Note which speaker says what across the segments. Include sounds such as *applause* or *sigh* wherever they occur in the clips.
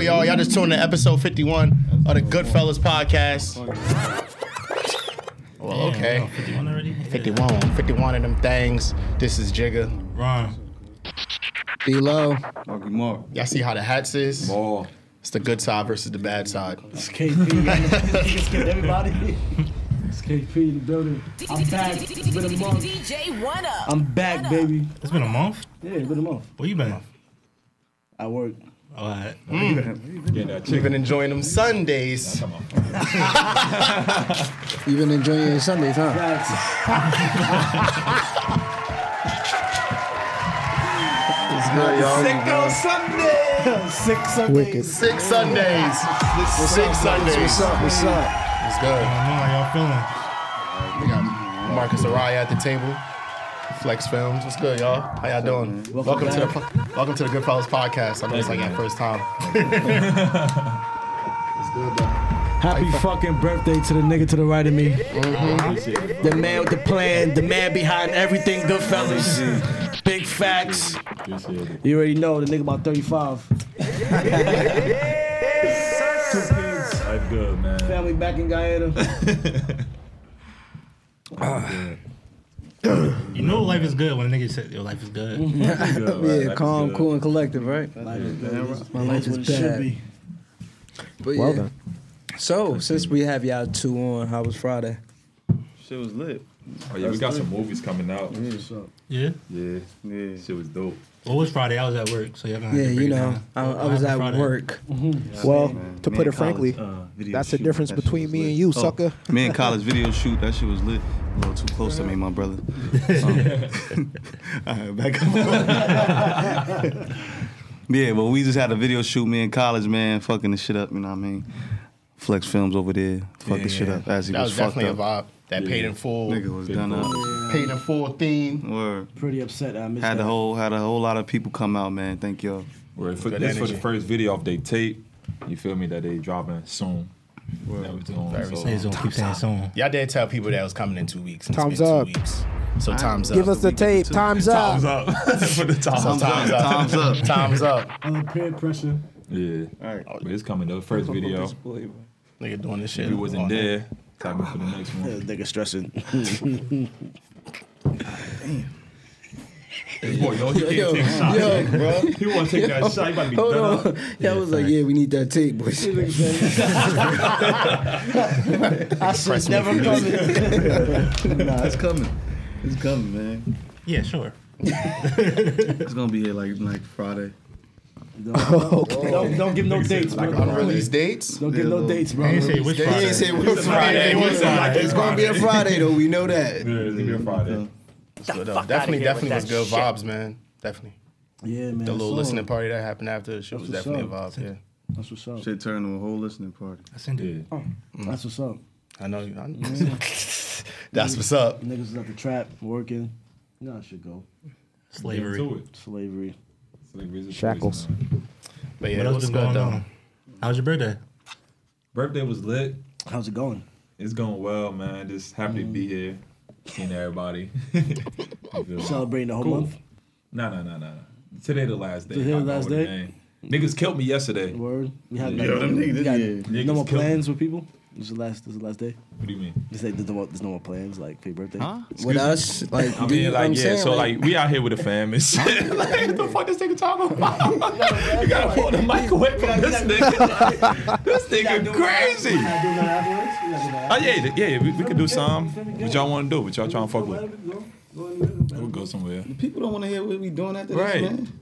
Speaker 1: tuned to episode 51 of the Goodfellas podcast. Well, okay.
Speaker 2: 51 already?
Speaker 1: 51, 51 of them things. This is Jigga.
Speaker 2: Ron.
Speaker 1: D Low.
Speaker 3: Marky Mark.
Speaker 1: Y'all see how the hats is?
Speaker 3: Ball.
Speaker 1: It's the good side versus the bad side.
Speaker 4: It's *laughs* KP. You skipped everybody. It's KP in the building. I'm back. It's been a month.
Speaker 5: DJ One Up.
Speaker 4: I'm back, baby.
Speaker 2: It's been a month?
Speaker 4: Yeah, it's been a month.
Speaker 2: Where you been?
Speaker 4: I work.
Speaker 2: Oh, all right.
Speaker 3: Yeah, that
Speaker 1: You've
Speaker 3: chicken.
Speaker 1: been enjoying them Sundays.
Speaker 6: You've been enjoying your Sundays, huh?
Speaker 4: *laughs* Facts.
Speaker 3: Sick on
Speaker 4: Sick Sundays.
Speaker 1: Six Sundays. Six Sundays.
Speaker 6: What's up? What's up?
Speaker 1: It's good.
Speaker 2: I don't know how y'all feeling.
Speaker 1: We got Marcus Araya at the table. Flex Films. What's good, y'all? How y'all doing? Welcome, to the po- welcome to the Goodfellas podcast. I know it's like your first time.
Speaker 4: Happy fucking birthday to the nigga to the right of me. The man with the plan, the man behind everything, good fellas. Big facts. You already know the nigga about 35. Two kids,
Speaker 3: Life good, man.
Speaker 4: family back in Guyana.
Speaker 2: You know life is good when a nigga said, yo, life is good.
Speaker 3: Good, right? Life
Speaker 6: Yeah,
Speaker 3: is
Speaker 6: calm,
Speaker 3: good.
Speaker 6: cool, and collective, right? My life is
Speaker 4: What it should
Speaker 6: bad.
Speaker 4: be.
Speaker 6: But yeah. So, since we have y'all two on, how was Friday?
Speaker 7: Shit was lit.
Speaker 3: Oh, yeah, we got some movies coming out.
Speaker 2: Yeah?
Speaker 3: Yeah.
Speaker 7: Yeah.
Speaker 3: Shit was dope.
Speaker 2: Well, it was Friday. I was at work, so y'all gonna have
Speaker 6: Yeah,
Speaker 2: to break
Speaker 6: you
Speaker 2: it
Speaker 6: know,
Speaker 2: down.
Speaker 6: I,
Speaker 2: What
Speaker 6: I was
Speaker 2: happened
Speaker 6: at
Speaker 2: Friday?
Speaker 6: work.
Speaker 8: Well,
Speaker 7: Man,
Speaker 8: to
Speaker 7: me
Speaker 8: put it
Speaker 7: and
Speaker 8: frankly,
Speaker 7: college, uh, video
Speaker 8: that's the
Speaker 7: shoot,
Speaker 8: difference
Speaker 7: that shit
Speaker 8: between
Speaker 7: was
Speaker 8: me
Speaker 7: lit.
Speaker 8: and you,
Speaker 7: Oh,
Speaker 8: sucker.
Speaker 7: Me
Speaker 8: *laughs*
Speaker 7: and college video shoot, that shit was lit. A little too close to me, my *laughs* brother. Um, *laughs* all right, back up. *laughs* yeah, but we just had a video shoot, me and college, man, fucking the shit up, you know what I mean? Flex Films over there, fucking
Speaker 2: Yeah,
Speaker 7: shit
Speaker 2: yeah.
Speaker 7: up as he
Speaker 1: That was
Speaker 7: was, fucked
Speaker 1: definitely a
Speaker 7: up.
Speaker 1: vibe. That paid in full,
Speaker 7: Nigga was done up.
Speaker 1: paid in full theme.
Speaker 7: Word.
Speaker 4: Pretty upset that I missed
Speaker 7: Had
Speaker 4: that. *laughs*
Speaker 7: a whole had a whole lot of people come out, man. Thank y'all.
Speaker 3: Word. For, this for the
Speaker 1: energy.
Speaker 3: first video off they tape. You feel me? That they dropping soon. That was on.
Speaker 1: Very
Speaker 3: so-
Speaker 2: Niggas gonna keep saying song.
Speaker 1: Y'all did tell people that was coming in two weeks. and it's
Speaker 8: Time's
Speaker 1: been
Speaker 8: up.
Speaker 1: Two weeks. So time's up.
Speaker 8: Give us the tape. Time's up.
Speaker 3: Thumbs up for the top.
Speaker 1: So time's up. Time's up. *laughs*
Speaker 7: *laughs*
Speaker 1: time's up.
Speaker 4: Uh, peer pressure.
Speaker 3: Yeah. All right. But it's coming though. First video.
Speaker 1: Nigga doing this shit.
Speaker 3: We wasn't
Speaker 1: on
Speaker 3: there. Time for the next one.
Speaker 4: Nigga stressing.
Speaker 3: Boy, yo, he can't take shots. *laughs* He want to take that shot. He about to be
Speaker 6: Hold
Speaker 3: done.
Speaker 6: on. Yeah, I was like, yeah, we need that tape, boys.
Speaker 4: I should never come in.
Speaker 7: Nah, it's coming. It's coming, man.
Speaker 2: Yeah, sure.
Speaker 7: It's gonna be here like like Friday.
Speaker 4: Don't, don't give no dates, bro.
Speaker 1: Unreleased dates.
Speaker 4: Don't give no dates,
Speaker 2: They
Speaker 4: bro.
Speaker 2: didn't say which
Speaker 1: They
Speaker 2: Friday.
Speaker 1: didn't say what Friday.
Speaker 2: Friday.
Speaker 1: was.
Speaker 6: It's gonna be a Friday though. We know that.
Speaker 3: Yeah, it's gonna be a Friday.
Speaker 1: But, uh, Definitely, definitely was good vibes, man. Definitely.
Speaker 4: Yeah, man.
Speaker 1: The little
Speaker 4: so-
Speaker 1: listening party that happened after the show was
Speaker 4: That's what's
Speaker 1: definitely a
Speaker 4: up.
Speaker 1: vibe. Yeah.
Speaker 4: That's what's up.
Speaker 7: Shit turned to a whole listening party.
Speaker 2: I sent it.
Speaker 3: Yeah.
Speaker 4: That's what's up.
Speaker 1: I know. you- I know. *laughs* That's what's up.
Speaker 4: Niggas is at the trap working. You know how it should go.
Speaker 2: Slavery.
Speaker 3: To it.
Speaker 4: Slavery.
Speaker 3: It's like Razor
Speaker 8: Shackles.
Speaker 3: Blades, man.
Speaker 1: But yeah,
Speaker 2: What
Speaker 1: it
Speaker 2: else
Speaker 1: was
Speaker 2: been
Speaker 1: good
Speaker 2: going
Speaker 1: though.
Speaker 2: on? How's your birthday?
Speaker 3: Birthday was lit.
Speaker 4: How's it going?
Speaker 3: It's going well, man. Just happy to be here, seeing everybody. *laughs* no,
Speaker 4: Celebrating the whole
Speaker 3: Cool.
Speaker 4: month.
Speaker 3: no, no, no. Today the last day.
Speaker 4: Today the
Speaker 3: I go
Speaker 4: last
Speaker 3: with
Speaker 4: day?
Speaker 3: name. Niggas killed me yesterday. What
Speaker 4: Word. You have
Speaker 3: Yeah.
Speaker 4: like,
Speaker 3: Yo, them
Speaker 4: you
Speaker 7: niggas,
Speaker 4: got
Speaker 7: yeah.
Speaker 3: Niggas
Speaker 4: no more
Speaker 3: killed
Speaker 4: plans with people. This is the last. This is the last day.
Speaker 3: do you mean?
Speaker 4: This like, there's, no more, there's no more plans like for your birthday.
Speaker 7: Huh?
Speaker 6: With us, like,
Speaker 3: I
Speaker 6: do you
Speaker 3: mean,
Speaker 6: know what
Speaker 3: like,
Speaker 6: I'm
Speaker 3: yeah.
Speaker 6: saying?
Speaker 3: so, like, we out here with the fam and shit. *laughs* like, what the fuck this nigga talking *laughs* about? you gotta pull the mic away from this nigga. *laughs* this nigga crazy. Oh yeah, th- yeah, yeah. We, we could do some. What y'all want to do? What y'all trying to fuck with? We'll go somewhere.
Speaker 7: people don't want to hear what we doing after
Speaker 3: Right.
Speaker 7: this, man.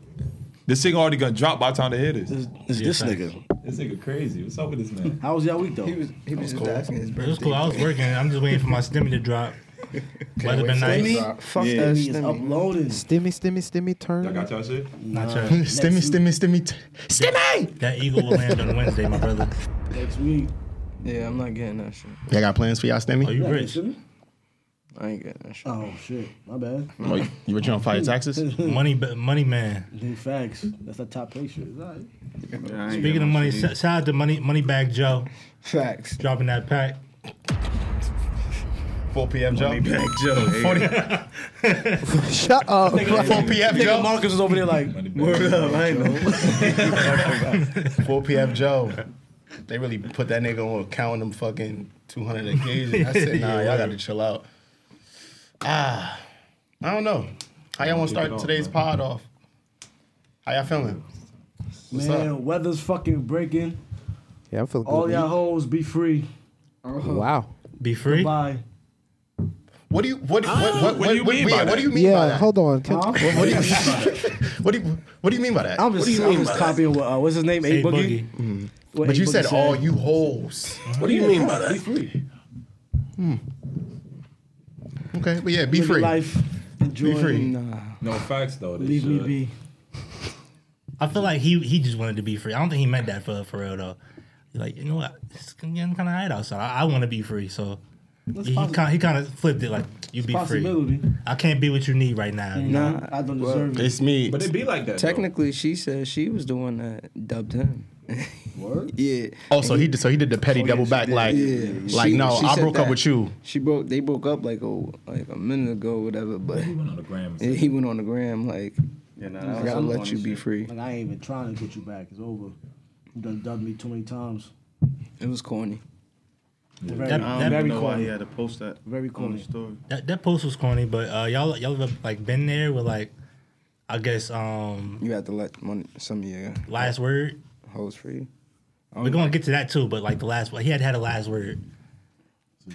Speaker 3: This nigga already gonna drop by the time they hear this.
Speaker 4: It's, it's
Speaker 2: Yeah,
Speaker 4: this
Speaker 2: thanks.
Speaker 4: nigga.
Speaker 3: This nigga crazy. What's up with this man?
Speaker 4: How was y'all week though?
Speaker 6: He was, he was just asking his
Speaker 2: It was
Speaker 6: birthday.
Speaker 2: cool. I was working. I'm just waiting for my stimmy to
Speaker 6: *laughs*
Speaker 2: drop. Weather been nice.
Speaker 6: Stimmy? Fuck
Speaker 7: Yeah.
Speaker 6: that
Speaker 4: he is
Speaker 6: Stimmy.
Speaker 4: uploading.
Speaker 8: Stimmy, stimmy, stimmy,
Speaker 3: Y'all
Speaker 8: turn.
Speaker 3: got y'all shit?
Speaker 2: Not yet.
Speaker 1: Stimmy, stimmy, stimmy, t- stimmy.
Speaker 2: That eagle will land on Wednesday, my brother.
Speaker 4: Next week.
Speaker 6: Yeah, I'm not getting that shit.
Speaker 1: Y'all got plans for y'all,
Speaker 2: Are
Speaker 1: stimmy?
Speaker 2: you rich?
Speaker 6: I ain't getting that shit.
Speaker 4: Oh shit. My bad.
Speaker 1: You, you rich on fire taxes?
Speaker 2: Money, money man.
Speaker 4: Big facts. That's the top pay shit. It's all right.
Speaker 7: Yeah, I ain't
Speaker 2: Speaking
Speaker 7: got
Speaker 2: of
Speaker 7: no
Speaker 2: money,
Speaker 7: shit.
Speaker 2: shout out to Money Money Bag Joe
Speaker 6: Facts.
Speaker 2: dropping that pack.
Speaker 1: 4 p.m. Joe.
Speaker 7: Back
Speaker 1: *laughs*
Speaker 7: Joe. Hey,
Speaker 1: 40,
Speaker 8: *laughs* Shut up.
Speaker 1: 4 p.m.
Speaker 4: Nigga,
Speaker 1: Joe.
Speaker 4: Marcus is over there like,
Speaker 7: Word up, I ain't know.
Speaker 1: 4 p.m. Joe. They really put that nigga on counting them fucking 200 occasions. I
Speaker 3: *laughs*
Speaker 1: said, nah, y'all got to chill out. Ah, I don't know. How y'all want to start today's pod off? How y'all feeling? What's
Speaker 4: man,
Speaker 1: up?
Speaker 4: weather's fucking breaking.
Speaker 8: Yeah, I'm feeling good.
Speaker 4: All y'all hoes be free.
Speaker 8: Wow.
Speaker 2: Be free.
Speaker 4: Bye.
Speaker 1: What do you what what what
Speaker 3: Ah, what do you mean by
Speaker 1: yeah,
Speaker 3: that?
Speaker 1: what do you mean by
Speaker 8: Yeah,
Speaker 1: that?
Speaker 8: hold on. Can-
Speaker 1: What do you mean by that? What do you what do you mean by that?
Speaker 4: I'm just, I'm just copying what, uh, what's his name? A
Speaker 2: Hey,
Speaker 4: Boogie.
Speaker 2: Boogie.
Speaker 4: What
Speaker 1: But
Speaker 4: A
Speaker 1: you
Speaker 4: Boogie
Speaker 1: said all you hoes.
Speaker 3: What do you mean by that?
Speaker 4: Be free.
Speaker 1: Okay, but yeah, be
Speaker 4: Live your
Speaker 1: free.
Speaker 4: life. Enjoy.
Speaker 1: free.
Speaker 4: Nah,
Speaker 3: No facts though. this
Speaker 4: leave me
Speaker 3: shit.
Speaker 4: be.
Speaker 2: I feel like he he just wanted to be free. I don't think he meant that for for real though. He's like, you know what? It's getting kind of hot outside. I, I want to be free. So he
Speaker 4: possi-
Speaker 2: kind he kind of flipped it like, you be free.
Speaker 4: Possibility.
Speaker 2: I can't be what you need right now.
Speaker 4: Nah, I don't deserve it.
Speaker 7: It's me.
Speaker 3: But it be like that. though.
Speaker 6: Technically, she said she was the one that dubbed him. *laughs* What? yeah.
Speaker 1: Also, he did, Oh, so he did the
Speaker 6: Oh,
Speaker 1: petty double back like
Speaker 6: Yeah.
Speaker 1: like
Speaker 6: She-
Speaker 1: no,
Speaker 6: she
Speaker 1: I
Speaker 6: said
Speaker 1: broke up
Speaker 6: that.
Speaker 1: with you.
Speaker 6: She broke. They broke up like a like a minute ago, or whatever. But
Speaker 3: He went on the gram.
Speaker 6: yeah, he went on the gram like,
Speaker 7: Yeah, nah,
Speaker 6: I
Speaker 7: that
Speaker 6: gotta
Speaker 7: was
Speaker 6: let
Speaker 7: funny
Speaker 6: you be
Speaker 7: shit.
Speaker 6: free.
Speaker 4: Like, I ain't even trying to get you back. It's over. You done dubbed me too many times.
Speaker 6: It was corny.
Speaker 4: Very,
Speaker 2: That- that-
Speaker 7: I don't
Speaker 4: very
Speaker 7: know why he
Speaker 4: corny.
Speaker 7: had to post that.
Speaker 4: Very
Speaker 7: on
Speaker 4: corny.
Speaker 7: his story.
Speaker 2: That, that post was corny, but uh, y'all y'all have like been there with like, I guess um
Speaker 6: You had to let one, some of your
Speaker 2: last word.
Speaker 6: hoes free.
Speaker 2: We're gonna get to that too, but like the last one, he had had a last word.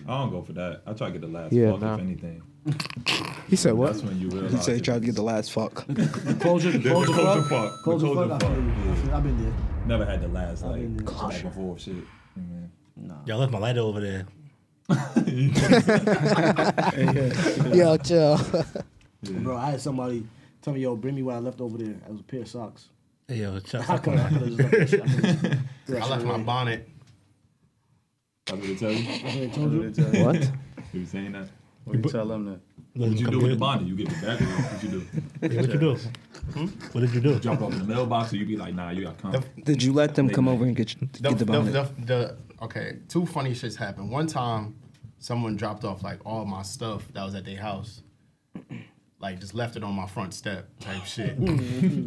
Speaker 3: I don't go for that. I try to get the last
Speaker 8: Yeah,
Speaker 3: fuck
Speaker 8: nah.
Speaker 3: if anything.
Speaker 8: He said what?
Speaker 3: That's when you realize.
Speaker 6: He said he
Speaker 3: it.
Speaker 6: tried to get the last fuck.
Speaker 1: *laughs*
Speaker 4: Close your,
Speaker 3: The
Speaker 4: close your
Speaker 3: culture
Speaker 4: fuck.
Speaker 3: fuck. The
Speaker 4: Close your
Speaker 3: culture
Speaker 4: fuck.
Speaker 3: fuck.
Speaker 4: I've been there.
Speaker 3: Never had the last
Speaker 4: I mean,
Speaker 3: like
Speaker 4: yeah.
Speaker 3: back and forth shit. Amen.
Speaker 2: Y'all left my lighter over there.
Speaker 8: *laughs* Yo, chill.
Speaker 4: Bro, I had somebody tell me, yo, bring me what I left over there. It was a pair of socks.
Speaker 2: Hey, yo, shut
Speaker 4: I
Speaker 2: up.
Speaker 4: could have just left that shit. I coulda just
Speaker 1: I left my
Speaker 4: box.
Speaker 1: bonnet.
Speaker 3: I'm gonna tell you.
Speaker 4: told you.
Speaker 8: what?
Speaker 3: You was saying that.
Speaker 7: What you tell him that?
Speaker 3: What you do with the bond? You give it back. Or what you do?
Speaker 2: Hey, what you do?
Speaker 3: Hmm?
Speaker 2: What did you do?
Speaker 3: Drop off in the mailbox, or you be like, Nah, you got come.
Speaker 6: Did you let them come over and get you-
Speaker 1: The,
Speaker 6: get
Speaker 1: the,
Speaker 6: the bonnet?
Speaker 1: the, the- okay, two funny shits happened. One time, someone dropped off like all my stuff that was at their house. Like just left it on my front step type
Speaker 6: *laughs*
Speaker 1: shit.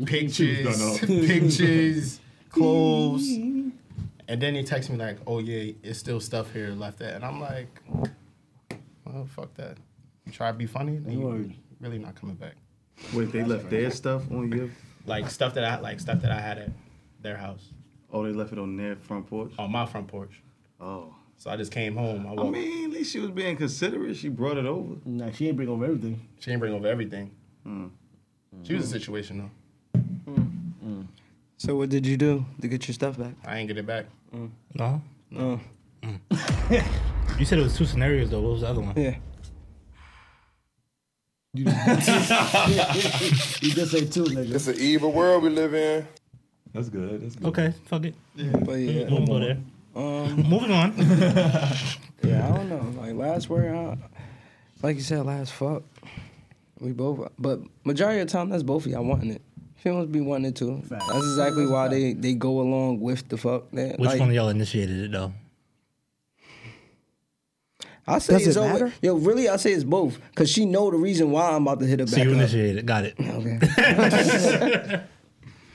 Speaker 1: pictures, *laughs* pictures, clothes. And then he texted me like, "Oh yeah, it's still stuff here left at," and I'm like, "Well, fuck that. You try to be funny, then you
Speaker 4: Word.
Speaker 1: really not coming back."
Speaker 7: Wait, they left their stuff on your.
Speaker 1: Like stuff that I like stuff that I had at their house
Speaker 7: Oh, they left it on their front porch.
Speaker 1: on my front porch.
Speaker 7: Oh.
Speaker 1: So I just came home. I
Speaker 7: I
Speaker 1: walked.
Speaker 7: mean, at least she was being considerate. She brought it over.
Speaker 4: Nah, she ain't bring over everything.
Speaker 1: She didn't bring over everything. She was a situation though.
Speaker 6: so what did you do to get your stuff back?
Speaker 1: I ain't get it back.
Speaker 2: No.
Speaker 6: Oh,
Speaker 2: Hmm. You said it was two scenarios though. What was the other one?
Speaker 6: yeah.
Speaker 4: You just say two, nigga.
Speaker 5: It's an evil world we live in.
Speaker 3: That's good. That's good.
Speaker 2: Okay, fuck it.
Speaker 6: But yeah,
Speaker 2: We'll go there. Moving on.
Speaker 6: yeah, I don't know. Like last word, I, like you said, last fuck. We both, but majority of the time, that's both of y'all wanting it. Females be wanting it too.
Speaker 4: Fact.
Speaker 6: That's exactly why they they go along with the fuck. That,
Speaker 2: Which
Speaker 6: like,
Speaker 2: one of y'all initiated it though?
Speaker 6: I say
Speaker 8: Does it
Speaker 6: it's over.
Speaker 8: matter?
Speaker 6: Yo, really, I say it's both because she know the reason why I'm about to hit her back.
Speaker 2: So you
Speaker 6: up.
Speaker 2: initiated it. Got it.
Speaker 6: *laughs* Okay.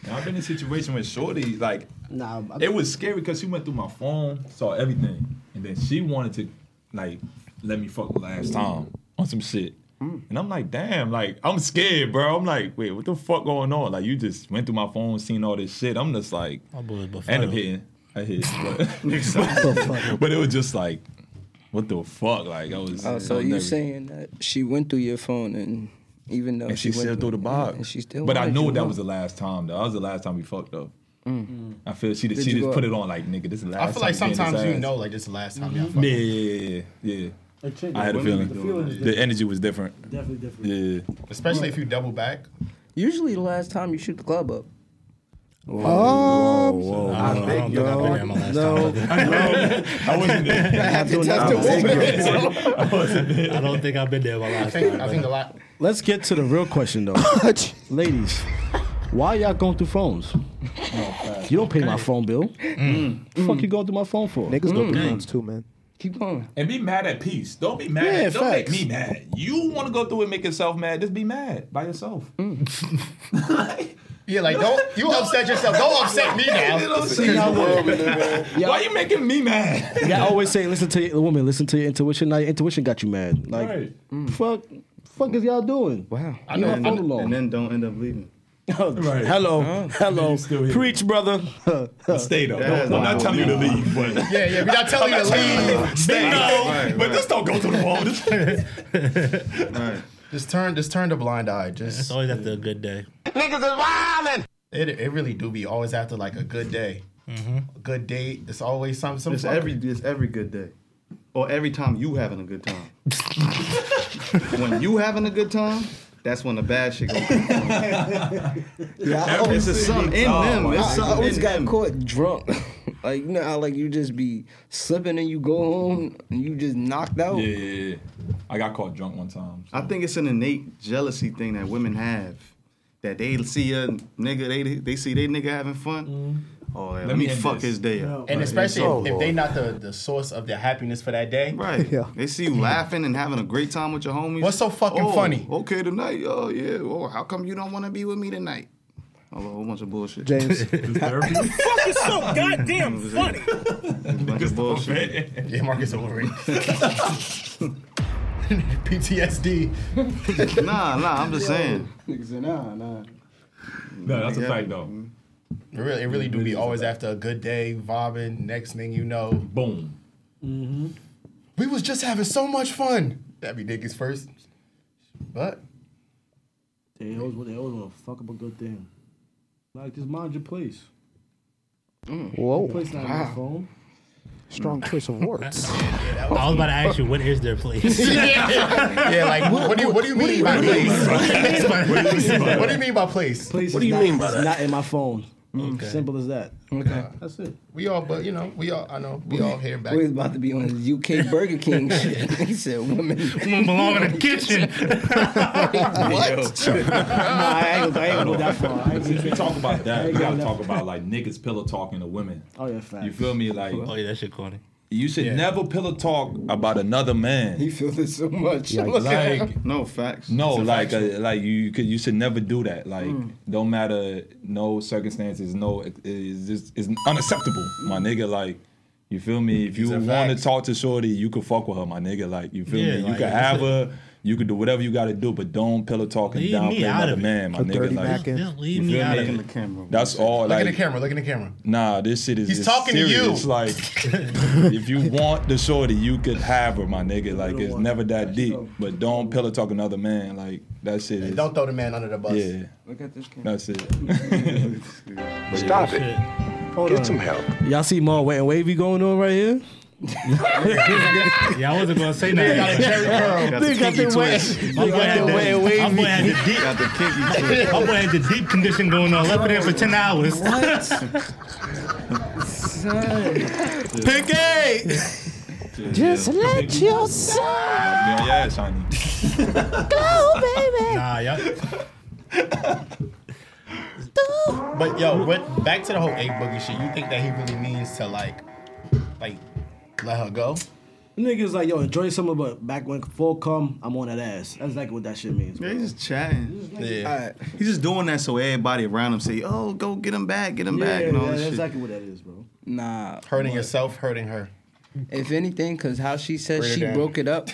Speaker 3: Now, I've been in a situation with Shorty. Like,
Speaker 4: Nah, I-
Speaker 3: it was scary because she went through my phone, saw everything, and then she wanted to, like, let me fuck last time on some shit.
Speaker 6: Hmm.
Speaker 3: And I'm like, damn, like, I'm scared, bro. I'm like, wait, what the fuck going on? Like, you just went through my phone, seen all this shit. I'm just like,
Speaker 2: My boy was
Speaker 3: end up
Speaker 2: befuddled.
Speaker 3: hitting. I
Speaker 6: *laughs*
Speaker 3: hit, *laughs* but, but it was just like, what the fuck? Like, I was.
Speaker 6: Oh, so
Speaker 3: I was
Speaker 6: you
Speaker 3: nervous.
Speaker 6: saying that she went through your phone and even though
Speaker 3: And she,
Speaker 6: went
Speaker 3: still threw the box.
Speaker 6: and she still.
Speaker 3: But I
Speaker 6: wanted
Speaker 3: know
Speaker 6: you,
Speaker 3: that
Speaker 6: huh?
Speaker 3: was the last time. Though that was the last time we fucked up. I feel she
Speaker 6: Did
Speaker 3: she
Speaker 6: you
Speaker 3: just
Speaker 6: go-
Speaker 3: put it on Mm. like nigga. This is the last.
Speaker 1: I feel like
Speaker 3: time being
Speaker 1: sometimes
Speaker 3: this
Speaker 1: you
Speaker 3: ass.
Speaker 1: know, like this is the last time
Speaker 2: Mm-hmm.
Speaker 1: y'all
Speaker 3: Yeah,
Speaker 1: fucking.
Speaker 3: yeah, yeah, yeah,
Speaker 4: a chick,
Speaker 3: yeah. I had a
Speaker 7: Women be
Speaker 4: The
Speaker 3: feeling.
Speaker 4: feeling is
Speaker 3: The energy was different.
Speaker 4: definitely different.
Speaker 3: Yeah.
Speaker 1: Especially if you double back.
Speaker 6: Usually the last time you shoot the club up.
Speaker 2: Oh, I don't, I don't think I've been there my last time.
Speaker 3: I wasn't there.
Speaker 2: I don't think I've been there my
Speaker 1: I
Speaker 2: last
Speaker 1: think,
Speaker 2: time.
Speaker 1: I think the lot.
Speaker 4: Let's get to the real
Speaker 8: *laughs*
Speaker 4: question though.
Speaker 8: Oh,
Speaker 4: Ladies, why y'all going through phones? You don't pay my phone bill. Fuck you going through my phone for?
Speaker 6: Mm.
Speaker 8: Niggas go through phones too, man.
Speaker 6: Keep going.
Speaker 3: And be mad at peace. Don't be mad.
Speaker 8: Yeah,
Speaker 3: Don't
Speaker 8: facts.
Speaker 3: make me mad. You want to go through and make yourself mad? Just be mad by yourself.
Speaker 6: Mm.
Speaker 3: *laughs*
Speaker 1: Yeah, like don't you upset yourself. Don't upset me
Speaker 3: *laughs* You
Speaker 1: now.
Speaker 3: know what I'm saying?
Speaker 5: World we live in.
Speaker 3: Why you making me mad?
Speaker 4: Yeah, I always say, listen to your woman, listen to your intuition. Now your intuition got you mad. Like,
Speaker 3: Right.
Speaker 4: fuck, fuck is y'all doing?
Speaker 6: Wow.
Speaker 4: Leave my
Speaker 7: And,
Speaker 4: phone
Speaker 7: then- and
Speaker 4: alone.
Speaker 7: then don't end up leaving.
Speaker 3: Right.
Speaker 4: Hello, hello,
Speaker 3: You still here.
Speaker 6: *laughs*
Speaker 4: preach, brother.
Speaker 3: Stay though.
Speaker 7: That is
Speaker 3: Don't- I'm not
Speaker 7: wild.
Speaker 3: telling you to leave, but
Speaker 1: Yeah, yeah. We're not telling
Speaker 3: *laughs*
Speaker 1: you to leave.
Speaker 3: stay.
Speaker 7: right,
Speaker 3: But just don't go to the *laughs* wall. Just-
Speaker 7: Right.
Speaker 1: Just turn, just turn the blind eye. Just
Speaker 2: It's always after a good day.
Speaker 1: it, it really do be always after like a good day, a good date. It's always some some.
Speaker 7: It's
Speaker 1: fuck-
Speaker 7: every it's every good day, or every time you having a good time. when you having a good time, that's when the bad shit. Goes.
Speaker 6: Yeah, I
Speaker 7: It's
Speaker 6: always,
Speaker 7: just something in them. It's
Speaker 6: I
Speaker 7: something
Speaker 6: always
Speaker 7: in
Speaker 6: got
Speaker 7: them.
Speaker 6: caught drunk. *laughs* like you know, how, like you just be slipping and you go home and you just knocked out.
Speaker 3: yeah, yeah, yeah. I got caught drunk one *laughs* time.
Speaker 7: I think it's an innate jealousy thing that women have. That they see a nigga, they they see they nigga having fun. Oh, yeah, let,
Speaker 3: me
Speaker 7: me,
Speaker 3: end
Speaker 7: fuck
Speaker 3: this.
Speaker 7: his day up.
Speaker 1: and especially
Speaker 8: Oh,
Speaker 1: if, if they not the, the source of their happiness for that day.
Speaker 7: Right.
Speaker 8: Yeah.
Speaker 7: They see you laughing and having a great time with your homies.
Speaker 1: What's so fucking
Speaker 7: Oh,
Speaker 1: funny?
Speaker 7: Okay, tonight. Oh yeah. Oh, how come you don't want to be with me tonight? Oh, a whole bunch of bullshit. *laughs*
Speaker 8: James.
Speaker 7: Damn funny. bunch of bullshit.
Speaker 1: Yeah, Marcus over *laughs* it. PTSD.
Speaker 7: Nah, nah. I'm just saying.
Speaker 6: Nah, nah.
Speaker 3: No, that's a fact though.
Speaker 1: It really, it really do be always after a good day, vibing. Next thing you know,
Speaker 3: Boom.
Speaker 1: we was just having so much fun. That'd be niggas first, but
Speaker 9: They always, they always want to fuck up a good thing. Like, just mind your place.
Speaker 8: Whoa.
Speaker 9: Place not on your phone.
Speaker 8: Strong choice of words.
Speaker 2: I was about to ask you, what is their *laughs* place?
Speaker 1: yeah, *laughs* like what, do you what do you mean by place? *laughs* what do you mean by place?
Speaker 9: Place
Speaker 8: What do you mean by
Speaker 9: it's
Speaker 8: that? Mm.
Speaker 9: Not in my phone. Simple as that.
Speaker 6: Okay.
Speaker 9: That's it.
Speaker 1: We all, but you know, we all. I know we all here back.
Speaker 6: We was about to be on his *laughs* UK Burger King shit. *laughs* he said, "Women,
Speaker 2: Woman belong in the kitchen.
Speaker 9: Nah, I ain't gonna I ain't gonna go that far. I ain't
Speaker 3: Since we
Speaker 9: gonna-
Speaker 3: talk about that, we
Speaker 9: Yeah,
Speaker 3: gotta
Speaker 9: yeah.
Speaker 3: talk about like niggas pillow talking to women.
Speaker 9: Oh yeah, facts.
Speaker 3: You feel me? Like
Speaker 2: Oh yeah, that shit corny.
Speaker 3: you should never pillow talk about another man.
Speaker 6: he feels this so much." Look at him.
Speaker 3: Like
Speaker 7: No facts.
Speaker 3: no, like uh, like you you could you should never do that. Like
Speaker 1: Mm.
Speaker 3: don't matter no circumstances, no is just is unacceptable, my nigga. Like you feel me? If you
Speaker 1: Mm. a
Speaker 3: want
Speaker 1: fact.
Speaker 3: to talk to shorty, you could fuck with her, my nigga. Like you feel
Speaker 2: Yeah,
Speaker 3: me? You
Speaker 2: like,
Speaker 3: could
Speaker 2: it's
Speaker 3: have her. You could do whatever you got to do, but don't pillow talk and
Speaker 2: Leave me
Speaker 3: downplay
Speaker 2: out
Speaker 3: another
Speaker 2: of it.
Speaker 3: man, my
Speaker 8: A
Speaker 3: nigga.
Speaker 8: dirty
Speaker 3: Like
Speaker 8: back end.
Speaker 2: Just leave
Speaker 3: You
Speaker 2: me
Speaker 3: feel
Speaker 2: out of
Speaker 3: me?
Speaker 7: Look in
Speaker 2: it.
Speaker 7: the camera.
Speaker 3: that's all.
Speaker 1: Look
Speaker 3: Like
Speaker 1: at the camera. Look at the camera.
Speaker 3: Nah, this shit is
Speaker 1: He's
Speaker 3: just
Speaker 1: talking to
Speaker 3: serious.
Speaker 1: you.
Speaker 3: It's like
Speaker 1: *laughs*
Speaker 3: if you want the shorty, you could have her, my nigga. Like it's never that deep. But don't pillow talk another man. Like that shit is
Speaker 1: Don't throw the man under the bus.
Speaker 3: yeah.
Speaker 6: Look at this camera.
Speaker 3: *laughs* That's it.
Speaker 5: Stop it.
Speaker 2: Shit.
Speaker 5: Get some help.
Speaker 4: Y'all see more wet and wavy going on right here?
Speaker 2: Yeah, I wasn't gonna
Speaker 3: *laughs*
Speaker 2: say nothing.
Speaker 7: Got the kinky twist.
Speaker 2: My boy had the- my boy had the deep.
Speaker 7: Got the kinky *laughs* twist.
Speaker 2: My boy had the deep condition going on. Left it in for ten hours. *laughs*
Speaker 4: Pinky!
Speaker 8: Just let yourself
Speaker 3: Yeah, yeah, shiny.
Speaker 8: go, baby.
Speaker 2: Nah, y'all.
Speaker 1: But yo, what, back to the whole eight boogie shit. You think that he really means to like, like, let her go?
Speaker 9: Niggas like, yo, enjoy summer, but back when fall come, I'm on that ass. That's exactly what that shit means.
Speaker 7: Yeah, he's just chatting.
Speaker 1: Yeah.
Speaker 7: He's just doing that so everybody around him say, "Oh, go get him back, get him
Speaker 9: Yeah,
Speaker 7: back,"
Speaker 9: yeah,
Speaker 7: and all
Speaker 9: yeah,
Speaker 7: this
Speaker 9: that's
Speaker 7: shit.
Speaker 9: exactly what that is, bro.
Speaker 6: Nah,
Speaker 1: Hurting yourself, hurting her.
Speaker 6: if anything, because how she said
Speaker 1: Break it
Speaker 6: she
Speaker 1: down.
Speaker 6: broke it *laughs* up,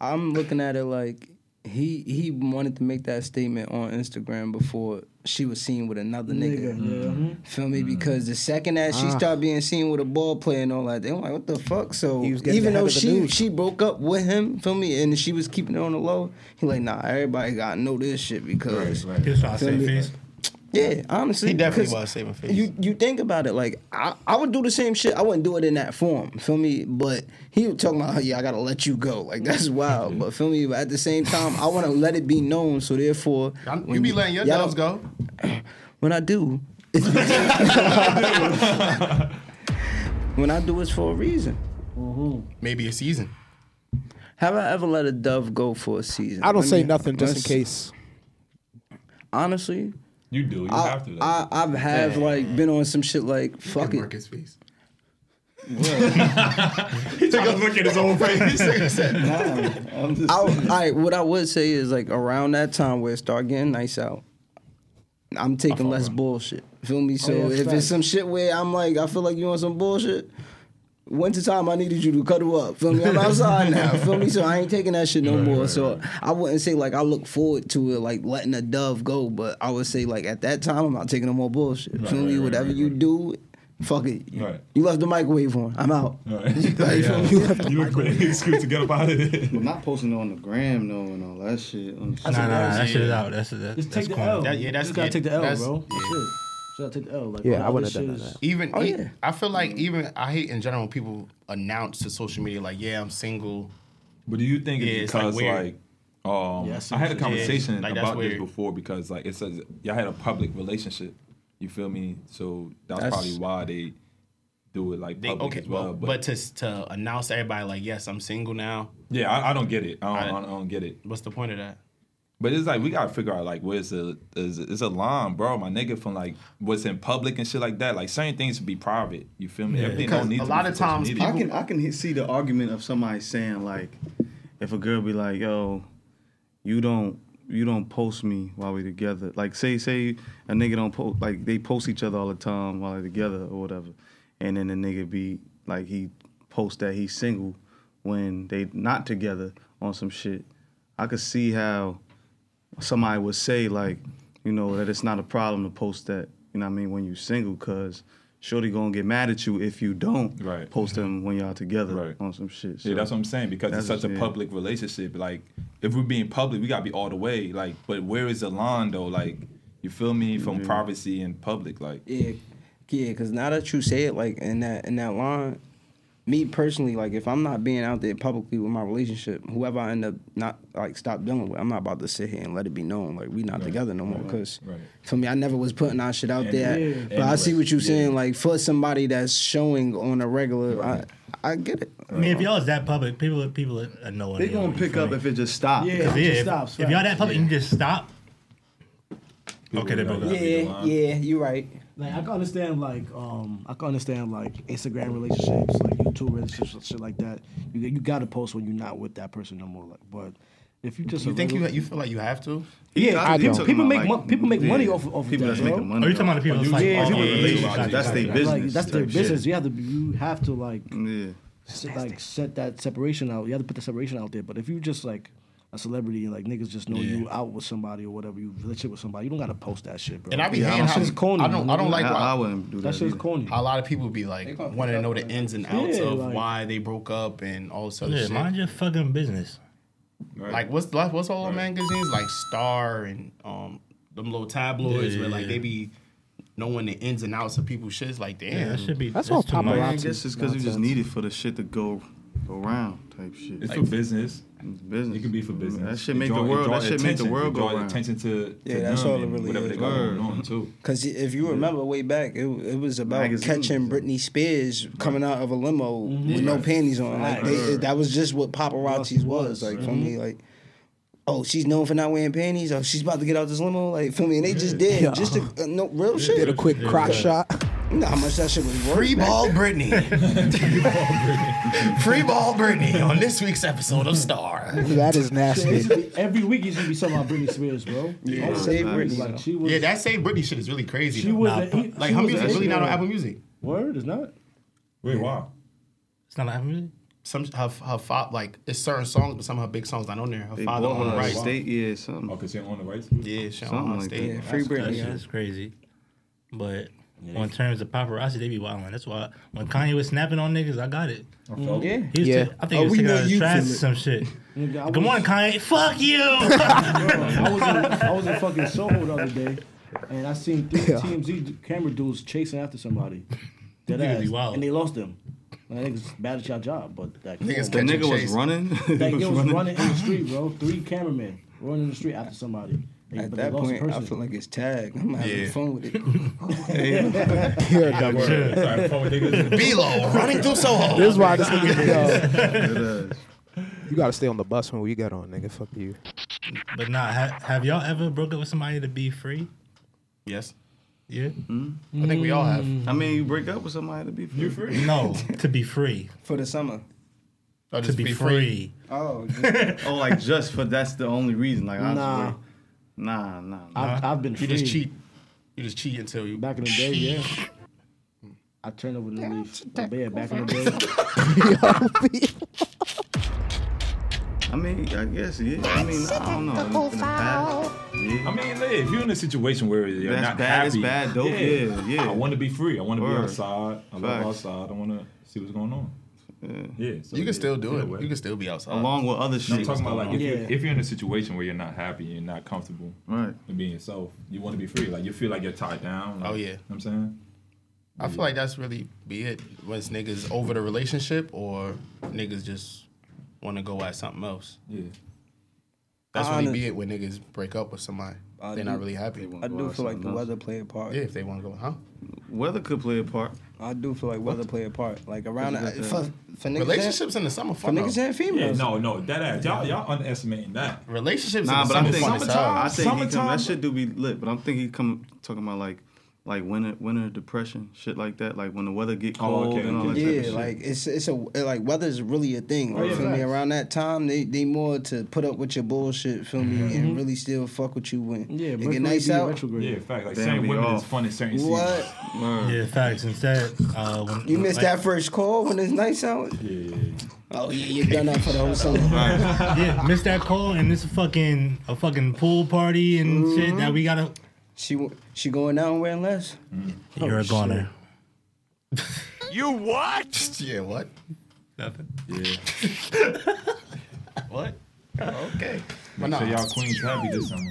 Speaker 6: I'm looking at it like he he wanted to make that statement on Instagram before she was seen with another nigga. Mm-hmm.
Speaker 9: Nigga, Mm-hmm. yeah.
Speaker 6: Feel me? Because the second that she
Speaker 8: Ah.
Speaker 6: started being seen with a ball player and all that, they were like, what the fuck? So
Speaker 8: He was getting
Speaker 6: even
Speaker 8: ahead
Speaker 6: though
Speaker 8: of the
Speaker 6: she
Speaker 8: news.
Speaker 6: she broke up with him, feel me, and she was keeping it on the low, he like, nah, everybody gotta know this shit because
Speaker 2: Here's what I say, face.
Speaker 6: yeah, honestly,
Speaker 1: He definitely
Speaker 6: 'cause
Speaker 1: was saving face.
Speaker 6: You you think about it, like I, I would do the same shit. I wouldn't do it in that form, feel me? But he was talking about, oh, yeah, I gotta let you go, like that's wild. but feel me? But at the same time, I want to let it be known. So therefore,
Speaker 1: I'm- you
Speaker 6: when
Speaker 1: be letting your
Speaker 6: y'all-
Speaker 1: dogs go.
Speaker 6: When I do, it's when I do, it's for a reason.
Speaker 1: Maybe a season.
Speaker 6: Have I ever let a dove go for a season?
Speaker 8: I don't
Speaker 6: Let
Speaker 8: say
Speaker 6: me-
Speaker 8: nothing just in
Speaker 6: let's-
Speaker 8: case.
Speaker 6: Honestly,
Speaker 3: You do. You
Speaker 6: I,
Speaker 3: have to.
Speaker 1: *laughs*
Speaker 6: I I've have like been on some shit like fuck it.
Speaker 1: Marcus face. he took a look at his own face. *laughs* He said,
Speaker 3: *laughs*
Speaker 6: I, all right, what I would say is like around that time where it start getting nice out, I'm taking less bullshit. Feel
Speaker 3: Oh,
Speaker 6: me? So
Speaker 8: yeah,
Speaker 6: if
Speaker 8: facts.
Speaker 6: it's some shit where I'm like, I feel like you on some bullshit. Winter time, I needed you to cuddle up. Feel me? I'm outside
Speaker 3: *laughs*
Speaker 6: now. Feel me? So I ain't taking that shit no more. so I wouldn't say like I look forward to it, like letting a dove go. But I would say like at that time, I'm not taking no more bullshit. feel me?
Speaker 3: right, right,
Speaker 6: Whatever
Speaker 3: right,
Speaker 6: you
Speaker 3: right.
Speaker 6: do, fuck it. You,
Speaker 3: Right.
Speaker 6: you left the microwave on. I'm out.
Speaker 3: Right. *laughs*
Speaker 6: Like,
Speaker 3: Yeah.
Speaker 6: feel me?
Speaker 3: You were quick excuse to get up out of it.
Speaker 7: But not posting it on the gram though and all that shit. On
Speaker 2: Nah, nah, nah, that
Speaker 1: yeah.
Speaker 2: shit is out. That's that,
Speaker 9: Just
Speaker 2: that's
Speaker 9: take the
Speaker 2: corny.
Speaker 9: L.
Speaker 1: That- yeah, that's-
Speaker 9: just gotta
Speaker 1: yeah,
Speaker 9: take the L,
Speaker 1: that's-
Speaker 9: bro.
Speaker 1: yeah.
Speaker 9: Shit. Just gotta take the L. Like,
Speaker 8: Yeah,
Speaker 9: all
Speaker 8: I would've
Speaker 9: this
Speaker 8: done
Speaker 9: shit
Speaker 8: that.
Speaker 9: is-
Speaker 1: Even
Speaker 6: Oh,
Speaker 1: e-
Speaker 6: yeah.
Speaker 1: I feel like even I hate in general when people announce to social media like, yeah, I'm single.
Speaker 3: But do you think
Speaker 1: Yeah,
Speaker 3: it's
Speaker 1: it's, like,
Speaker 3: because
Speaker 1: weird.
Speaker 3: like, um,
Speaker 9: Yeah, I see
Speaker 3: I had a
Speaker 9: what you're
Speaker 1: saying.
Speaker 3: conversation
Speaker 1: Like, that's
Speaker 3: about this
Speaker 1: weird.
Speaker 3: before because like it says y'all had a public relationship. You feel me? So that's,
Speaker 6: That's-
Speaker 3: probably why they do it like
Speaker 1: They,
Speaker 3: public
Speaker 1: okay,
Speaker 3: as well.
Speaker 1: well, but, to s- to announce to everybody like, yes, I'm single now.
Speaker 3: yeah, I, I don't get it. I
Speaker 1: I-
Speaker 3: don't, I, don't, I don't get it.
Speaker 1: What's the point of that?
Speaker 3: But it's like we gotta figure out like where's the is it's a line, bro. My nigga from like what's in public and shit like that. Like certain things be private. You feel me? Everything
Speaker 1: Because
Speaker 3: don't need
Speaker 1: a
Speaker 3: to
Speaker 1: lot
Speaker 3: be
Speaker 1: of
Speaker 3: social
Speaker 1: times
Speaker 3: media.
Speaker 7: I can I can hit, see the argument of somebody saying like, if a girl be like, yo, you don't you don't post me while we together. Like say say a nigga don't post like they post each other all the time while they're together or whatever, and then the nigga be like he post that he's single when they not together on some shit. I could see how somebody would say like, you know, that it's not a problem to post that. You know what I mean? When you single, cause shorty gonna get mad at you if you don't
Speaker 3: Right.
Speaker 7: post them when y'all together
Speaker 3: Right.
Speaker 7: on some shit.
Speaker 3: Yeah, that's what I'm saying because it's
Speaker 7: That's-
Speaker 3: such a
Speaker 7: yeah.
Speaker 3: public relationship. Like, if we're being public, we gotta be all the way. Like, but where is the line though? Like, you feel me? From
Speaker 7: Mm-hmm.
Speaker 3: privacy and public, like,
Speaker 6: Yeah, yeah. Because now that you say it, like in that in that line, me personally, like if I'm not being out there publicly with my relationship, whoever I end up not like stop dealing with, I'm not about to sit here and let it be known like we not together no more. Because
Speaker 3: right.
Speaker 6: for me, I never was putting our shit out there.
Speaker 3: Yeah.
Speaker 6: But I see what you're
Speaker 3: Yeah.
Speaker 6: saying. Like for somebody that's showing on a regular, I I get it.
Speaker 2: I mean, if y'all is that public, people people are knowing.
Speaker 7: They gonna pick up if it just stops.
Speaker 9: Yeah.
Speaker 2: yeah,
Speaker 9: it just
Speaker 2: if,
Speaker 9: stops,
Speaker 2: if y'all
Speaker 9: right.
Speaker 2: that public, and you just stop. Okay, then
Speaker 3: know
Speaker 2: build
Speaker 3: that.
Speaker 2: up.
Speaker 3: Yeah, Yeah.
Speaker 6: you're right.
Speaker 9: Like I can understand like um I can understand like Instagram relationships, like YouTube relationships, shit like that. You you got to post when you're not with that person no more. Like, but if you just
Speaker 1: You
Speaker 9: a
Speaker 1: think you
Speaker 9: regular-
Speaker 1: you feel like you have to?
Speaker 9: yeah
Speaker 8: I
Speaker 9: people-
Speaker 8: don't.
Speaker 9: people make mon- people make money off of- off of
Speaker 7: people
Speaker 9: that,
Speaker 7: that's
Speaker 9: bro.
Speaker 7: making money.
Speaker 3: Oh,
Speaker 2: Are you talking about the people? that's like,
Speaker 9: Yeah,
Speaker 2: oh,
Speaker 9: people
Speaker 2: yeah, yeah,
Speaker 7: relationships,
Speaker 2: yeah,
Speaker 7: that's
Speaker 2: yeah,
Speaker 7: they
Speaker 2: yeah.
Speaker 7: business.
Speaker 9: like that's their
Speaker 7: type shit.
Speaker 9: business. You have to you have to like
Speaker 7: Yeah.
Speaker 9: set, like set that separation out. You have to put the separation out there. But if you just like a celebrity and like niggas just know you out with somebody or whatever, you relationship with somebody, you don't gotta post that shit, bro.
Speaker 1: And I be
Speaker 7: Yeah,
Speaker 1: hating
Speaker 7: that
Speaker 1: how
Speaker 9: shit's corny,
Speaker 1: I don't I don't
Speaker 9: man.
Speaker 1: like
Speaker 7: I,
Speaker 1: why-
Speaker 7: I wouldn't do that.
Speaker 9: that shit's
Speaker 7: either.
Speaker 9: corny.
Speaker 1: a lot of people be like want to know the ins and outs
Speaker 9: Yeah,
Speaker 1: of
Speaker 9: like-
Speaker 1: why they broke up and all this other
Speaker 2: Yeah,
Speaker 1: shit.
Speaker 2: mind your fucking business.
Speaker 3: Right.
Speaker 1: Like what's like, what's all the magazines like Star and um them little tabloids
Speaker 2: Yeah,
Speaker 1: where
Speaker 2: yeah,
Speaker 1: like
Speaker 2: yeah.
Speaker 1: they be knowing the ins and outs of people's shit. It's like damn,
Speaker 2: Yeah, that should be.
Speaker 8: That's all
Speaker 2: too much.
Speaker 7: I
Speaker 8: paparazzi.
Speaker 7: guess it's because you just
Speaker 8: Nonsense.
Speaker 7: need it for the shit to go go round type shit.
Speaker 3: it's
Speaker 7: Like,
Speaker 3: for business.
Speaker 7: it's business.
Speaker 3: It can be for business.
Speaker 7: Mm, That shit make
Speaker 3: It draw-
Speaker 7: the
Speaker 3: it
Speaker 7: world.
Speaker 3: draw
Speaker 7: That shit make the
Speaker 3: attention.
Speaker 7: world
Speaker 3: It
Speaker 7: go
Speaker 3: draw
Speaker 7: round.
Speaker 3: attention to, to
Speaker 6: Yeah, that's
Speaker 3: them
Speaker 6: all it
Speaker 3: and
Speaker 6: really
Speaker 3: whatever
Speaker 6: is.
Speaker 3: they got
Speaker 7: Word.
Speaker 3: going on too.
Speaker 6: Cause if you remember way back, it, it was about
Speaker 7: Magazines,
Speaker 6: catching
Speaker 7: yeah.
Speaker 6: Britney Spears coming out of a limo with no panties on. Like they,
Speaker 7: Right.
Speaker 6: that was just what paparazzi was. Like for
Speaker 8: Mm-hmm.
Speaker 6: me, like oh she's known for not wearing panties. Oh she's about to get out this limo. Like for me, and they just did
Speaker 8: Yeah.
Speaker 6: just to, uh, no real
Speaker 8: Did
Speaker 6: shit.
Speaker 8: a quick crotch shot.
Speaker 6: You know how much that shit was worth.
Speaker 1: Free
Speaker 6: back
Speaker 1: ball
Speaker 6: then.
Speaker 1: Brittany. Free ball Brittany on this week's episode of Star.
Speaker 8: That is nasty.
Speaker 9: Every week you should be talking about Britney Spears, bro. Yeah,
Speaker 6: Save Britney.
Speaker 9: like she was.
Speaker 1: Yeah, that same Britney shit is really crazy.
Speaker 9: she
Speaker 1: though.
Speaker 9: was
Speaker 2: Nah,
Speaker 9: a-
Speaker 2: pa-
Speaker 9: she
Speaker 1: like her
Speaker 9: was a-
Speaker 1: music is really not on Apple Music.
Speaker 9: Word is not.
Speaker 3: Wait, why?
Speaker 2: It's not happening.
Speaker 1: Some her her fa- like it's certain songs, but some of her big songs not on there. Her
Speaker 7: They
Speaker 1: father
Speaker 7: bought
Speaker 1: on the
Speaker 7: her
Speaker 1: rights.
Speaker 7: state, yeah, something.
Speaker 3: Okay, so Oh, on the rights.
Speaker 1: Yeah, shit
Speaker 7: Something
Speaker 1: on her
Speaker 7: like
Speaker 1: state.
Speaker 6: Yeah, free
Speaker 2: That
Speaker 6: Britney.
Speaker 2: shit is crazy. But in terms of paparazzi, they be wilding. That's why when Kanye was snapping on niggas, I got it.
Speaker 6: Yeah.
Speaker 2: He was
Speaker 8: Yeah.
Speaker 2: ta- I think
Speaker 6: Oh,
Speaker 2: he was
Speaker 6: we
Speaker 2: taking
Speaker 6: know
Speaker 2: out his
Speaker 6: you
Speaker 2: trash or
Speaker 6: feel it.
Speaker 2: some shit.
Speaker 9: Nigga, I
Speaker 2: Good
Speaker 9: was-
Speaker 2: morning, Kanye. Fuck you. *laughs*
Speaker 9: I was in, I was in fucking Soho the other day, and I seen three
Speaker 8: Yeah.
Speaker 9: TMZ d- camera dudes chasing after somebody. Dead
Speaker 2: Niggas be
Speaker 9: ass,
Speaker 2: wild.
Speaker 9: and they lost them. Like, niggas bad at your job, but like,
Speaker 1: Niggas
Speaker 9: come on,
Speaker 7: The
Speaker 1: Catch and
Speaker 7: nigga was
Speaker 1: chase.
Speaker 7: running.
Speaker 9: Like,
Speaker 7: *laughs*
Speaker 9: it was running in the street, bro. Three cameramen running in the street after somebody. They-
Speaker 6: At
Speaker 9: but they
Speaker 6: that
Speaker 9: lost the
Speaker 6: point, I
Speaker 9: person.
Speaker 6: feel like it's tagged. I'm having
Speaker 1: Yeah.
Speaker 8: *laughs*
Speaker 6: fun with it.
Speaker 8: You're a dumb shit.
Speaker 3: Word. Sorry, fuck with niggas.
Speaker 1: B-Lo running through Soho.
Speaker 8: This is why this
Speaker 6: *laughs*
Speaker 8: nigga. Yo,
Speaker 7: running.
Speaker 8: you gotta stay on the bus when we got on, nigga. Fuck you.
Speaker 2: But nah, ha- have y'all ever broke up with somebody to be free?
Speaker 1: Yes.
Speaker 2: Yeah.
Speaker 6: Mm-hmm.
Speaker 1: I think we all have.
Speaker 7: I mean, you break up with somebody to be free. You free?
Speaker 2: No,
Speaker 6: *laughs*
Speaker 2: to be free.
Speaker 6: for the summer.
Speaker 1: I'll
Speaker 2: to
Speaker 1: just
Speaker 2: be,
Speaker 1: be
Speaker 2: free.
Speaker 1: free.
Speaker 6: Oh,
Speaker 7: oh, like just for that's the only reason. Like, I
Speaker 9: Nah.
Speaker 7: nah. nah, nah, nah.
Speaker 9: I've, I've been
Speaker 1: You
Speaker 9: free.
Speaker 1: just cheat. You just cheat until you.
Speaker 9: Back in the day, yeah. I turned over the leaf. But yeah, back in the day.
Speaker 7: I mean, I guess yeah. I mean, I don't know. In the past, yeah.
Speaker 3: I mean, like, if you're in a situation where you're
Speaker 7: That's
Speaker 3: not
Speaker 7: bad,
Speaker 3: happy,
Speaker 7: it's bad, dope, yeah, yeah.
Speaker 3: I want to be free. I want to be
Speaker 7: Word.
Speaker 3: outside. I love
Speaker 7: Facts.
Speaker 3: outside. I want to see what's going on. Yeah, so
Speaker 1: You
Speaker 3: yeah,
Speaker 1: can still do
Speaker 3: yeah,
Speaker 1: it.
Speaker 3: well.
Speaker 1: You can still be outside.
Speaker 7: along with other shit.
Speaker 3: I'm talking about like if,
Speaker 9: Yeah.
Speaker 3: you're, if you're in a situation where you're not happy, you're not comfortable
Speaker 7: right.
Speaker 3: with being yourself. You want to be free. Like you feel like you're tied down. like,
Speaker 1: Oh, yeah.
Speaker 3: you know what I'm saying.
Speaker 1: I feel like that's really be it. When it's niggas over the relationship or niggas just want to go at something else.
Speaker 3: Yeah.
Speaker 1: That's
Speaker 6: I
Speaker 1: really
Speaker 6: honest-
Speaker 1: be it when niggas break up with somebody.
Speaker 6: I
Speaker 1: They're
Speaker 6: do-
Speaker 1: not really happy.
Speaker 7: they
Speaker 6: I do feel like the weather play a part.
Speaker 1: Yeah, if they want to go, huh?
Speaker 7: Weather could play a part.
Speaker 6: I do feel like weather play a part. Like around
Speaker 7: What
Speaker 6: the,
Speaker 7: you got
Speaker 6: for,
Speaker 7: there?
Speaker 6: for niggas, and,
Speaker 1: Relationships in the summer
Speaker 6: for
Speaker 1: fun. though.
Speaker 6: niggas and
Speaker 3: Yeah,
Speaker 6: females.
Speaker 3: no, no, that ass. Y'all, y'all underestimating that.
Speaker 1: Relationships
Speaker 7: Nah,
Speaker 1: in the
Speaker 7: but I
Speaker 1: summer
Speaker 7: think
Speaker 1: fun is
Speaker 7: summertime. I
Speaker 1: hard.
Speaker 7: think he come,
Speaker 3: Summertime.
Speaker 7: that shit do be lit. But I'm thinking he come talking about like like winter winter depression shit like that. Like when the weather get
Speaker 3: Oh,
Speaker 7: cold
Speaker 3: okay,
Speaker 7: and all
Speaker 3: okay.
Speaker 7: that type of
Speaker 6: Yeah,
Speaker 7: shit.
Speaker 6: like it's it's a like weather's really a thing. Like,
Speaker 7: yeah,
Speaker 6: feel me?
Speaker 7: facts.
Speaker 6: Around that time, they they more to put up with your bullshit. Feel me? And really still fuck with you when
Speaker 9: Yeah,
Speaker 6: it
Speaker 9: Mercury
Speaker 6: get nice
Speaker 9: be
Speaker 6: out.
Speaker 9: retrograde.
Speaker 3: Yeah, fact. Like
Speaker 7: Damn,
Speaker 3: certain
Speaker 7: we
Speaker 3: women
Speaker 7: off.
Speaker 3: is fun in certain
Speaker 6: What?
Speaker 3: seasons.
Speaker 2: Yeah, facts. Instead, uh, when,
Speaker 6: You missed
Speaker 2: like-
Speaker 6: that first call when it's nice out. Oh yeah, you're done out for the whole summer.
Speaker 2: Yeah, missed that call, and it's a fucking a fucking pool party and shit that we gotta.
Speaker 6: she w- she going out and wearing less. Oh,
Speaker 2: You're a goner.
Speaker 1: *laughs* Yeah, what?
Speaker 2: Nothing.
Speaker 1: What? Okay. But
Speaker 3: So
Speaker 1: nah,
Speaker 3: y'all queens happy this summer.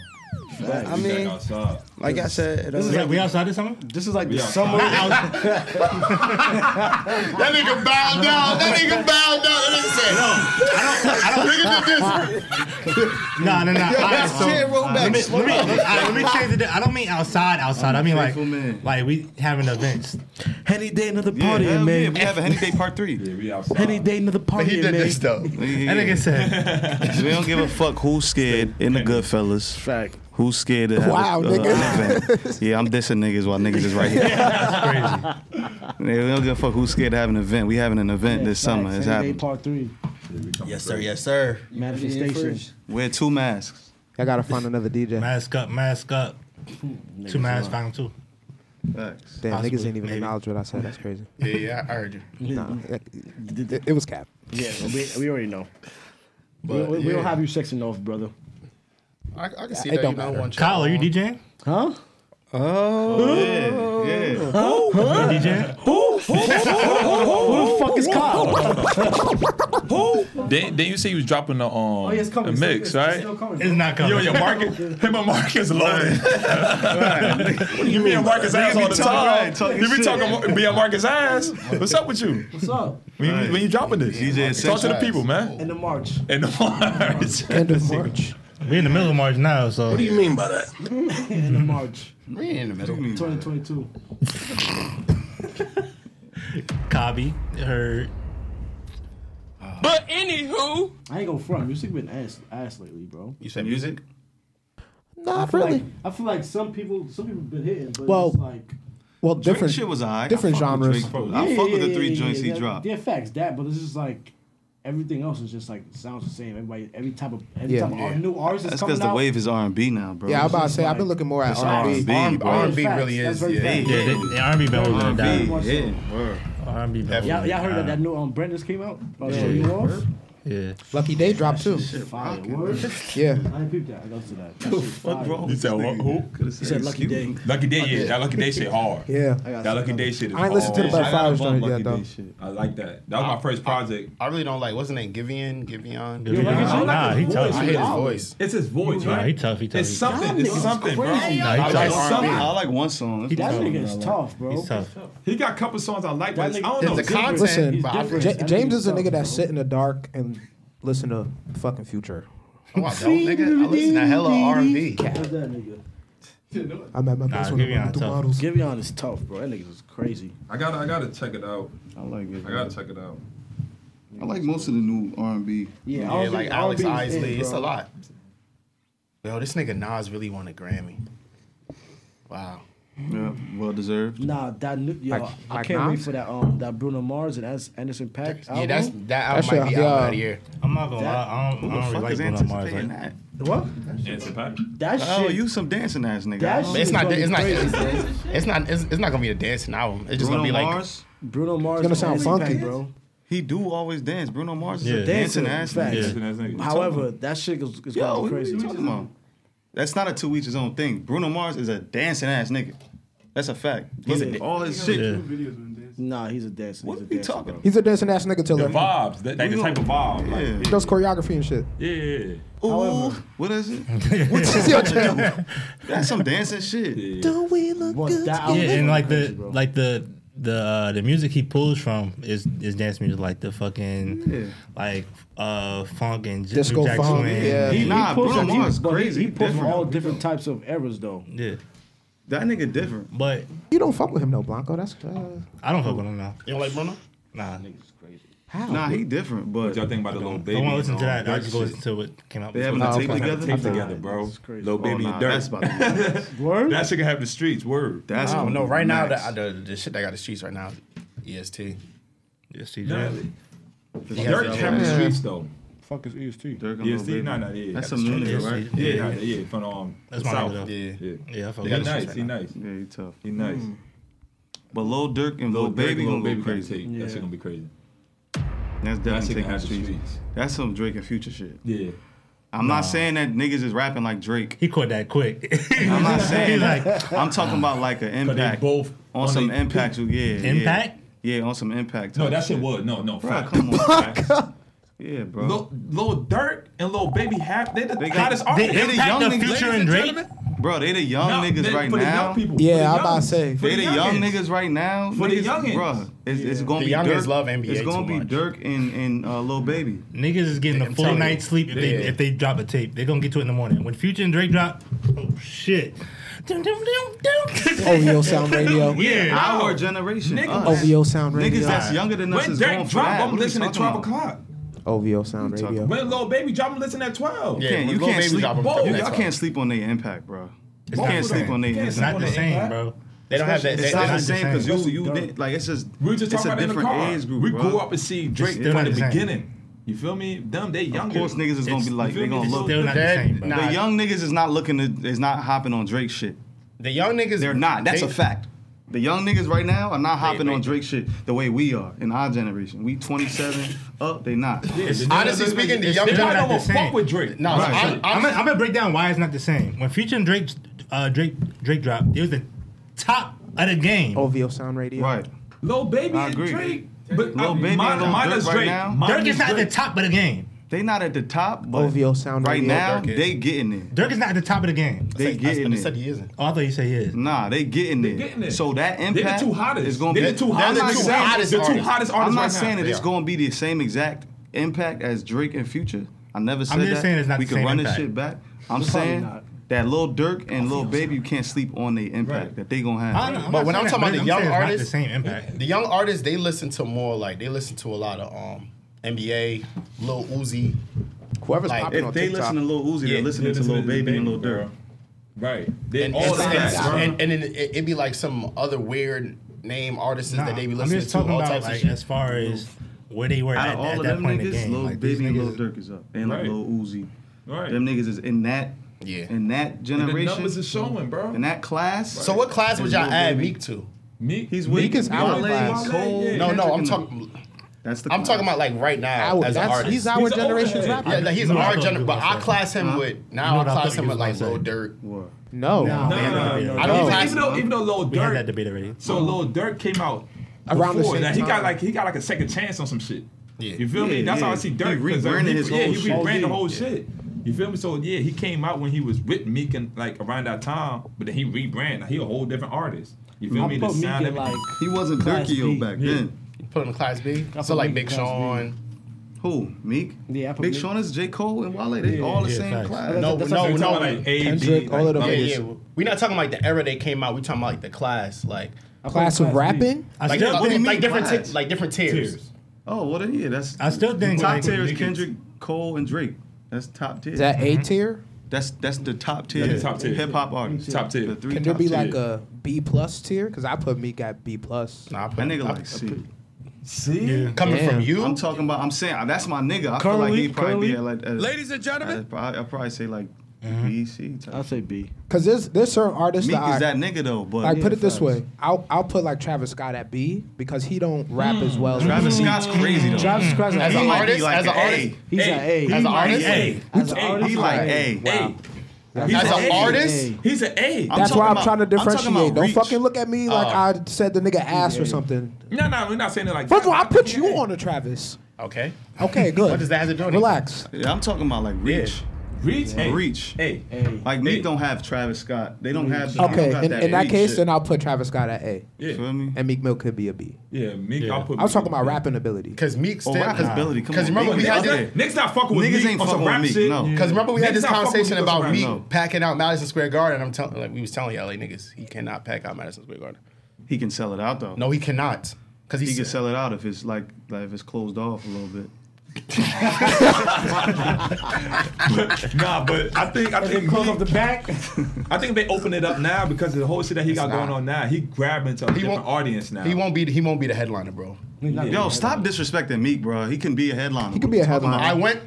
Speaker 6: But, I
Speaker 3: We back
Speaker 6: mean,
Speaker 3: outside.
Speaker 6: like I said, it, uh,
Speaker 2: Yeah, we outside this summer.
Speaker 9: This is like the
Speaker 3: Yeah.
Speaker 9: summer.
Speaker 3: *laughs*
Speaker 1: that nigga bowed down. That nigga bowed down. That nigga said, I don't, I don't, I don't. Nigga did this.
Speaker 2: *laughs* No, no, no. All right, so
Speaker 6: shit, roll
Speaker 2: let
Speaker 6: back.
Speaker 2: me let me, all right, let me change it. I don't mean outside, outside. I mean like
Speaker 7: faithful man.
Speaker 2: like we having events.
Speaker 4: Any day another
Speaker 7: yeah,
Speaker 4: party,
Speaker 7: hell yeah,
Speaker 4: man.
Speaker 7: we have a Henny Day Part Three.
Speaker 3: Yeah, we outside.
Speaker 4: Any day another
Speaker 1: But he
Speaker 4: party,
Speaker 1: did
Speaker 4: man.
Speaker 1: this though.
Speaker 2: That nigga said,
Speaker 7: We don't give a fuck who's scared in the Goodfellas. Fact. Who's scared to have
Speaker 8: Wow,
Speaker 7: a, nigga.
Speaker 9: *laughs*
Speaker 7: Yeah, I'm dissing niggas while niggas is right here. *laughs* Yeah, we don't give a fuck who's scared to have an event. We having an event this summer. It's
Speaker 9: Saturday,
Speaker 7: happening.
Speaker 9: Part three.
Speaker 6: yes sir, yes sir.
Speaker 9: Manifestation.
Speaker 7: Wear two masks.
Speaker 8: I gotta find another DJ.
Speaker 2: mask up, mask up. Two masks, found two.
Speaker 7: Facts.
Speaker 8: Damn,
Speaker 2: Possibly,
Speaker 8: niggas didn't even
Speaker 2: maybe.
Speaker 8: acknowledge what I said. That's crazy.
Speaker 1: Yeah, yeah, I heard you.
Speaker 8: Nah, it, it- it was cap.
Speaker 9: Yeah, we, we already know.
Speaker 1: But
Speaker 9: we, we
Speaker 1: yeah,
Speaker 9: don't have you sexing off, brother.
Speaker 1: I, I can see
Speaker 8: It
Speaker 1: that.
Speaker 8: don't
Speaker 1: you know,
Speaker 8: matter.
Speaker 1: one
Speaker 2: Kyle, are you DJing?
Speaker 9: Huh?
Speaker 7: Yeah, yeah.
Speaker 2: You DJing?
Speaker 9: Who the fuck is Kyle?
Speaker 3: Then, then you say you was dropping the um oh,
Speaker 9: yeah, it's coming. It's-
Speaker 3: the mix,
Speaker 9: it's-
Speaker 3: right?
Speaker 9: it's still coming.
Speaker 2: It's not coming.
Speaker 3: Yo, your market, him and Marcus loaded. *laughs* you be on Marcus ass all the time.
Speaker 7: right, talking
Speaker 3: you be
Speaker 7: shit.
Speaker 3: talking be on Marcus ass. What's up with you?
Speaker 9: What's up?
Speaker 3: When, you- when you dropping this?
Speaker 7: DJ
Speaker 3: Talk to the
Speaker 7: Essential.
Speaker 3: people, man.
Speaker 9: *laughs* End of March. *laughs*
Speaker 3: And the *laughs* March.
Speaker 8: End of March.
Speaker 2: We in the middle of March now, so
Speaker 5: you mean by that?
Speaker 9: End of March.
Speaker 1: We ain't in the middle.
Speaker 9: 2022.
Speaker 2: Kabi, her
Speaker 10: But anywho,
Speaker 9: I ain't gonna front. Music been ass ass lately, bro.
Speaker 1: You said music?
Speaker 8: Not
Speaker 9: I feel
Speaker 8: really.
Speaker 9: Like, I feel like some people, some people been hitting, but
Speaker 8: Well,
Speaker 9: it's like
Speaker 8: Well,
Speaker 7: Drake
Speaker 8: different.
Speaker 7: shit was alright.
Speaker 8: different
Speaker 7: I fuck with
Speaker 8: genres.
Speaker 7: Drake. I
Speaker 9: Yeah,
Speaker 7: fuck with
Speaker 9: yeah,
Speaker 7: the three
Speaker 9: yeah,
Speaker 7: joints
Speaker 9: yeah,
Speaker 7: he
Speaker 9: that-
Speaker 7: dropped.
Speaker 9: Yeah, facts that, but it's just like everything else is just like sounds the same. Everybody, every type of every
Speaker 8: Yeah.
Speaker 9: type of
Speaker 8: Yeah.
Speaker 9: new artist is
Speaker 7: That's
Speaker 9: coming
Speaker 7: because the
Speaker 9: out.
Speaker 7: wave is R and B now, bro.
Speaker 8: Yeah, I'm about to say I've been
Speaker 9: like-
Speaker 8: looking more at
Speaker 7: R&B,
Speaker 8: R&B.
Speaker 7: bro.
Speaker 1: R&B
Speaker 9: Facts,
Speaker 1: really
Speaker 9: that's
Speaker 1: is.
Speaker 9: very
Speaker 1: Yeah.
Speaker 9: facts.
Speaker 2: yeah, they, the R&B been holding it
Speaker 7: R&B,
Speaker 2: down.
Speaker 7: yeah, word.
Speaker 2: R&B been holding
Speaker 9: Y'all,
Speaker 2: it
Speaker 9: y'all heard that
Speaker 2: down.
Speaker 9: that new um Brent just came out? Oh, yeah, you off?
Speaker 2: Yeah.
Speaker 8: Lucky Day dropped too.
Speaker 9: Fire, word.
Speaker 8: Yeah.
Speaker 9: I ain't peeped that. I go to that. That shit's fire.
Speaker 3: You said what? Who?
Speaker 9: He said lucky day.
Speaker 3: Lucky Day, yeah. That Lucky Day shit hard.
Speaker 8: *laughs* Yeah.
Speaker 3: That Lucky Day shit is
Speaker 8: I ain't listened to
Speaker 3: hard.
Speaker 8: the Black
Speaker 7: I got a
Speaker 8: Flowers
Speaker 7: bump
Speaker 8: joint yet
Speaker 7: Lucky
Speaker 8: though.
Speaker 7: Day shit.
Speaker 3: I like that. That was my first project.
Speaker 1: I really don't like, what's his name? Givian? Givian?
Speaker 2: Yeah.
Speaker 9: like his
Speaker 2: Nah,
Speaker 9: voice?
Speaker 2: nah, he tough.
Speaker 1: I hate his voice.
Speaker 3: It's his voice,
Speaker 2: Nah,
Speaker 3: right?
Speaker 2: he tough. He tough.
Speaker 3: It's
Speaker 2: he tough.
Speaker 3: something. It's something, bro.
Speaker 9: crazy.
Speaker 2: Nah, he
Speaker 3: I
Speaker 2: tough.
Speaker 3: like
Speaker 7: That's something.
Speaker 3: R&B.
Speaker 7: I like one song.
Speaker 9: That nigga is tough, bro.
Speaker 2: He's tough.
Speaker 3: He got a couple songs I like, but
Speaker 9: That
Speaker 3: I
Speaker 9: nigga-
Speaker 3: don't know.
Speaker 1: There's a
Speaker 9: different.
Speaker 1: content,
Speaker 8: Listen,
Speaker 1: but
Speaker 9: He's
Speaker 1: I,
Speaker 9: different.
Speaker 8: J- James is a nigga that sit in the dark and listen to fucking Future.
Speaker 1: oh, I don't, nigga. I listen to hella R&B.
Speaker 9: How's that nigga?
Speaker 8: I'm at my best when
Speaker 2: give me
Speaker 8: I'm
Speaker 2: on
Speaker 8: with the
Speaker 2: top.
Speaker 8: models.
Speaker 9: Giveon is tough, bro. That nigga is crazy.
Speaker 3: I gotta, I gotta check it out.
Speaker 7: I like it.
Speaker 3: I gotta check it out.
Speaker 7: I like most of the new R and B.
Speaker 9: Yeah,
Speaker 1: Yeah,
Speaker 9: R&B
Speaker 1: like Alex
Speaker 9: is in,
Speaker 1: Isley. It's a
Speaker 9: bro.
Speaker 1: lot. Yo, this nigga Nas really won a Grammy. Wow.
Speaker 7: Yeah, well deserved.
Speaker 9: Nah, that new, yo,
Speaker 7: Like-
Speaker 9: I
Speaker 7: like
Speaker 9: can't
Speaker 7: Nas?
Speaker 9: wait for that um that Bruno Mars and As- Anderson Paak.
Speaker 1: Yeah, that's- that album
Speaker 9: That
Speaker 1: might
Speaker 9: shit-
Speaker 1: be out by
Speaker 9: yo.
Speaker 1: the year.
Speaker 2: I'm not gonna
Speaker 9: That-
Speaker 2: lie. I don't,
Speaker 9: who
Speaker 2: I
Speaker 9: the
Speaker 2: don't really
Speaker 9: fuck
Speaker 2: like
Speaker 9: is
Speaker 2: Bruno Mars.
Speaker 9: anticipating
Speaker 2: Like,
Speaker 9: What?
Speaker 3: Dancing Pack.
Speaker 9: That
Speaker 7: Oh,
Speaker 9: shit-
Speaker 7: you some dancing ass nigga.
Speaker 9: That
Speaker 7: huh?
Speaker 1: But it's not.
Speaker 9: gonna be
Speaker 1: It's not.
Speaker 9: crazy.
Speaker 1: It's, it's not. It's, it's not gonna be a dancing album. It's just
Speaker 7: Bruno
Speaker 1: gonna be like.
Speaker 7: Mars.
Speaker 9: Bruno Mars.
Speaker 8: gonna sound
Speaker 9: Anderson
Speaker 8: funky.
Speaker 9: Paak, bro.
Speaker 7: He do always dance. Bruno Mars is
Speaker 2: Yeah.
Speaker 7: a dancing
Speaker 9: Dancing,
Speaker 7: ass
Speaker 9: facts.
Speaker 7: nigga.
Speaker 3: Dancing ass nigga.
Speaker 9: However, that shit is, is
Speaker 7: Yo,
Speaker 9: going
Speaker 7: what
Speaker 9: crazy.
Speaker 7: you talking about? That's not a two each his own thing. Bruno Mars is a dancing ass nigga. That's a fact. He's
Speaker 9: a-
Speaker 7: all his shit.
Speaker 9: Nah, he's a dancer.
Speaker 7: What
Speaker 9: he's
Speaker 7: are
Speaker 9: a
Speaker 7: we
Speaker 9: dancer,
Speaker 7: talking?
Speaker 9: bro.
Speaker 7: about?
Speaker 8: He's a dancing ass nigga till
Speaker 3: The
Speaker 8: the
Speaker 3: vibes, that, like the type of vibe. Like,
Speaker 7: Yeah.
Speaker 8: He does choreography and shit.
Speaker 3: yeah, yeah, yeah.
Speaker 7: Ooh, what is it? What you about to do? That's some dancing shit.
Speaker 8: Do we look
Speaker 9: But that
Speaker 2: yeah,
Speaker 9: album is
Speaker 2: and
Speaker 9: going
Speaker 2: like
Speaker 9: crazy,
Speaker 2: the
Speaker 9: bro.
Speaker 2: like the the uh, the music he pulls from is is dance music, like the fucking like uh funk and j-
Speaker 8: Disco
Speaker 2: Jack
Speaker 8: funk,
Speaker 2: Swing.
Speaker 8: yeah.
Speaker 7: He, nah,
Speaker 9: pulls
Speaker 7: Bruno
Speaker 9: from- he-
Speaker 7: Mars
Speaker 9: but he-
Speaker 7: crazy.
Speaker 9: He pulls from
Speaker 7: different.
Speaker 9: all different types of eras though.
Speaker 2: yeah.
Speaker 7: that nigga different.
Speaker 2: But
Speaker 8: You don't fuck with him, no Blanco. That's uh,
Speaker 2: I don't fuck with him now.
Speaker 1: You don't like Bruno?
Speaker 2: Nah,
Speaker 8: how.
Speaker 7: Nah, he different,
Speaker 3: What
Speaker 7: but
Speaker 3: y'all think about the little baby?
Speaker 2: don't want to listen
Speaker 3: and
Speaker 2: to
Speaker 3: all
Speaker 2: that. I just go
Speaker 3: shit?
Speaker 2: listen to what came out.
Speaker 7: They
Speaker 2: before.
Speaker 7: having a
Speaker 8: Oh,
Speaker 7: tape
Speaker 8: okay.
Speaker 7: together.
Speaker 3: tape together, bro. Little
Speaker 7: Oh,
Speaker 3: baby
Speaker 7: nah,
Speaker 3: and dirt.
Speaker 7: That's about
Speaker 3: *laughs*
Speaker 7: to be-
Speaker 9: Word.
Speaker 3: that shit can happen in the streets. Word.
Speaker 7: That's
Speaker 1: I don't know. Right
Speaker 7: Max.
Speaker 1: now, the, the the shit that got the streets right now, is E EST.
Speaker 2: Yeah, see,
Speaker 3: Dirt,
Speaker 2: Jack.
Speaker 1: Yeah,
Speaker 3: dirt
Speaker 1: so-
Speaker 3: happened in the streets though.
Speaker 9: Fuck is EST?
Speaker 7: Dirk and
Speaker 3: Yeah,
Speaker 7: Lil
Speaker 3: see,
Speaker 7: Baby.
Speaker 3: nah, nah, yeah.
Speaker 7: That's
Speaker 3: got
Speaker 7: some
Speaker 3: the
Speaker 7: new
Speaker 3: streets.
Speaker 7: nigga, right?
Speaker 2: Yeah,
Speaker 3: Yeah, nah,
Speaker 2: yeah.
Speaker 3: yeah, from um,
Speaker 2: That's
Speaker 3: the
Speaker 2: my
Speaker 3: south.
Speaker 2: nigga, though.
Speaker 1: Yeah.
Speaker 3: Yeah,
Speaker 2: Yeah, I fuck
Speaker 3: He
Speaker 2: with him.
Speaker 3: nice. He nice.
Speaker 7: Yeah, he tough.
Speaker 3: He nice.
Speaker 7: But Lil Dirk and Lil
Speaker 3: Little
Speaker 7: Baby
Speaker 3: little
Speaker 7: gonna go
Speaker 3: baby
Speaker 7: crazy.
Speaker 3: crazy. That shit
Speaker 9: Yeah.
Speaker 3: gonna be crazy.
Speaker 7: That's
Speaker 3: That shit
Speaker 7: definitely
Speaker 3: gonna
Speaker 7: taking the
Speaker 3: have the
Speaker 7: streets.
Speaker 3: streets.
Speaker 7: That's some Drake and Future shit.
Speaker 3: Yeah.
Speaker 7: I'm not saying that niggas is rapping like Drake.
Speaker 2: He caught that quick. *laughs*
Speaker 7: I'm not saying
Speaker 3: *laughs*
Speaker 2: He's
Speaker 7: that.
Speaker 2: like
Speaker 7: I'm talking about like an
Speaker 3: But they
Speaker 7: impact
Speaker 3: both
Speaker 7: on some
Speaker 3: they-
Speaker 7: impact. Yeah, yeah.
Speaker 2: Impact?
Speaker 7: Yeah, on some impact.
Speaker 3: No,
Speaker 7: type
Speaker 3: that shit
Speaker 7: shit.
Speaker 3: was no, no.
Speaker 7: Bruh,
Speaker 3: Fuck.
Speaker 7: come
Speaker 3: *laughs*
Speaker 7: on.
Speaker 3: Facts.
Speaker 7: Yeah, bro.
Speaker 3: Lil Lil Durk and Lil Baby have they the
Speaker 7: They got-
Speaker 3: hottest
Speaker 7: they-
Speaker 3: artists.
Speaker 2: they
Speaker 7: the
Speaker 2: impact
Speaker 7: young
Speaker 2: the
Speaker 7: niggas,
Speaker 2: future
Speaker 7: ladies
Speaker 2: and Drake.
Speaker 7: Bro, they the young
Speaker 3: No,
Speaker 7: niggas
Speaker 3: they-
Speaker 7: right
Speaker 3: for the
Speaker 7: now.
Speaker 3: young people.
Speaker 8: Yeah,
Speaker 3: For the
Speaker 8: I'm about
Speaker 3: youngs.
Speaker 8: to say.
Speaker 3: For
Speaker 7: They the young
Speaker 3: youngins.
Speaker 7: niggas right now.
Speaker 3: For the youngins.
Speaker 7: bro. It's, it's gonna
Speaker 1: The
Speaker 7: be
Speaker 1: youngins
Speaker 7: Dirk.
Speaker 1: love NBA
Speaker 7: It's gonna
Speaker 1: too
Speaker 7: be
Speaker 1: much.
Speaker 7: Dirk and and uh, Lil Baby.
Speaker 2: niggas is getting a full
Speaker 1: telling you.
Speaker 2: night's sleep if they
Speaker 1: Yeah.
Speaker 2: if they drop a tape. They're gonna get to it in the morning. When Future and Drake drop, oh shit. Dum, dum, dum, dum.
Speaker 8: OVO Sound Radio.
Speaker 2: Yeah.
Speaker 7: Our generation.
Speaker 3: Niggas-
Speaker 7: us.
Speaker 8: OVO Sound Radio.
Speaker 7: Niggas that's younger than us
Speaker 3: When
Speaker 7: is
Speaker 3: Dirk
Speaker 7: going for
Speaker 3: drop,
Speaker 7: that.
Speaker 3: I'm
Speaker 7: What you
Speaker 3: listening at
Speaker 7: talking
Speaker 3: 12
Speaker 7: about?
Speaker 3: o'clock.
Speaker 8: OVO Sound
Speaker 7: talking
Speaker 8: Radio.
Speaker 3: When Lil Baby drop, I'm listening at 12.
Speaker 1: Yeah.
Speaker 7: You can't, you
Speaker 1: Lil
Speaker 7: can't
Speaker 1: Baby's
Speaker 7: sleep.
Speaker 1: album
Speaker 7: Both.
Speaker 1: coming
Speaker 7: Y'all
Speaker 1: out next
Speaker 7: can't sleep on their impact, bro. You
Speaker 2: not
Speaker 7: can't
Speaker 2: the
Speaker 7: sleep
Speaker 2: same.
Speaker 7: on their impact.
Speaker 3: Can't
Speaker 2: It's not the same, bro.
Speaker 1: They don't have that. They,
Speaker 7: It's
Speaker 1: they
Speaker 7: not the
Speaker 1: don't-
Speaker 7: same because you,
Speaker 2: same.
Speaker 7: you didn't- like it's just
Speaker 3: We were just
Speaker 7: it's
Speaker 3: talking
Speaker 7: a
Speaker 3: about it in the
Speaker 7: different
Speaker 3: car.
Speaker 7: age group.
Speaker 3: we
Speaker 7: bro.
Speaker 3: grew up and see Drake
Speaker 2: still
Speaker 3: from
Speaker 2: not
Speaker 3: the
Speaker 2: the same.
Speaker 3: beginning. You feel me? Them, they
Speaker 7: Of
Speaker 3: younger.
Speaker 7: course, niggas is gonna be like
Speaker 3: you feel
Speaker 7: they
Speaker 3: me?
Speaker 7: gonna
Speaker 3: It's
Speaker 7: look.
Speaker 2: Still not the
Speaker 1: That-
Speaker 2: same, bro.
Speaker 1: nah.
Speaker 7: The young niggas is not looking to is not hopping on Drake shit.
Speaker 1: the young niggas.
Speaker 7: They're not. That's
Speaker 1: they-
Speaker 7: a fact. The young niggas right now are not hopping
Speaker 1: they-
Speaker 7: on Drake shit the way we are in our generation. We 27 up, they not.
Speaker 3: Yeah,
Speaker 1: Honestly
Speaker 3: they-
Speaker 1: speaking, the
Speaker 3: they-
Speaker 1: young
Speaker 3: they
Speaker 2: not
Speaker 3: don't
Speaker 2: the
Speaker 3: wanna
Speaker 2: same.
Speaker 3: fuck with Drake.
Speaker 1: No,
Speaker 3: Right.
Speaker 1: I'm,
Speaker 2: I'm
Speaker 1: I'm,
Speaker 2: gonna, I'm gonna break down why it's not the same. When Future and Drake uh, Drake Drake drop, it was the top of the game.
Speaker 6: Oh,
Speaker 8: OVO Sound Radio.
Speaker 7: Right.
Speaker 3: Lil Baby
Speaker 7: I
Speaker 3: and
Speaker 7: agree.
Speaker 3: Drake. But
Speaker 7: Lil
Speaker 3: uh,
Speaker 7: Baby
Speaker 3: mine-
Speaker 7: and Lil
Speaker 3: mine
Speaker 7: Durk
Speaker 3: is
Speaker 7: right
Speaker 3: Drake.
Speaker 7: now.
Speaker 3: Mine
Speaker 2: Dirk is
Speaker 3: is
Speaker 2: not at the
Speaker 3: Drake.
Speaker 2: top of the game.
Speaker 7: They not at the top, but
Speaker 8: OVO Sound
Speaker 7: right
Speaker 8: Radio.
Speaker 7: now
Speaker 1: Dirk is.
Speaker 7: they getting it.
Speaker 2: Dirk is not at the top of the game.
Speaker 1: I
Speaker 7: They
Speaker 1: said- I said-
Speaker 7: getting
Speaker 1: I said
Speaker 7: it.
Speaker 1: he isn't.
Speaker 2: Oh, I thought you said he is.
Speaker 7: Nah, they getting it.
Speaker 3: getting it.
Speaker 7: So that
Speaker 3: the
Speaker 7: impact
Speaker 3: two hottest.
Speaker 7: is gonna
Speaker 3: They
Speaker 7: be
Speaker 3: the two
Speaker 7: I'm
Speaker 3: hottest.
Speaker 7: not
Speaker 3: They the two
Speaker 7: saying-
Speaker 3: hottest The two artists. hottest
Speaker 7: I'm
Speaker 3: artists
Speaker 7: not
Speaker 3: right now.
Speaker 7: saying that
Speaker 1: They
Speaker 7: it's
Speaker 1: are.
Speaker 7: gonna be the same exact impact as Drake and Future. I never said
Speaker 2: just
Speaker 7: that.
Speaker 2: saying it's not
Speaker 7: we
Speaker 2: the
Speaker 7: can
Speaker 2: same
Speaker 7: run
Speaker 2: impact.
Speaker 7: this shit back. I'm
Speaker 9: It's probably
Speaker 7: saying
Speaker 9: not.
Speaker 7: that Lil Dirk and Lil Baby, you can't sleep on the impact
Speaker 3: Right.
Speaker 7: that they gonna have.
Speaker 2: I don't know,
Speaker 1: But
Speaker 2: not
Speaker 1: when I'm
Speaker 2: saying
Speaker 1: talking about
Speaker 2: that.
Speaker 1: the
Speaker 2: I'm
Speaker 1: young
Speaker 2: saying it's not
Speaker 1: artists-
Speaker 2: the same impact.
Speaker 1: The young artists they listen to more like they listen to a lot of um NBA, Lil Uzi.
Speaker 8: Whoever's
Speaker 1: Like,
Speaker 8: popping
Speaker 7: If
Speaker 8: on
Speaker 7: they
Speaker 8: TikTok.
Speaker 7: listen to Lil Uzi,
Speaker 1: Yeah,
Speaker 7: they're listening to Lil Baby and Lil Durk.
Speaker 3: Right. They
Speaker 1: And,
Speaker 3: all
Speaker 1: and,
Speaker 3: the
Speaker 1: and,
Speaker 3: facts, bro.
Speaker 1: and, and then it, it'd be like some other weird name artists
Speaker 2: Nah,
Speaker 1: that they be
Speaker 2: I'm
Speaker 1: listening
Speaker 2: just
Speaker 1: to
Speaker 2: talking
Speaker 1: all
Speaker 2: about
Speaker 1: types of
Speaker 2: like
Speaker 1: shit.
Speaker 2: as far as where they were
Speaker 7: Out
Speaker 2: at,
Speaker 7: of all
Speaker 2: at
Speaker 7: of
Speaker 2: that
Speaker 7: them
Speaker 2: point in the
Speaker 7: niggas,
Speaker 2: game.
Speaker 7: Lil
Speaker 2: like, these
Speaker 7: Baby and Lil
Speaker 2: niggas,
Speaker 7: Durk is up, and like
Speaker 3: Right.
Speaker 7: Lil Uzi.
Speaker 3: Right.
Speaker 7: Them niggas is in that.
Speaker 1: Yeah.
Speaker 7: In that
Speaker 3: And the
Speaker 7: generation.
Speaker 3: numbers is showing, bro.
Speaker 7: in that class.
Speaker 1: so what class would
Speaker 7: is
Speaker 1: y'all
Speaker 7: Lil
Speaker 1: add
Speaker 7: Baby.
Speaker 1: Meek to?
Speaker 3: Meek,
Speaker 7: He's Meek
Speaker 8: is our class.
Speaker 1: No, no, I'm
Speaker 7: Kendrick
Speaker 1: talking.
Speaker 7: That's the.
Speaker 1: I'm
Speaker 7: class.
Speaker 1: talking about like right now
Speaker 8: Our-
Speaker 1: as an
Speaker 8: that's-
Speaker 1: artist.
Speaker 8: He's our
Speaker 3: He's an
Speaker 8: generation's
Speaker 3: old head.
Speaker 8: rapper.
Speaker 1: yeah, like, he's
Speaker 2: You know what I
Speaker 1: our
Speaker 2: thought you
Speaker 1: gen,
Speaker 2: was
Speaker 1: but
Speaker 2: gonna
Speaker 1: I
Speaker 2: say.
Speaker 1: class him with
Speaker 2: You know
Speaker 1: now. I
Speaker 2: what I thought
Speaker 1: class
Speaker 2: you
Speaker 1: him
Speaker 2: was
Speaker 1: with like
Speaker 2: gonna
Speaker 1: Lil
Speaker 2: say.
Speaker 1: Durk.
Speaker 7: What?
Speaker 8: No.
Speaker 2: Nah,
Speaker 3: No,
Speaker 2: we
Speaker 3: no,
Speaker 2: had that
Speaker 3: no,
Speaker 2: debate
Speaker 3: no,
Speaker 2: already.
Speaker 1: I don't
Speaker 3: no.
Speaker 8: Oh.
Speaker 1: class-
Speaker 3: Even though even though Lil
Speaker 2: We had that
Speaker 3: Durk,
Speaker 2: debate already.
Speaker 3: so Lil Durk came out
Speaker 8: Around the
Speaker 3: before
Speaker 8: same
Speaker 3: that. He got
Speaker 8: time.
Speaker 3: like he got like a second chance on some shit.
Speaker 1: Yeah.
Speaker 3: You feel me?
Speaker 7: Yeah,
Speaker 3: That's how I
Speaker 7: yeah.
Speaker 3: see
Speaker 7: He
Speaker 3: Dirk. 'cause,
Speaker 7: rebranded
Speaker 3: he-
Speaker 7: his
Speaker 3: yeah,
Speaker 7: whole
Speaker 3: he
Speaker 7: shit.
Speaker 3: rebranded the whole
Speaker 7: Yeah.
Speaker 3: shit. You feel me? So yeah, he came out when he was with Meek and like around that time, but then he rebranded. Like, he a whole different artist. You feel
Speaker 9: I
Speaker 3: me?
Speaker 9: put
Speaker 3: The
Speaker 9: Meek
Speaker 3: sound,
Speaker 9: in,
Speaker 3: everything.
Speaker 9: like
Speaker 7: He wasn't
Speaker 9: Class
Speaker 7: Durkio
Speaker 9: B.
Speaker 7: back
Speaker 3: Yeah.
Speaker 7: then.
Speaker 1: Put him in class B.
Speaker 9: I
Speaker 1: So
Speaker 9: put
Speaker 1: like
Speaker 9: Meek
Speaker 1: Big
Speaker 9: in class B.
Speaker 1: Sean.
Speaker 7: Who? Meek?
Speaker 9: Yeah, I put
Speaker 7: Big
Speaker 9: Meek.
Speaker 7: Sean is J. Cole and Wale. They
Speaker 9: Yeah,
Speaker 7: all the
Speaker 2: yeah,
Speaker 7: same
Speaker 2: facts.
Speaker 7: class.
Speaker 1: No,
Speaker 9: That's-
Speaker 1: no,
Speaker 9: that's-
Speaker 1: no.
Speaker 3: Talking like A,
Speaker 8: Kendrick,
Speaker 3: B,
Speaker 8: all of
Speaker 3: like, oh,
Speaker 8: them
Speaker 1: Yeah,
Speaker 8: niggas.
Speaker 1: yeah. We're not talking like the era they came out. We're talking about like the class, like
Speaker 9: I put
Speaker 8: Class of
Speaker 9: B.
Speaker 8: rapping?
Speaker 2: I
Speaker 1: like
Speaker 2: still
Speaker 1: like,
Speaker 2: think-
Speaker 7: you mean
Speaker 1: like different
Speaker 7: class?
Speaker 1: ti- like different tiers.
Speaker 3: tears.
Speaker 7: Oh, what? Well, yeah, that's.
Speaker 2: I still think,
Speaker 7: top
Speaker 2: like,
Speaker 7: tier is
Speaker 2: niggas-
Speaker 7: Kendrick, Cole, and Drake. That's top tier.
Speaker 8: Is that A tier?
Speaker 7: That's that's the top tier.
Speaker 3: Yeah, top tier.
Speaker 7: Hip hop artists.
Speaker 3: Top tier.
Speaker 7: The three
Speaker 8: Can there
Speaker 7: top
Speaker 8: be
Speaker 7: tier.
Speaker 8: like a B plus tier? Because I put me got B plus.
Speaker 1: Nah, I
Speaker 7: That nigga like C.
Speaker 1: See? Coming from you?
Speaker 7: I'm talking about. I'm saying that's my nigga. I feel like
Speaker 8: Currently-
Speaker 7: he probably be at
Speaker 8: currently?
Speaker 7: like. at-
Speaker 3: Ladies and gentlemen?
Speaker 7: I'd probably, I'd probably say like B, C. Type.
Speaker 9: I'll say B.
Speaker 8: Because there's there's certain artists
Speaker 7: Meek
Speaker 8: that I
Speaker 7: is that nigga though, but
Speaker 8: like. put it this
Speaker 7: facts.
Speaker 8: way, I'll I'll put like Travis Scott at B because he don't rap as well. as
Speaker 7: Travis
Speaker 8: Meek.
Speaker 7: Scott's crazy though.
Speaker 8: Travis Scott's
Speaker 1: As
Speaker 8: at
Speaker 1: an
Speaker 8: B.
Speaker 7: might be
Speaker 1: artist,
Speaker 7: like
Speaker 1: as an
Speaker 7: an A.
Speaker 1: artist,
Speaker 9: He's an A.
Speaker 1: as an
Speaker 3: He's
Speaker 1: artist,
Speaker 3: A.
Speaker 9: As an
Speaker 3: A.
Speaker 9: artist,
Speaker 7: He
Speaker 9: he's
Speaker 7: like
Speaker 9: an
Speaker 7: A.
Speaker 3: A.
Speaker 8: That's
Speaker 3: He's
Speaker 1: As
Speaker 3: an
Speaker 1: an artist,
Speaker 3: A. He's an A.
Speaker 7: I'm
Speaker 8: That's
Speaker 7: talking
Speaker 8: why I'm
Speaker 7: about-
Speaker 8: trying to
Speaker 7: I'm talking about
Speaker 8: differentiate. Don't
Speaker 7: reach.
Speaker 8: fucking look at me like
Speaker 1: Oh.
Speaker 8: I said the nigga ass or something.
Speaker 3: No, no, we're not saying it like
Speaker 8: First of all, I
Speaker 3: that.
Speaker 8: put you on a Travis.
Speaker 1: okay.
Speaker 8: Okay, good.
Speaker 1: What does that have to do with anything?
Speaker 8: Relax.
Speaker 7: Yeah, I'm talking about like reach.
Speaker 3: Reach. A.
Speaker 7: Reach.
Speaker 3: A.
Speaker 7: Like
Speaker 3: Yeah.
Speaker 7: Meek don't have Travis Scott. They don't have.
Speaker 8: Okay, in, in that case,
Speaker 7: then
Speaker 8: then I'll put Travis Scott at A,
Speaker 7: You feel
Speaker 3: Yeah.
Speaker 7: me?
Speaker 8: and Meek Mill could be a B.
Speaker 3: Yeah, Meek, I'll put
Speaker 8: I was
Speaker 3: Meek
Speaker 8: talking
Speaker 3: on
Speaker 8: about
Speaker 3: there.
Speaker 8: rapping ability.
Speaker 1: Because Meek still.
Speaker 7: Oh, rap
Speaker 1: cause-
Speaker 7: ability. Come on.
Speaker 1: Cause remember
Speaker 7: Niggas
Speaker 1: we had
Speaker 7: out
Speaker 1: this,
Speaker 7: there.
Speaker 3: Niggas not fucking with
Speaker 7: Niggas
Speaker 3: Meek
Speaker 7: ain't
Speaker 3: on some
Speaker 7: fucking with
Speaker 3: rap
Speaker 7: Meek,
Speaker 3: shit.
Speaker 7: no.
Speaker 1: Cause remember we had
Speaker 3: Niggas
Speaker 1: this
Speaker 3: not fucking
Speaker 1: conversation
Speaker 3: with us
Speaker 1: about
Speaker 3: right
Speaker 1: Meek
Speaker 3: now.
Speaker 1: packing out Madison Square Garden. I'm telling, like we was telling LA niggas, he cannot pack out Madison Square Garden.
Speaker 7: He can sell it out though.
Speaker 1: No, he cannot. Cause
Speaker 7: He
Speaker 1: he's
Speaker 7: can sell it out if it's like, like if it's closed off a little bit.
Speaker 3: *laughs* Nah, but I think I think
Speaker 9: *laughs*
Speaker 3: Meek-
Speaker 8: back.
Speaker 3: I think they open it up now because of the whole shit that he got
Speaker 1: not.
Speaker 3: going on now. He grabbing to a
Speaker 1: he
Speaker 3: different
Speaker 1: won't
Speaker 3: audience now.
Speaker 1: He won't be he won't be the headliner, bro.
Speaker 7: Yo, stop disrespecting Meek, bro. He can be a headliner. He
Speaker 8: could be a headliner.
Speaker 1: I went.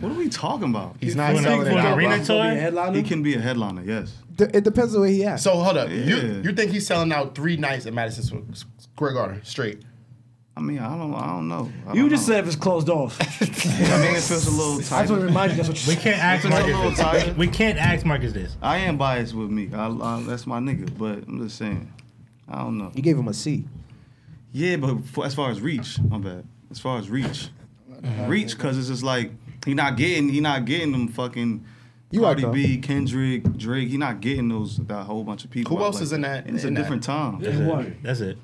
Speaker 7: What are we talking about?
Speaker 1: He's not
Speaker 2: doing
Speaker 1: selling
Speaker 2: it
Speaker 1: it
Speaker 2: for the
Speaker 1: out, bro.
Speaker 2: arena tour.
Speaker 7: He can be a headliner. Yes.
Speaker 8: It depends on where he at.
Speaker 1: So hold up, you
Speaker 7: Yeah.
Speaker 1: you think he's selling out three nights at Madison Squ- Square Garden straight?
Speaker 7: I mean, I don't. I don't know. I
Speaker 9: You
Speaker 7: don't
Speaker 9: just
Speaker 7: know.
Speaker 9: said if it's
Speaker 8: *laughs*
Speaker 9: closed off. I
Speaker 7: I
Speaker 9: *laughs*
Speaker 7: mean, it feels a little tight.
Speaker 9: just want to remind you that's what
Speaker 2: We
Speaker 9: you
Speaker 2: can't ask
Speaker 7: It's a little
Speaker 2: Marcus.
Speaker 7: tight.
Speaker 2: This. We can't ask Marcus this.
Speaker 7: I am biased with Meek. I, I, that's my nigga. But I'm just saying. I don't know.
Speaker 8: you gave him a C.
Speaker 7: Yeah, but for, as far as reach, I'm bad. As far as reach, reach, cause it's just like he not getting, he not getting them fucking.
Speaker 8: You
Speaker 7: Cardi
Speaker 8: right, though.
Speaker 7: B, Kendrick, Drake, he not getting those that whole bunch of people.
Speaker 1: Who
Speaker 7: out,
Speaker 1: else is in that-
Speaker 7: and It's
Speaker 1: in
Speaker 7: a
Speaker 1: that?
Speaker 7: different time.
Speaker 9: In what?
Speaker 2: That's it.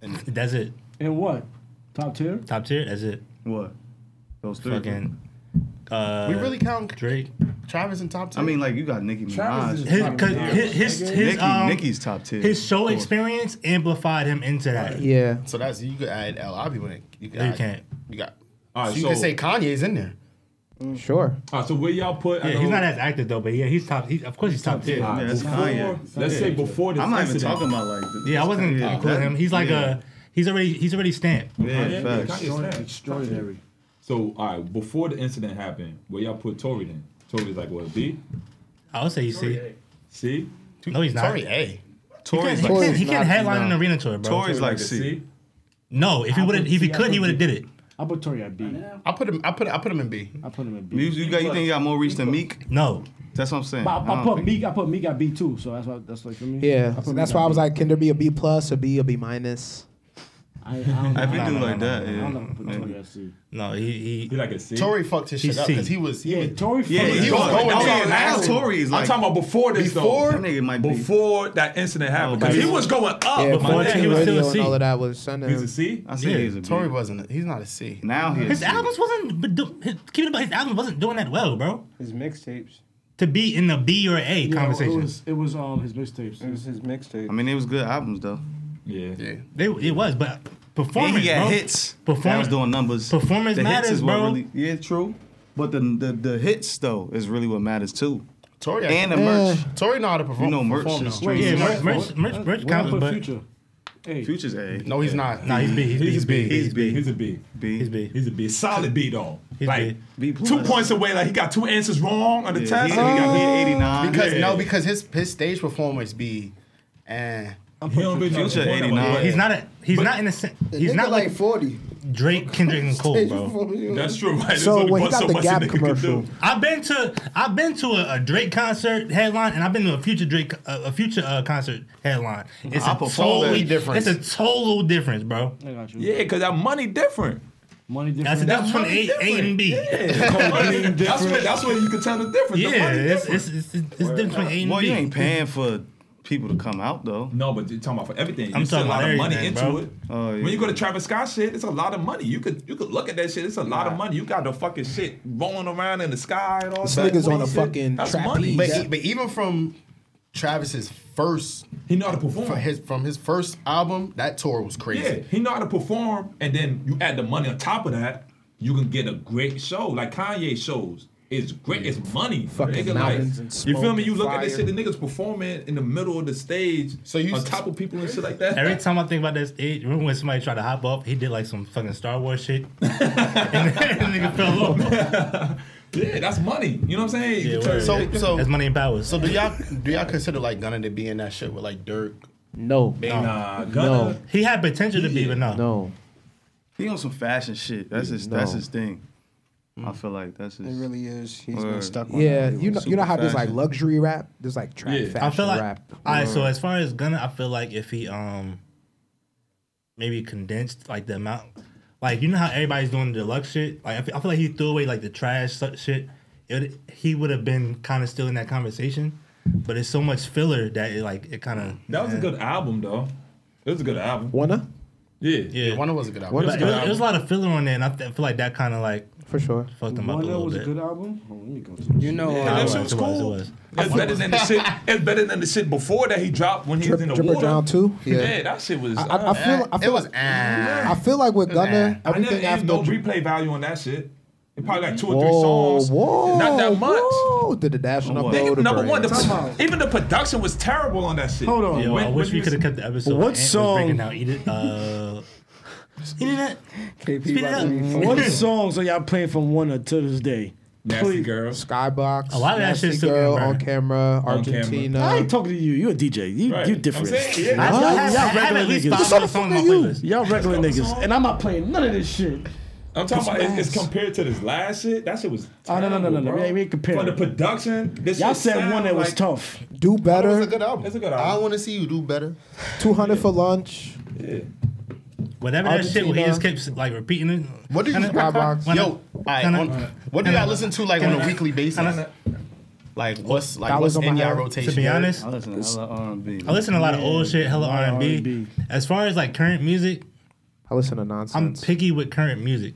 Speaker 2: That's it.
Speaker 9: In what? Top tier?
Speaker 2: Top tier. That's it.
Speaker 7: What? Those three.
Speaker 2: Fucking. Uh,
Speaker 1: We really count
Speaker 2: Drake.
Speaker 1: Travis and top tier.
Speaker 7: I mean, like you got Nicki Minaj.
Speaker 9: Travis is
Speaker 2: His, cause his, his, his,
Speaker 7: Nicki,
Speaker 2: um,
Speaker 7: Nicki's top tier.
Speaker 2: his show
Speaker 7: Cool.
Speaker 2: experience amplified him into that.
Speaker 8: Yeah.
Speaker 1: so that's you could add L. I be winning. You, could
Speaker 2: You
Speaker 1: add-
Speaker 2: can't.
Speaker 1: You got.
Speaker 3: All right,
Speaker 1: so you
Speaker 3: so-
Speaker 1: can say Kanye's in there.
Speaker 8: Sure.
Speaker 3: All right, so where y'all put? I
Speaker 2: Yeah,
Speaker 3: know-
Speaker 2: he's not as active though, but yeah, he's top. He, of course, he's top tier.
Speaker 3: Yeah,
Speaker 7: Yeah, that's
Speaker 3: before,
Speaker 7: Kanye.
Speaker 3: Let's say before this
Speaker 7: I'm not even
Speaker 3: incident.
Speaker 7: talking about like. th-
Speaker 2: Yeah, I wasn't
Speaker 7: Yeah,
Speaker 2: including
Speaker 7: that-
Speaker 2: him. He's like
Speaker 7: yeah.
Speaker 2: a. He's already. He's already stamped.
Speaker 7: Yeah,
Speaker 3: Yeah, yeah,
Speaker 7: facts.
Speaker 3: Kanye's
Speaker 9: Extraordinary.
Speaker 3: fat.
Speaker 9: Extraordinary.
Speaker 3: So all right, before the incident happened, where y'all put Tory then? Tory's like what? B,
Speaker 2: I would say you see.
Speaker 3: C.
Speaker 2: No, he's not.
Speaker 1: Sorry, A.
Speaker 2: He can't,
Speaker 7: Tory's
Speaker 2: he
Speaker 7: like
Speaker 2: can't, he
Speaker 8: Tory's
Speaker 2: can't
Speaker 8: not-
Speaker 2: headline
Speaker 8: no.
Speaker 2: an arena tour, bro.
Speaker 7: Tory's like
Speaker 3: a
Speaker 7: C.
Speaker 2: No, if he would have, if he
Speaker 9: I
Speaker 2: could, he
Speaker 9: put
Speaker 2: would have
Speaker 9: B.
Speaker 2: did it.
Speaker 9: I put Tory at B.
Speaker 1: I put him. I put. I put him in B.
Speaker 9: I put him at
Speaker 7: You,
Speaker 9: B.
Speaker 7: you, got, you think you got more reach than Meek?
Speaker 2: No,
Speaker 7: That's what I'm saying.
Speaker 9: But I, I
Speaker 7: don't
Speaker 9: put
Speaker 7: think-
Speaker 9: Meek. I put Meek at B too. So that's why. That's like for me.
Speaker 8: Yeah.
Speaker 9: I put
Speaker 8: So that's
Speaker 9: Meek at
Speaker 8: why I was
Speaker 9: B.
Speaker 8: like, can there be a B plus, a B, a B minus?
Speaker 9: I, I don't know.
Speaker 7: If you
Speaker 9: I
Speaker 7: do like
Speaker 2: no,
Speaker 7: that,
Speaker 9: don't know
Speaker 7: yeah.
Speaker 9: if I put Tory at C.
Speaker 2: no, he.
Speaker 3: He
Speaker 2: he
Speaker 3: like a C.
Speaker 1: Tory fucked his shit
Speaker 2: He's
Speaker 1: up
Speaker 2: C.
Speaker 1: because he was. He
Speaker 9: Yeah,
Speaker 1: was
Speaker 9: Tory.
Speaker 7: Oh, Yeah,
Speaker 9: fucking-
Speaker 1: he
Speaker 7: he's
Speaker 1: was
Speaker 7: going-
Speaker 1: going
Speaker 7: now
Speaker 1: down.
Speaker 7: now Tory is
Speaker 3: I'm
Speaker 7: like
Speaker 3: talking about before this
Speaker 7: before.
Speaker 3: though.
Speaker 7: That nigga might be-
Speaker 3: before that incident happened
Speaker 7: Oh,
Speaker 3: because he
Speaker 7: okay.
Speaker 3: was going up.
Speaker 8: Yeah,
Speaker 3: but my dad, he
Speaker 8: 14
Speaker 3: was still
Speaker 8: radio
Speaker 3: a
Speaker 8: and all
Speaker 3: C.
Speaker 8: of that was Sunday.
Speaker 3: He's a C.
Speaker 7: I say
Speaker 2: Yeah,
Speaker 7: he's a B.
Speaker 1: Tory wasn't. A, he's not a C.
Speaker 7: Now he
Speaker 2: his
Speaker 7: is.
Speaker 2: albums wasn't. But do, his, keep it about his albums wasn't doing that well, bro.
Speaker 11: His mixtapes.
Speaker 2: To be in the B or A
Speaker 9: Yeah,
Speaker 2: conversation,
Speaker 9: It was, it was um his mixtapes.
Speaker 11: It was his mixtape.
Speaker 7: I mean, it was good albums though.
Speaker 3: Yeah.
Speaker 1: Yeah.
Speaker 2: they, it was, but performance,
Speaker 7: And he got
Speaker 2: bro.
Speaker 7: hits. That was
Speaker 2: Performance
Speaker 7: doing numbers.
Speaker 2: performance
Speaker 7: the
Speaker 2: matters,
Speaker 7: hits is what
Speaker 2: bro.
Speaker 7: Really, yeah, true. But the, the the hits though is really what matters too.
Speaker 1: Tory.
Speaker 7: And the
Speaker 1: actually-
Speaker 7: merch.
Speaker 1: Tory Eh. know how to perform.
Speaker 7: You know merch
Speaker 1: perform
Speaker 7: is
Speaker 1: though.
Speaker 7: true.
Speaker 2: Yeah, merch,
Speaker 9: Merch-
Speaker 2: merch, merch, merch
Speaker 9: Where I
Speaker 2: counts,
Speaker 9: put
Speaker 2: but
Speaker 9: Future? Hey,
Speaker 7: Future's A.
Speaker 1: No, he's not.
Speaker 2: nah, he's B. He's,
Speaker 3: He's a
Speaker 2: B.
Speaker 3: B.
Speaker 7: He's B.
Speaker 3: He's a B.
Speaker 7: B.
Speaker 2: He's B.
Speaker 3: He's a B. Solid B though.
Speaker 2: He's
Speaker 3: like
Speaker 7: B. B
Speaker 3: two
Speaker 7: plus.
Speaker 3: points away. Like he got two answers wrong on the
Speaker 7: Yeah, he,
Speaker 3: test.
Speaker 7: he got me at 89.
Speaker 1: Because
Speaker 3: Yeah.
Speaker 1: no, because his his stage performance be, eh. and
Speaker 3: He don't been
Speaker 7: Future
Speaker 3: doing
Speaker 7: 89.
Speaker 2: He's not a. He's not in the. sa- He's not like
Speaker 6: forty.
Speaker 2: Drake, Kendrick, and Cole, bro.
Speaker 3: That's true. Right? There's
Speaker 8: So
Speaker 3: only
Speaker 8: when he
Speaker 3: one-
Speaker 8: got the
Speaker 3: much a
Speaker 8: Gap
Speaker 3: nigga could
Speaker 8: commercial.
Speaker 3: do.
Speaker 2: I've been to I've been to a, a Drake concert headline, and I've been to a future Drake a, a future uh, concert headline. It's
Speaker 7: I
Speaker 2: a
Speaker 7: performed
Speaker 2: totally
Speaker 1: that. difference.
Speaker 2: It's a total difference, bro.
Speaker 9: I got you.
Speaker 3: Yeah, because that money different.
Speaker 9: Money
Speaker 2: That's the
Speaker 9: different.
Speaker 2: difference between
Speaker 3: money
Speaker 2: A, A and B.
Speaker 3: Yeah.
Speaker 2: Yeah,
Speaker 3: that's, what, that's what you can tell the difference. The money
Speaker 2: it's,
Speaker 3: difference.
Speaker 2: it's, it's, it's the difference between A and
Speaker 7: Well,
Speaker 2: B.
Speaker 7: you ain't paying for people to come out though.
Speaker 3: No, but you're talking about for everything.
Speaker 2: I'm
Speaker 3: You put a
Speaker 2: talking
Speaker 3: lot
Speaker 2: about
Speaker 3: of money
Speaker 2: everything,
Speaker 3: into
Speaker 2: bro.
Speaker 3: it.
Speaker 7: Oh, yeah.
Speaker 3: When you go to Travis Scott shit, it's a lot of money. You could you could look at that shit. It's a lot of money. You got the fucking shit rolling around in the sky and all
Speaker 8: This
Speaker 3: that.
Speaker 8: nigga's on a
Speaker 3: shit.
Speaker 8: fucking
Speaker 3: That's
Speaker 8: trapeze.
Speaker 3: money.
Speaker 1: but,
Speaker 8: Yeah.
Speaker 1: but even from Travis's first
Speaker 3: He know how to perform.
Speaker 1: from his from his first album, that tour was
Speaker 3: Yeah,
Speaker 1: crazy.
Speaker 3: he know how to perform, and then you add the money on top of that, you can get a great show like Kanye shows. is great. It's money.
Speaker 8: Fucking
Speaker 3: Nigga,
Speaker 8: mountains and
Speaker 3: You feel
Speaker 8: smoke
Speaker 3: me? You
Speaker 8: and
Speaker 3: look at this
Speaker 8: fire.
Speaker 3: shit. The niggas performing in the middle of the stage. So you on top of people and shit like that.
Speaker 2: Every time I think about this, it, remember when somebody tried to hop up, he did like some fucking Star Wars shit, *laughs* and then the nigga fell off.
Speaker 3: yeah, that's money. You know what I'm saying? You turn-
Speaker 1: so so
Speaker 2: that's money and powers.
Speaker 1: So do y'all do y'all consider like Gunna to be in that shit with like Dirk?
Speaker 8: No.
Speaker 1: Big
Speaker 3: Nah,
Speaker 8: No.
Speaker 3: Gunna.
Speaker 2: He had potential to be, but no.
Speaker 8: No.
Speaker 7: He on some fashion shit. That's his. That's
Speaker 8: No.
Speaker 7: his thing.
Speaker 2: Mm.
Speaker 7: I feel like that's his.
Speaker 6: It really is. He's been
Speaker 7: Word.
Speaker 6: stuck. On
Speaker 8: Yeah,
Speaker 6: that. He
Speaker 8: you know,
Speaker 6: was
Speaker 8: you know how
Speaker 7: super
Speaker 8: there's like
Speaker 7: fashion.
Speaker 8: luxury rap, there's like trap
Speaker 3: Yeah. I
Speaker 8: fashion
Speaker 2: I feel like
Speaker 8: rap.
Speaker 2: all right. So as far as Gunna, I feel like if he um maybe condensed like the amount, like you know how everybody's doing the deluxe shit. Like I feel, I feel like he threw away like the trash su- shit. It, would- he would have been kind of still in that conversation, but it's so much filler that it like it kind of
Speaker 3: That was a good album, though. It was a good album.
Speaker 8: Wanna?
Speaker 3: Yeah.
Speaker 2: yeah.
Speaker 1: One was a good
Speaker 2: But
Speaker 1: album.
Speaker 2: it was, it was a lot of filler on there, and I, th- feel like that kind of like
Speaker 8: For sure.
Speaker 2: fucked him up a
Speaker 9: One
Speaker 2: little
Speaker 9: was a
Speaker 2: bit.
Speaker 9: good album. Hold on, let me go to this.
Speaker 6: You know,
Speaker 3: That
Speaker 6: uh,
Speaker 2: was,
Speaker 3: shit was
Speaker 2: it was, it
Speaker 3: cool.
Speaker 2: was.
Speaker 3: It's better than the shit. It's better than the shit before that he dropped when he
Speaker 8: Drip,
Speaker 3: was in the
Speaker 8: Dripper
Speaker 3: water.
Speaker 8: Down too.
Speaker 3: Yeah.
Speaker 8: Yeah.
Speaker 3: that shit was.
Speaker 8: I,
Speaker 3: I,
Speaker 8: I, I feel I
Speaker 1: it
Speaker 8: feel
Speaker 1: was
Speaker 8: like,
Speaker 1: ah.
Speaker 8: I feel like with
Speaker 1: eh.
Speaker 8: Gunna,
Speaker 3: I never
Speaker 8: everything
Speaker 3: had
Speaker 8: after
Speaker 3: no replay value on that shit. It probably like two or three
Speaker 8: whoa,
Speaker 3: songs.
Speaker 8: whoa,
Speaker 3: Not that much.
Speaker 8: Whoa, did the dash and
Speaker 7: what?
Speaker 8: upload
Speaker 3: Nigga,
Speaker 8: a
Speaker 3: number
Speaker 8: brand.
Speaker 3: one,
Speaker 9: Time
Speaker 3: the,
Speaker 9: out.
Speaker 3: even the production was terrible on that shit.
Speaker 9: Hold on.
Speaker 2: Yo, I
Speaker 3: When-
Speaker 2: wish
Speaker 3: when
Speaker 2: we
Speaker 3: you
Speaker 2: could have kept the episode.
Speaker 4: What
Speaker 2: Ant was
Speaker 4: song-
Speaker 2: breaking out, eat it. Uh, eat it. up.
Speaker 6: KP
Speaker 2: Speed it
Speaker 6: about
Speaker 2: up.
Speaker 6: to be
Speaker 4: What songs are y'all playing from one to this day?
Speaker 3: Nasty girls.
Speaker 8: Skybox,
Speaker 2: *laughs* A lot of that
Speaker 8: Nasty
Speaker 2: shit's still
Speaker 8: girl
Speaker 2: getting
Speaker 8: on
Speaker 2: burned.
Speaker 8: camera,
Speaker 3: On camera.
Speaker 8: Argentina.
Speaker 4: I ain't talking to you. You a DJ. You
Speaker 3: Right.
Speaker 4: you
Speaker 3: I'm
Speaker 4: different.
Speaker 3: saying, yeah.
Speaker 2: I,
Speaker 4: Huh?
Speaker 2: I have, I
Speaker 4: Y'all
Speaker 2: have
Speaker 4: regular
Speaker 2: at least
Speaker 4: niggas.
Speaker 2: five
Speaker 4: Who the
Speaker 2: other songs
Speaker 4: fuck
Speaker 2: on my
Speaker 4: are you?
Speaker 2: playlist.
Speaker 4: Y'all regular
Speaker 3: That's
Speaker 4: niggas,
Speaker 3: awesome.
Speaker 4: and I'm not playing none of this shit.
Speaker 3: I'm talking about it's, it's compared to this last shit. That shit was.
Speaker 4: Oh, no, no, no, no,
Speaker 3: terrible,
Speaker 4: no.
Speaker 3: bro.
Speaker 4: We ain't- we ain't
Speaker 3: For
Speaker 4: comparing.
Speaker 3: the production, this
Speaker 4: Y'all
Speaker 3: shit
Speaker 4: said
Speaker 3: sound
Speaker 4: one that was
Speaker 3: like-
Speaker 4: tough.
Speaker 8: Do
Speaker 1: It was a
Speaker 8: better.
Speaker 1: good album.
Speaker 3: It's a good
Speaker 1: I
Speaker 3: album.
Speaker 1: want to see you do better.
Speaker 8: 200 for lunch.
Speaker 2: Whatever that shit, where he
Speaker 8: Argentina.
Speaker 2: just kept like repeating it.
Speaker 1: What do you
Speaker 2: Kinda-
Speaker 8: Skybox.
Speaker 2: kinda-
Speaker 1: Yo, all right,
Speaker 2: kinda-
Speaker 1: on, what do y'all listen to like on a
Speaker 2: Kinda-
Speaker 1: weekly basis?
Speaker 2: kinda-
Speaker 1: Like what's like
Speaker 8: Dollars
Speaker 1: what's
Speaker 8: on
Speaker 1: in
Speaker 8: my
Speaker 1: y'all
Speaker 8: head.
Speaker 1: rotation?
Speaker 2: To be honest,
Speaker 7: I listen to hella R&B.
Speaker 2: I listen to a lot of old shit, hella R and B.
Speaker 4: R&B.
Speaker 2: As far as like current music,
Speaker 8: I listen to
Speaker 2: I'm
Speaker 8: nonsense.
Speaker 2: picky with current music.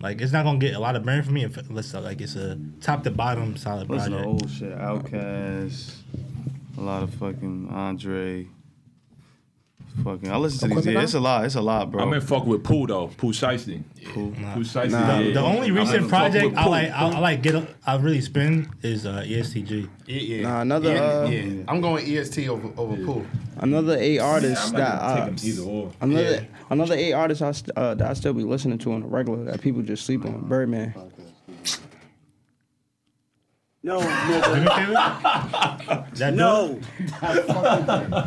Speaker 2: Like it's not gonna get a lot of burn for me if unless like it's a top to bottom solid
Speaker 7: Listen to
Speaker 2: project.
Speaker 7: old shit. Outkast. A lot of fucking Andre. Fucking. I listen to these. Yeah,
Speaker 8: Equipment
Speaker 7: it's a lot. It's a lot, bro.
Speaker 3: I'm in fuck with Pooh though. Pooh Shiesty. Pooh Shiesty.
Speaker 7: Nah.
Speaker 2: The only
Speaker 3: I'm in fuck
Speaker 2: recent
Speaker 3: with
Speaker 2: project I
Speaker 3: Pooh.
Speaker 2: like, I, I like get, a, I really spin is uh, ESTG.
Speaker 1: yeah, yeah.
Speaker 6: Nah, another,
Speaker 1: Yeah,
Speaker 6: uh,
Speaker 1: yeah. I'm going EST over over Pool.
Speaker 6: another A
Speaker 3: I'm
Speaker 6: artist
Speaker 3: not
Speaker 6: that
Speaker 3: gonna
Speaker 6: I,
Speaker 3: take 'em either or.
Speaker 6: another another A artist I st- uh, that I still be listening to on the regular that people just sleep on. Birdman.
Speaker 11: No, nigga.
Speaker 2: You feel me? That
Speaker 11: No.
Speaker 2: dude-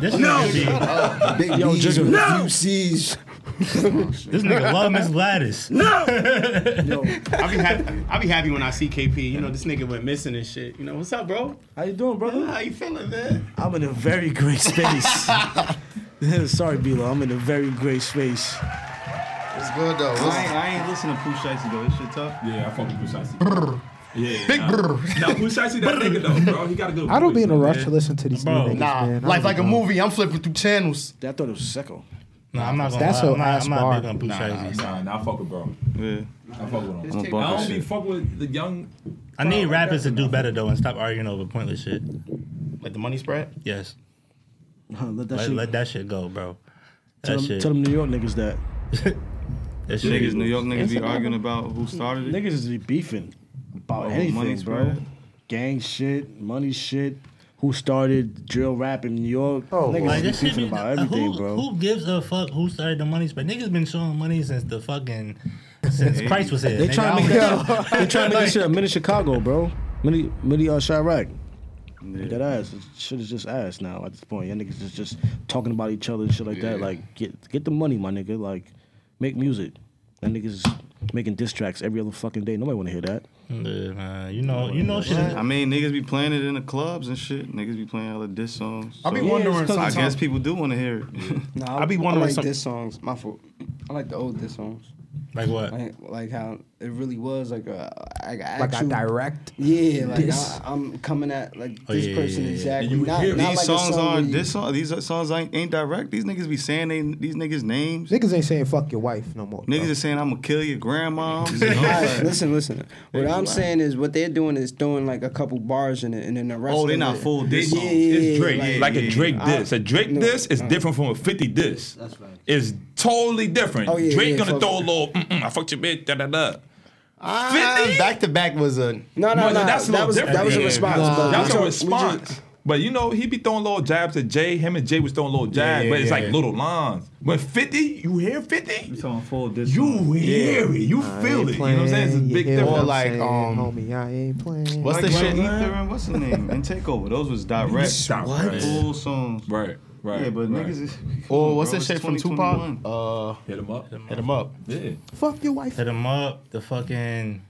Speaker 2: This nigga, be-
Speaker 6: Big
Speaker 4: Yo,
Speaker 6: B's
Speaker 4: Jigga.
Speaker 6: with
Speaker 11: No.
Speaker 6: few C's.
Speaker 2: this nigga love Miss Gladys.
Speaker 1: I be happy. I be happy when I see KP. You know this nigga went missing and shit. You know what's up, bro?
Speaker 11: How you doing, brother?
Speaker 1: How you feeling, man?
Speaker 11: I'm in a very great space. *laughs* Sorry, Bilo. I'm in a very great space.
Speaker 1: It's good though.
Speaker 7: I ain't, I ain't listen to Pooh Shiesty though. This shit tough.
Speaker 3: Yeah, I fuck with Pooh Shiesty. Yeah, big nah. Nah, Pooh Shiesty that nigga though, bro. He got a good.
Speaker 8: I don't be
Speaker 3: voice,
Speaker 8: in a
Speaker 3: man.
Speaker 8: rush to listen to these
Speaker 2: Bro,
Speaker 8: new niggas,
Speaker 1: *laughs* Nah,
Speaker 8: man. I
Speaker 1: life
Speaker 8: don't
Speaker 1: like a
Speaker 8: know.
Speaker 1: movie. I'm flipping through channels.
Speaker 9: I thought it was Sicko.
Speaker 2: No, I'm not gonna.
Speaker 8: That's
Speaker 2: lie.
Speaker 8: a
Speaker 2: I'm not,
Speaker 8: ass
Speaker 2: I'm not
Speaker 8: bar.
Speaker 2: big on Pooh Shiesty.
Speaker 3: Nah, nah, I fuck with bro.
Speaker 7: Yeah.
Speaker 3: I
Speaker 7: I'm
Speaker 3: fuck with him.
Speaker 7: a
Speaker 3: I
Speaker 7: bunch
Speaker 3: don't be
Speaker 7: shit.
Speaker 3: fuck with the young.
Speaker 2: I need rappers to do better though and stop arguing over pointless shit.
Speaker 1: Like the money spread.
Speaker 2: Yes,
Speaker 11: Let that
Speaker 2: let,
Speaker 11: shit.
Speaker 2: let that shit go, bro. That
Speaker 11: tell, them,
Speaker 2: shit.
Speaker 11: tell them New York niggas that
Speaker 2: that shit.
Speaker 7: Niggas, New York niggas be arguing about who started it.
Speaker 11: niggas is be beefing about
Speaker 7: Oh,
Speaker 11: anything,
Speaker 7: money's
Speaker 11: bro.
Speaker 7: bad.
Speaker 11: Gang shit, money shit. Who started drill rap in New York?
Speaker 8: Oh,
Speaker 11: niggas
Speaker 2: Like
Speaker 11: be
Speaker 2: that shit
Speaker 11: beefing
Speaker 2: be,
Speaker 11: about everything,
Speaker 2: who,
Speaker 11: bro.
Speaker 2: who gives a fuck who started the money spread? Niggas been showing money since the fucking since Christ was here.
Speaker 11: They
Speaker 2: nigga.
Speaker 11: trying
Speaker 2: I
Speaker 11: to make
Speaker 2: was-
Speaker 11: that. they trying to make this shit a mini Chicago, bro. Mini, mini uh, Chirac. That ass. This Shit is just ass now at this point. Y'all niggas is just talking about each other and shit like that. Like get get the money, my nigga. Like make music. That niggas is making diss tracks every other fucking day. Nobody want to hear that.
Speaker 2: "Mm, Yeah, man, you know, you know shit.
Speaker 7: I mean, niggas be playing it in the clubs and shit. Niggas be playing hella diss songs.
Speaker 1: I be
Speaker 7: So,
Speaker 1: wondering
Speaker 7: I
Speaker 1: sometimes.
Speaker 7: guess people do want to hear it. *laughs*
Speaker 6: Nah,
Speaker 1: I be wondering
Speaker 6: I like
Speaker 1: some-
Speaker 6: diss songs. My fault. I like the old diss songs.
Speaker 2: Like what?
Speaker 6: Like, like how it really was like a like, a
Speaker 8: Like a
Speaker 6: actual-
Speaker 8: direct.
Speaker 6: Yeah, like
Speaker 8: diss.
Speaker 6: I, I'm coming at like
Speaker 2: Oh,
Speaker 6: this
Speaker 2: yeah,
Speaker 6: person
Speaker 2: yeah, yeah, yeah.
Speaker 6: exactly.
Speaker 3: You
Speaker 6: Not,
Speaker 3: hear
Speaker 6: not
Speaker 7: these
Speaker 6: like a
Speaker 7: songs
Speaker 6: song
Speaker 7: aren't
Speaker 6: where
Speaker 7: this song. These are- songs ain't, ain't direct. These niggas be saying they, these niggas names.
Speaker 8: Niggas ain't saying fuck your wife no more.
Speaker 7: Niggas is saying I'm gonna kill your grandma.
Speaker 6: All right, listen, listen. What I'm saying is, what they're doing is throwing like a couple bars in it, and then the rest.
Speaker 7: oh, they
Speaker 6: of
Speaker 7: not
Speaker 6: it-
Speaker 7: full diss
Speaker 6: Yeah,
Speaker 7: songs.
Speaker 6: yeah, yeah,
Speaker 3: It's Drake,
Speaker 6: like-
Speaker 3: like a
Speaker 7: yeah,
Speaker 3: Drake
Speaker 6: yeah.
Speaker 3: diss. A Drake
Speaker 6: No,
Speaker 3: diss is different from a Fifty diss. That's right. It's totally different.
Speaker 6: Oh, yeah,
Speaker 3: Drake
Speaker 6: yeah,
Speaker 3: gonna
Speaker 6: fuck.
Speaker 3: throw a little. Mm-mm, I fucked your bitch. Da da da.
Speaker 1: Ah, Back to back was a
Speaker 6: No, no,
Speaker 3: Well,
Speaker 6: no.
Speaker 3: that's
Speaker 6: that
Speaker 3: a little
Speaker 6: was that was a
Speaker 3: different.
Speaker 6: response. but
Speaker 3: That's
Speaker 6: we talk-
Speaker 3: a
Speaker 6: we
Speaker 3: response. But you know, he be throwing little jabs at Jay. Him and Jay was throwing little jabs,
Speaker 7: yeah,
Speaker 3: but it's
Speaker 7: yeah.
Speaker 3: like little lines. When 50, you hear 50?
Speaker 7: It's on full distance.
Speaker 3: You hear it. You feel it. You know what I'm saying? It's a big difference.
Speaker 1: Or like, um,
Speaker 8: homie, I ain't playing.
Speaker 1: What's
Speaker 7: like
Speaker 1: the
Speaker 7: Black
Speaker 1: shit?
Speaker 7: Ether and what's the name? And Takeover. Those was direct.
Speaker 3: Stop. Right.
Speaker 7: Full songs.
Speaker 3: Right. Right.
Speaker 7: Yeah, but
Speaker 3: right.
Speaker 7: niggas is.
Speaker 1: Or Oh, what's
Speaker 7: Bro,
Speaker 1: that
Speaker 7: it's
Speaker 1: shit from Tupac?
Speaker 7: 2021.
Speaker 1: Uh,
Speaker 3: Hit him up.
Speaker 1: hit him up.
Speaker 3: Yeah.
Speaker 8: Fuck your wife.
Speaker 2: Hit him up. The fucking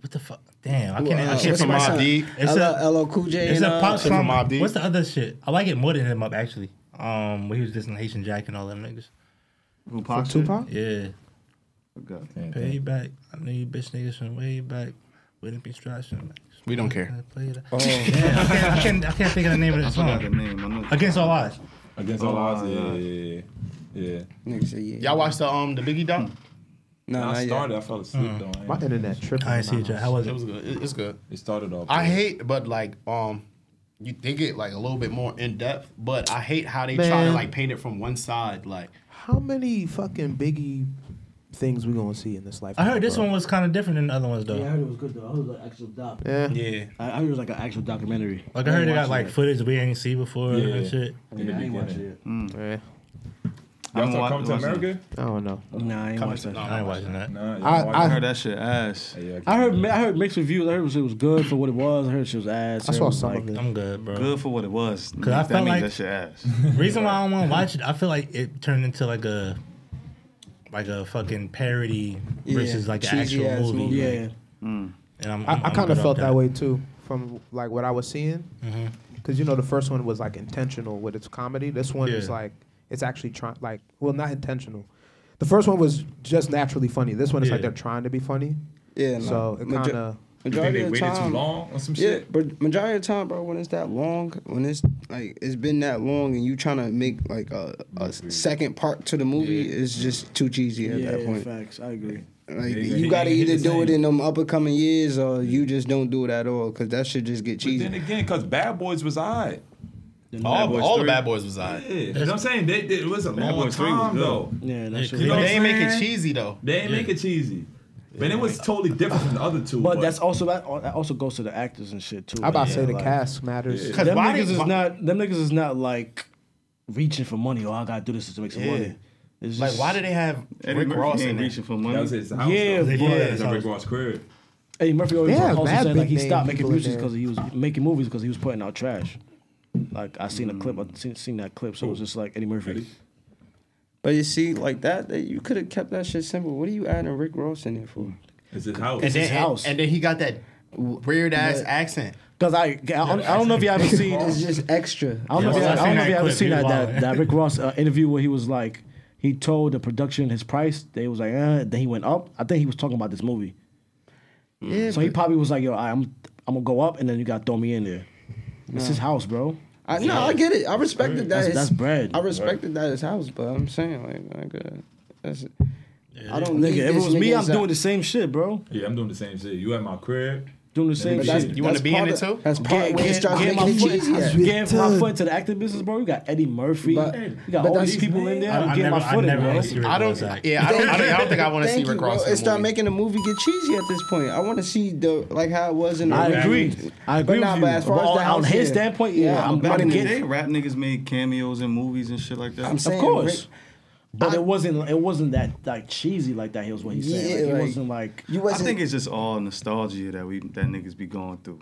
Speaker 2: what the fuck? Damn, I can't.
Speaker 6: Well,
Speaker 2: I
Speaker 6: uh,
Speaker 2: can't
Speaker 1: Shit from
Speaker 2: remember.
Speaker 1: Mob Deep.
Speaker 2: It's a-
Speaker 6: LL, LL Cool J.
Speaker 2: It's
Speaker 6: and,
Speaker 2: a
Speaker 6: uh,
Speaker 2: pop
Speaker 1: Shit from
Speaker 2: song.
Speaker 1: Mob Deep.
Speaker 2: What's the other shit? I like it more than hit him up actually. Um, when he was dissing Haitian Jack and all them niggas.
Speaker 7: Who
Speaker 8: From
Speaker 7: Pac shit?
Speaker 8: Tupac?
Speaker 2: Yeah.
Speaker 7: Forgot.
Speaker 2: Payback. I knew you bitch niggas from way back. Wouldn't be stressing.
Speaker 1: We don't care.
Speaker 2: Oh. Yeah, I, can't, I, can't, I can't think of the name of the
Speaker 7: I forgot the
Speaker 2: song.
Speaker 7: name. I know.
Speaker 2: Against All Odds.
Speaker 3: Against
Speaker 7: Oh,
Speaker 3: all odds. Yeah. Yeah. Yeah. yeah.
Speaker 6: Niggas say, yeah.
Speaker 1: Y'all watched the um the Biggie doc?
Speaker 6: No,
Speaker 3: When
Speaker 6: not
Speaker 3: I
Speaker 6: yet.
Speaker 3: started. I fell asleep though.
Speaker 8: My internet tripping.
Speaker 2: I didn't see it. Jack. How was
Speaker 1: It
Speaker 2: it?
Speaker 1: was good. It- It's good.
Speaker 3: It started off.
Speaker 1: I hate, but like um, you they get like a little bit more in depth. But I hate how they try to
Speaker 8: Man.
Speaker 1: like paint it from one side. Like
Speaker 8: How many fucking Biggie things we gonna see in this life?
Speaker 2: I heard this one was kind of different than the other ones though.
Speaker 9: Yeah, I heard it was good though. I heard it was like actual doc.
Speaker 8: Yeah.
Speaker 1: yeah,
Speaker 9: I I heard it was like an actual documentary.
Speaker 2: Like I heard they
Speaker 9: didn't
Speaker 2: got
Speaker 9: watch it
Speaker 2: like
Speaker 9: yet.
Speaker 2: footage we ain't see before
Speaker 3: Yeah.
Speaker 2: and shit.
Speaker 3: In the
Speaker 9: Yeah, I ain't watch
Speaker 3: beginning.
Speaker 9: it
Speaker 8: Yeah.
Speaker 3: Y'all
Speaker 7: I'm
Speaker 3: still
Speaker 7: wa-
Speaker 3: coming to
Speaker 7: watching-
Speaker 3: America?
Speaker 8: I don't know.
Speaker 9: yet. Nah, I ain't watched that.
Speaker 2: I ain't watching that.
Speaker 3: Nah. you
Speaker 8: I- I-
Speaker 7: I
Speaker 3: don't watch
Speaker 7: heard that shit ass.
Speaker 3: it? Yeah,
Speaker 9: I
Speaker 3: can't
Speaker 9: heard
Speaker 3: do
Speaker 9: ma-
Speaker 3: that.
Speaker 9: I heard mixed reviews. I heard it was good for what it was. I heard it was ass.
Speaker 8: I
Speaker 9: heard it
Speaker 8: saw
Speaker 9: was,
Speaker 8: some
Speaker 9: like,
Speaker 8: of it.
Speaker 2: I'm good, bro.
Speaker 7: Good for what it was.
Speaker 2: I
Speaker 7: That
Speaker 2: felt
Speaker 7: means
Speaker 2: like-
Speaker 7: that
Speaker 8: *laughs*
Speaker 7: shit ass.
Speaker 2: Reason why I don't want to watch it, I feel like it turned into like a like a fucking parody versus like an
Speaker 6: cheesy
Speaker 2: actual
Speaker 6: ass
Speaker 2: movie.
Speaker 6: movie.
Speaker 2: like,
Speaker 9: Yeah.
Speaker 2: and I'm, I'm,
Speaker 8: I, I
Speaker 2: I'm
Speaker 8: kind
Speaker 2: good
Speaker 8: of
Speaker 2: off
Speaker 8: felt that way too from like what I was seeing, because you know the first one was like intentional with its comedy. This one is
Speaker 2: Yeah.
Speaker 8: like it's actually trying like well not intentional. The first one was just naturally funny. This one is like
Speaker 2: Yeah.
Speaker 8: they're trying to be funny.
Speaker 6: Yeah. no.
Speaker 8: So it
Speaker 6: Majo-
Speaker 8: kind of
Speaker 3: You think
Speaker 6: Majority
Speaker 3: they
Speaker 6: of the
Speaker 3: waited too
Speaker 6: time.
Speaker 3: long on some
Speaker 6: Yeah,
Speaker 3: shit?
Speaker 6: but majority of the time, bro, when it's that long, when it's like it's been that long, and you trying to make like a, a second part to the movie, it's just too cheesy at
Speaker 9: Yeah,
Speaker 6: that point.
Speaker 9: facts. I agree.
Speaker 6: Like
Speaker 3: Yeah,
Speaker 6: you
Speaker 3: yeah,
Speaker 6: got to
Speaker 3: yeah,
Speaker 6: either
Speaker 3: it's
Speaker 6: do it
Speaker 3: like-
Speaker 6: in them up and coming years, or you just don't do it at all, because that should just get
Speaker 3: But
Speaker 6: cheesy.
Speaker 3: then again, because Bad Boys was alright.
Speaker 1: all,
Speaker 7: Boys
Speaker 1: all the
Speaker 7: three.
Speaker 1: Bad Boys was alright.
Speaker 3: Yeah, that's what I'm saying. They, they, it was a
Speaker 7: Bad
Speaker 3: long
Speaker 7: Boys 3 was
Speaker 3: time
Speaker 7: good.
Speaker 3: though.
Speaker 9: Yeah, that's
Speaker 2: Yeah,
Speaker 9: true.
Speaker 3: You know what
Speaker 1: They
Speaker 3: I'm
Speaker 1: ain't make it
Speaker 3: saying?
Speaker 1: cheesy though.
Speaker 3: They ain't make it cheesy, but it was totally different from the other two.
Speaker 9: But that's also that al- that also goes to the actors and shit too.
Speaker 8: I about to say
Speaker 9: Yeah,
Speaker 8: the
Speaker 9: like,
Speaker 8: cast matters.
Speaker 1: Yeah.
Speaker 9: Them
Speaker 1: Why
Speaker 9: niggas
Speaker 1: they-
Speaker 9: is
Speaker 1: why-
Speaker 9: not them niggas is not like reaching for money. Oh, I gotta do this to make some
Speaker 1: Yeah.
Speaker 9: money.
Speaker 1: *laughs*
Speaker 9: It's
Speaker 1: Like
Speaker 9: just-
Speaker 1: why did they have
Speaker 7: Eddie
Speaker 1: Rick
Speaker 7: Murphy
Speaker 1: Ross in
Speaker 7: ain't
Speaker 1: there?
Speaker 7: reaching for money.
Speaker 3: that was his house.
Speaker 9: Yeah,
Speaker 3: though.
Speaker 9: but-
Speaker 3: yeah, it was
Speaker 2: Yeah.
Speaker 3: Rick Ross' crib.
Speaker 9: Eddie Murphy always
Speaker 8: Yeah,
Speaker 9: also
Speaker 8: mad
Speaker 9: said like
Speaker 8: big
Speaker 9: he
Speaker 8: name
Speaker 9: stopped making
Speaker 8: people in
Speaker 9: music
Speaker 8: there.
Speaker 9: because he was making movies because he was putting out trash. Like I seen a clip, I seen, seen that clip,
Speaker 1: Hmm.
Speaker 9: so it was just like Eddie Murphy.
Speaker 6: But you see, like that, that you could have kept that shit simple. What are you adding Rick Ross in there for?
Speaker 3: It's his house.
Speaker 1: And
Speaker 9: his
Speaker 1: then
Speaker 9: house.
Speaker 1: and then he got that weird ass
Speaker 6: Yeah.
Speaker 1: accent.
Speaker 9: Cause I, I, don't, I don't know if y'all ever seen.
Speaker 1: Oh.
Speaker 6: It's just extra.
Speaker 9: I don't know if
Speaker 2: Yeah,
Speaker 9: y'all,
Speaker 2: I seen
Speaker 9: I don't know
Speaker 2: that
Speaker 9: if y'all ever
Speaker 2: clip.
Speaker 9: seen
Speaker 2: He
Speaker 9: that, that
Speaker 2: wild.
Speaker 9: that Rick Ross uh, interview where he was like, he told the production his price. They was like, uh, then he went up. I think he was talking about this movie.
Speaker 6: Yeah,
Speaker 9: So he probably was like, yo, I, I'm I'm gonna go up, and then you gotta throw me in there. It's his house, bro.
Speaker 6: I, no, I get it. I respected that.
Speaker 9: That's-
Speaker 6: his-
Speaker 9: that's bread.
Speaker 6: I respected that his house, but I'm saying like, like uh, that's. I don't.
Speaker 9: Nigga,
Speaker 6: need
Speaker 9: if it
Speaker 6: this
Speaker 9: was me,
Speaker 6: nigga
Speaker 9: I'm
Speaker 6: inside-
Speaker 9: doing the same shit, bro.
Speaker 3: yeah, I'm doing the same shit. You at my crib.
Speaker 9: Doing the same
Speaker 6: But
Speaker 9: shit.
Speaker 6: that's-
Speaker 1: You wanna
Speaker 6: that's
Speaker 1: be in
Speaker 6: part
Speaker 1: it,
Speaker 6: of-
Speaker 1: too?
Speaker 6: That's part where it starts
Speaker 9: Get
Speaker 6: making
Speaker 9: my
Speaker 6: it
Speaker 9: foot,
Speaker 6: cheesy. at.
Speaker 9: get my foot to the acting business, bro. You got Eddie Murphy.
Speaker 6: But-
Speaker 9: you got
Speaker 6: but
Speaker 9: all
Speaker 6: that's-
Speaker 9: these people in there.
Speaker 2: I,
Speaker 9: I'm
Speaker 2: I
Speaker 9: getting
Speaker 2: never,
Speaker 9: my foot
Speaker 2: I
Speaker 9: in,
Speaker 2: never
Speaker 9: bro.
Speaker 2: wanna see Rick
Speaker 1: I don't.
Speaker 2: Ross act.
Speaker 1: Yeah, I don't. I don't, I don't think I want to see
Speaker 6: Thank you,
Speaker 1: Rick
Speaker 6: bro.
Speaker 1: Ross. in
Speaker 6: It's
Speaker 1: the
Speaker 6: not
Speaker 1: movie.
Speaker 6: making the movie get cheesy at this point. I want to see the like how it was in the.
Speaker 9: I
Speaker 6: original.
Speaker 9: agree.
Speaker 6: But
Speaker 9: I agree
Speaker 6: nah,
Speaker 9: with
Speaker 6: but
Speaker 9: you.
Speaker 6: as far
Speaker 9: But
Speaker 6: as
Speaker 9: on-
Speaker 6: the house,
Speaker 9: on his
Speaker 6: yeah.
Speaker 9: standpoint, yeah, I'm-
Speaker 7: Back
Speaker 9: I'm
Speaker 7: in the
Speaker 9: getting-
Speaker 7: day, rap niggas made cameos in movies and shit like that.
Speaker 6: I'm saying-
Speaker 9: Of course.
Speaker 6: Rick-
Speaker 9: but
Speaker 6: I-
Speaker 9: it wasn't it wasn't that like cheesy like that. He was what he's saying.
Speaker 6: Yeah,
Speaker 9: Like,
Speaker 6: like-
Speaker 9: it wasn't like
Speaker 6: You
Speaker 7: I
Speaker 6: wasn't.
Speaker 7: think it's just all nostalgia that we that niggas be going through.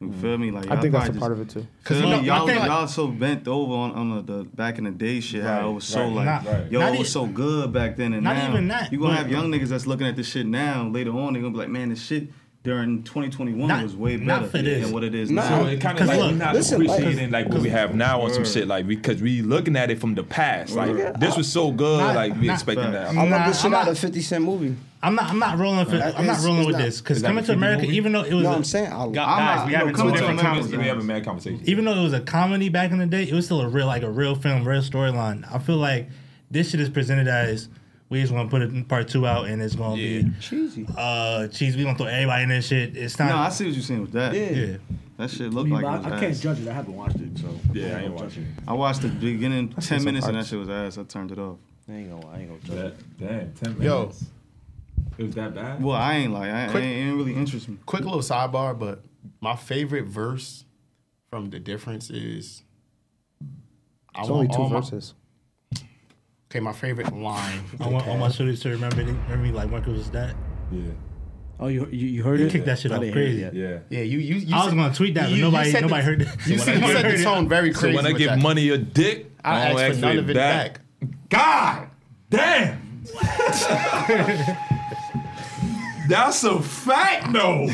Speaker 7: You feel me? Like
Speaker 8: Mm. I think that's a
Speaker 7: probably
Speaker 8: part of
Speaker 7: just-
Speaker 8: it too.
Speaker 7: Cause
Speaker 1: you know, I
Speaker 7: y'all,
Speaker 1: think, like-
Speaker 7: y'all so bent over on, on the, the back in the day shit. how it was so
Speaker 3: right,
Speaker 7: like,
Speaker 2: not- right.
Speaker 7: yo,
Speaker 2: Not
Speaker 7: it was
Speaker 2: e-
Speaker 7: so good back then, and
Speaker 2: not
Speaker 7: now
Speaker 2: even that,
Speaker 7: you gonna
Speaker 2: but-
Speaker 7: have young niggas that's looking at this shit now. Later on, they gonna be like, man, this shit during 2021
Speaker 2: Not-
Speaker 7: was way
Speaker 2: not
Speaker 7: better
Speaker 2: for this.
Speaker 7: than what it is
Speaker 6: Nah.
Speaker 7: now.
Speaker 1: Uh,
Speaker 3: So it kind
Speaker 2: 'Cause
Speaker 3: of like
Speaker 2: look,
Speaker 3: we're not
Speaker 6: listen, like-
Speaker 3: appreciating like what we have now on some shit like because we looking at it from the past. Like
Speaker 6: Nigga,
Speaker 3: this was so good.
Speaker 2: not-
Speaker 3: like we
Speaker 2: not-
Speaker 3: expecting that.
Speaker 6: I want
Speaker 2: Nah,
Speaker 6: this shit
Speaker 2: I'm
Speaker 6: out
Speaker 2: not-
Speaker 6: of Fifty Cent movie.
Speaker 2: I'm not. I'm not rolling. For, I'm not
Speaker 6: It's-
Speaker 2: rolling
Speaker 6: it's
Speaker 2: with
Speaker 6: not-
Speaker 2: this because
Speaker 3: Is that
Speaker 2: coming
Speaker 3: a
Speaker 2: to
Speaker 3: 50
Speaker 2: America,
Speaker 3: movie?
Speaker 2: even though it was,
Speaker 6: No,
Speaker 2: a-
Speaker 6: I'm saying I.
Speaker 3: guys,
Speaker 7: not-
Speaker 3: we
Speaker 7: no,
Speaker 3: having two
Speaker 7: come to
Speaker 3: different
Speaker 7: America,
Speaker 3: conversations. We
Speaker 7: guys.
Speaker 3: having mad conversations.
Speaker 2: even though it was a comedy back in the day, it was still a real, like a real film, real storyline. I feel like this shit is presented as we just want to put it in part two out, and it's gonna
Speaker 3: Yeah.
Speaker 2: be
Speaker 6: cheesy.
Speaker 2: uh, cheese. We gonna throw everybody in this shit. It's not.
Speaker 7: No, I see what you're saying with that.
Speaker 9: Yeah.
Speaker 2: yeah.
Speaker 7: That
Speaker 9: I,
Speaker 7: shit looked
Speaker 9: mean,
Speaker 7: like
Speaker 9: I,
Speaker 7: it was
Speaker 9: I can't
Speaker 7: ass.
Speaker 9: judge it. I haven't watched it, so
Speaker 3: Yeah, I ain't
Speaker 9: gonna judge
Speaker 3: watching.
Speaker 7: I watched the beginning
Speaker 8: seen
Speaker 7: ten
Speaker 8: some
Speaker 7: minutes and that
Speaker 8: parts.
Speaker 7: shit was ass. I turned it off.
Speaker 9: it. I ain't gonna. I ain't gonna judge
Speaker 3: That, damn, ten minutes.
Speaker 1: Yo.
Speaker 3: It was that bad?
Speaker 7: Well, I ain't like I, it ain't really interest me.
Speaker 1: Quick little sidebar, but my favorite verse from The Difference is.
Speaker 8: It's only two
Speaker 1: all my-
Speaker 8: verses.
Speaker 1: okay, my favorite line.
Speaker 2: I want all my students to remember, it- remember me like Michael was that.
Speaker 3: Yeah.
Speaker 11: Oh, you you, you heard
Speaker 2: You
Speaker 11: it?
Speaker 2: kicked that shit
Speaker 11: I
Speaker 2: off
Speaker 11: didn't hear
Speaker 2: crazy.
Speaker 11: it yet.
Speaker 3: Yeah.
Speaker 1: Yeah, you you. you
Speaker 2: I was
Speaker 1: said-
Speaker 2: gonna tweet that, but
Speaker 1: you- you
Speaker 2: nobody-
Speaker 1: said the-
Speaker 2: nobody heard that.
Speaker 1: You,
Speaker 2: So
Speaker 1: said,
Speaker 2: *laughs* when I
Speaker 1: you
Speaker 2: heard
Speaker 1: said
Speaker 2: it-
Speaker 1: the tone very
Speaker 3: So
Speaker 1: crazy.
Speaker 3: when I
Speaker 1: with
Speaker 3: give
Speaker 1: that.
Speaker 3: money or dick,
Speaker 1: I
Speaker 3: I, don't
Speaker 1: ask
Speaker 3: ask
Speaker 1: for none
Speaker 3: it
Speaker 1: of it
Speaker 3: back. God
Speaker 1: *laughs*
Speaker 3: damn. That's a
Speaker 1: *laughs*
Speaker 3: fact, though.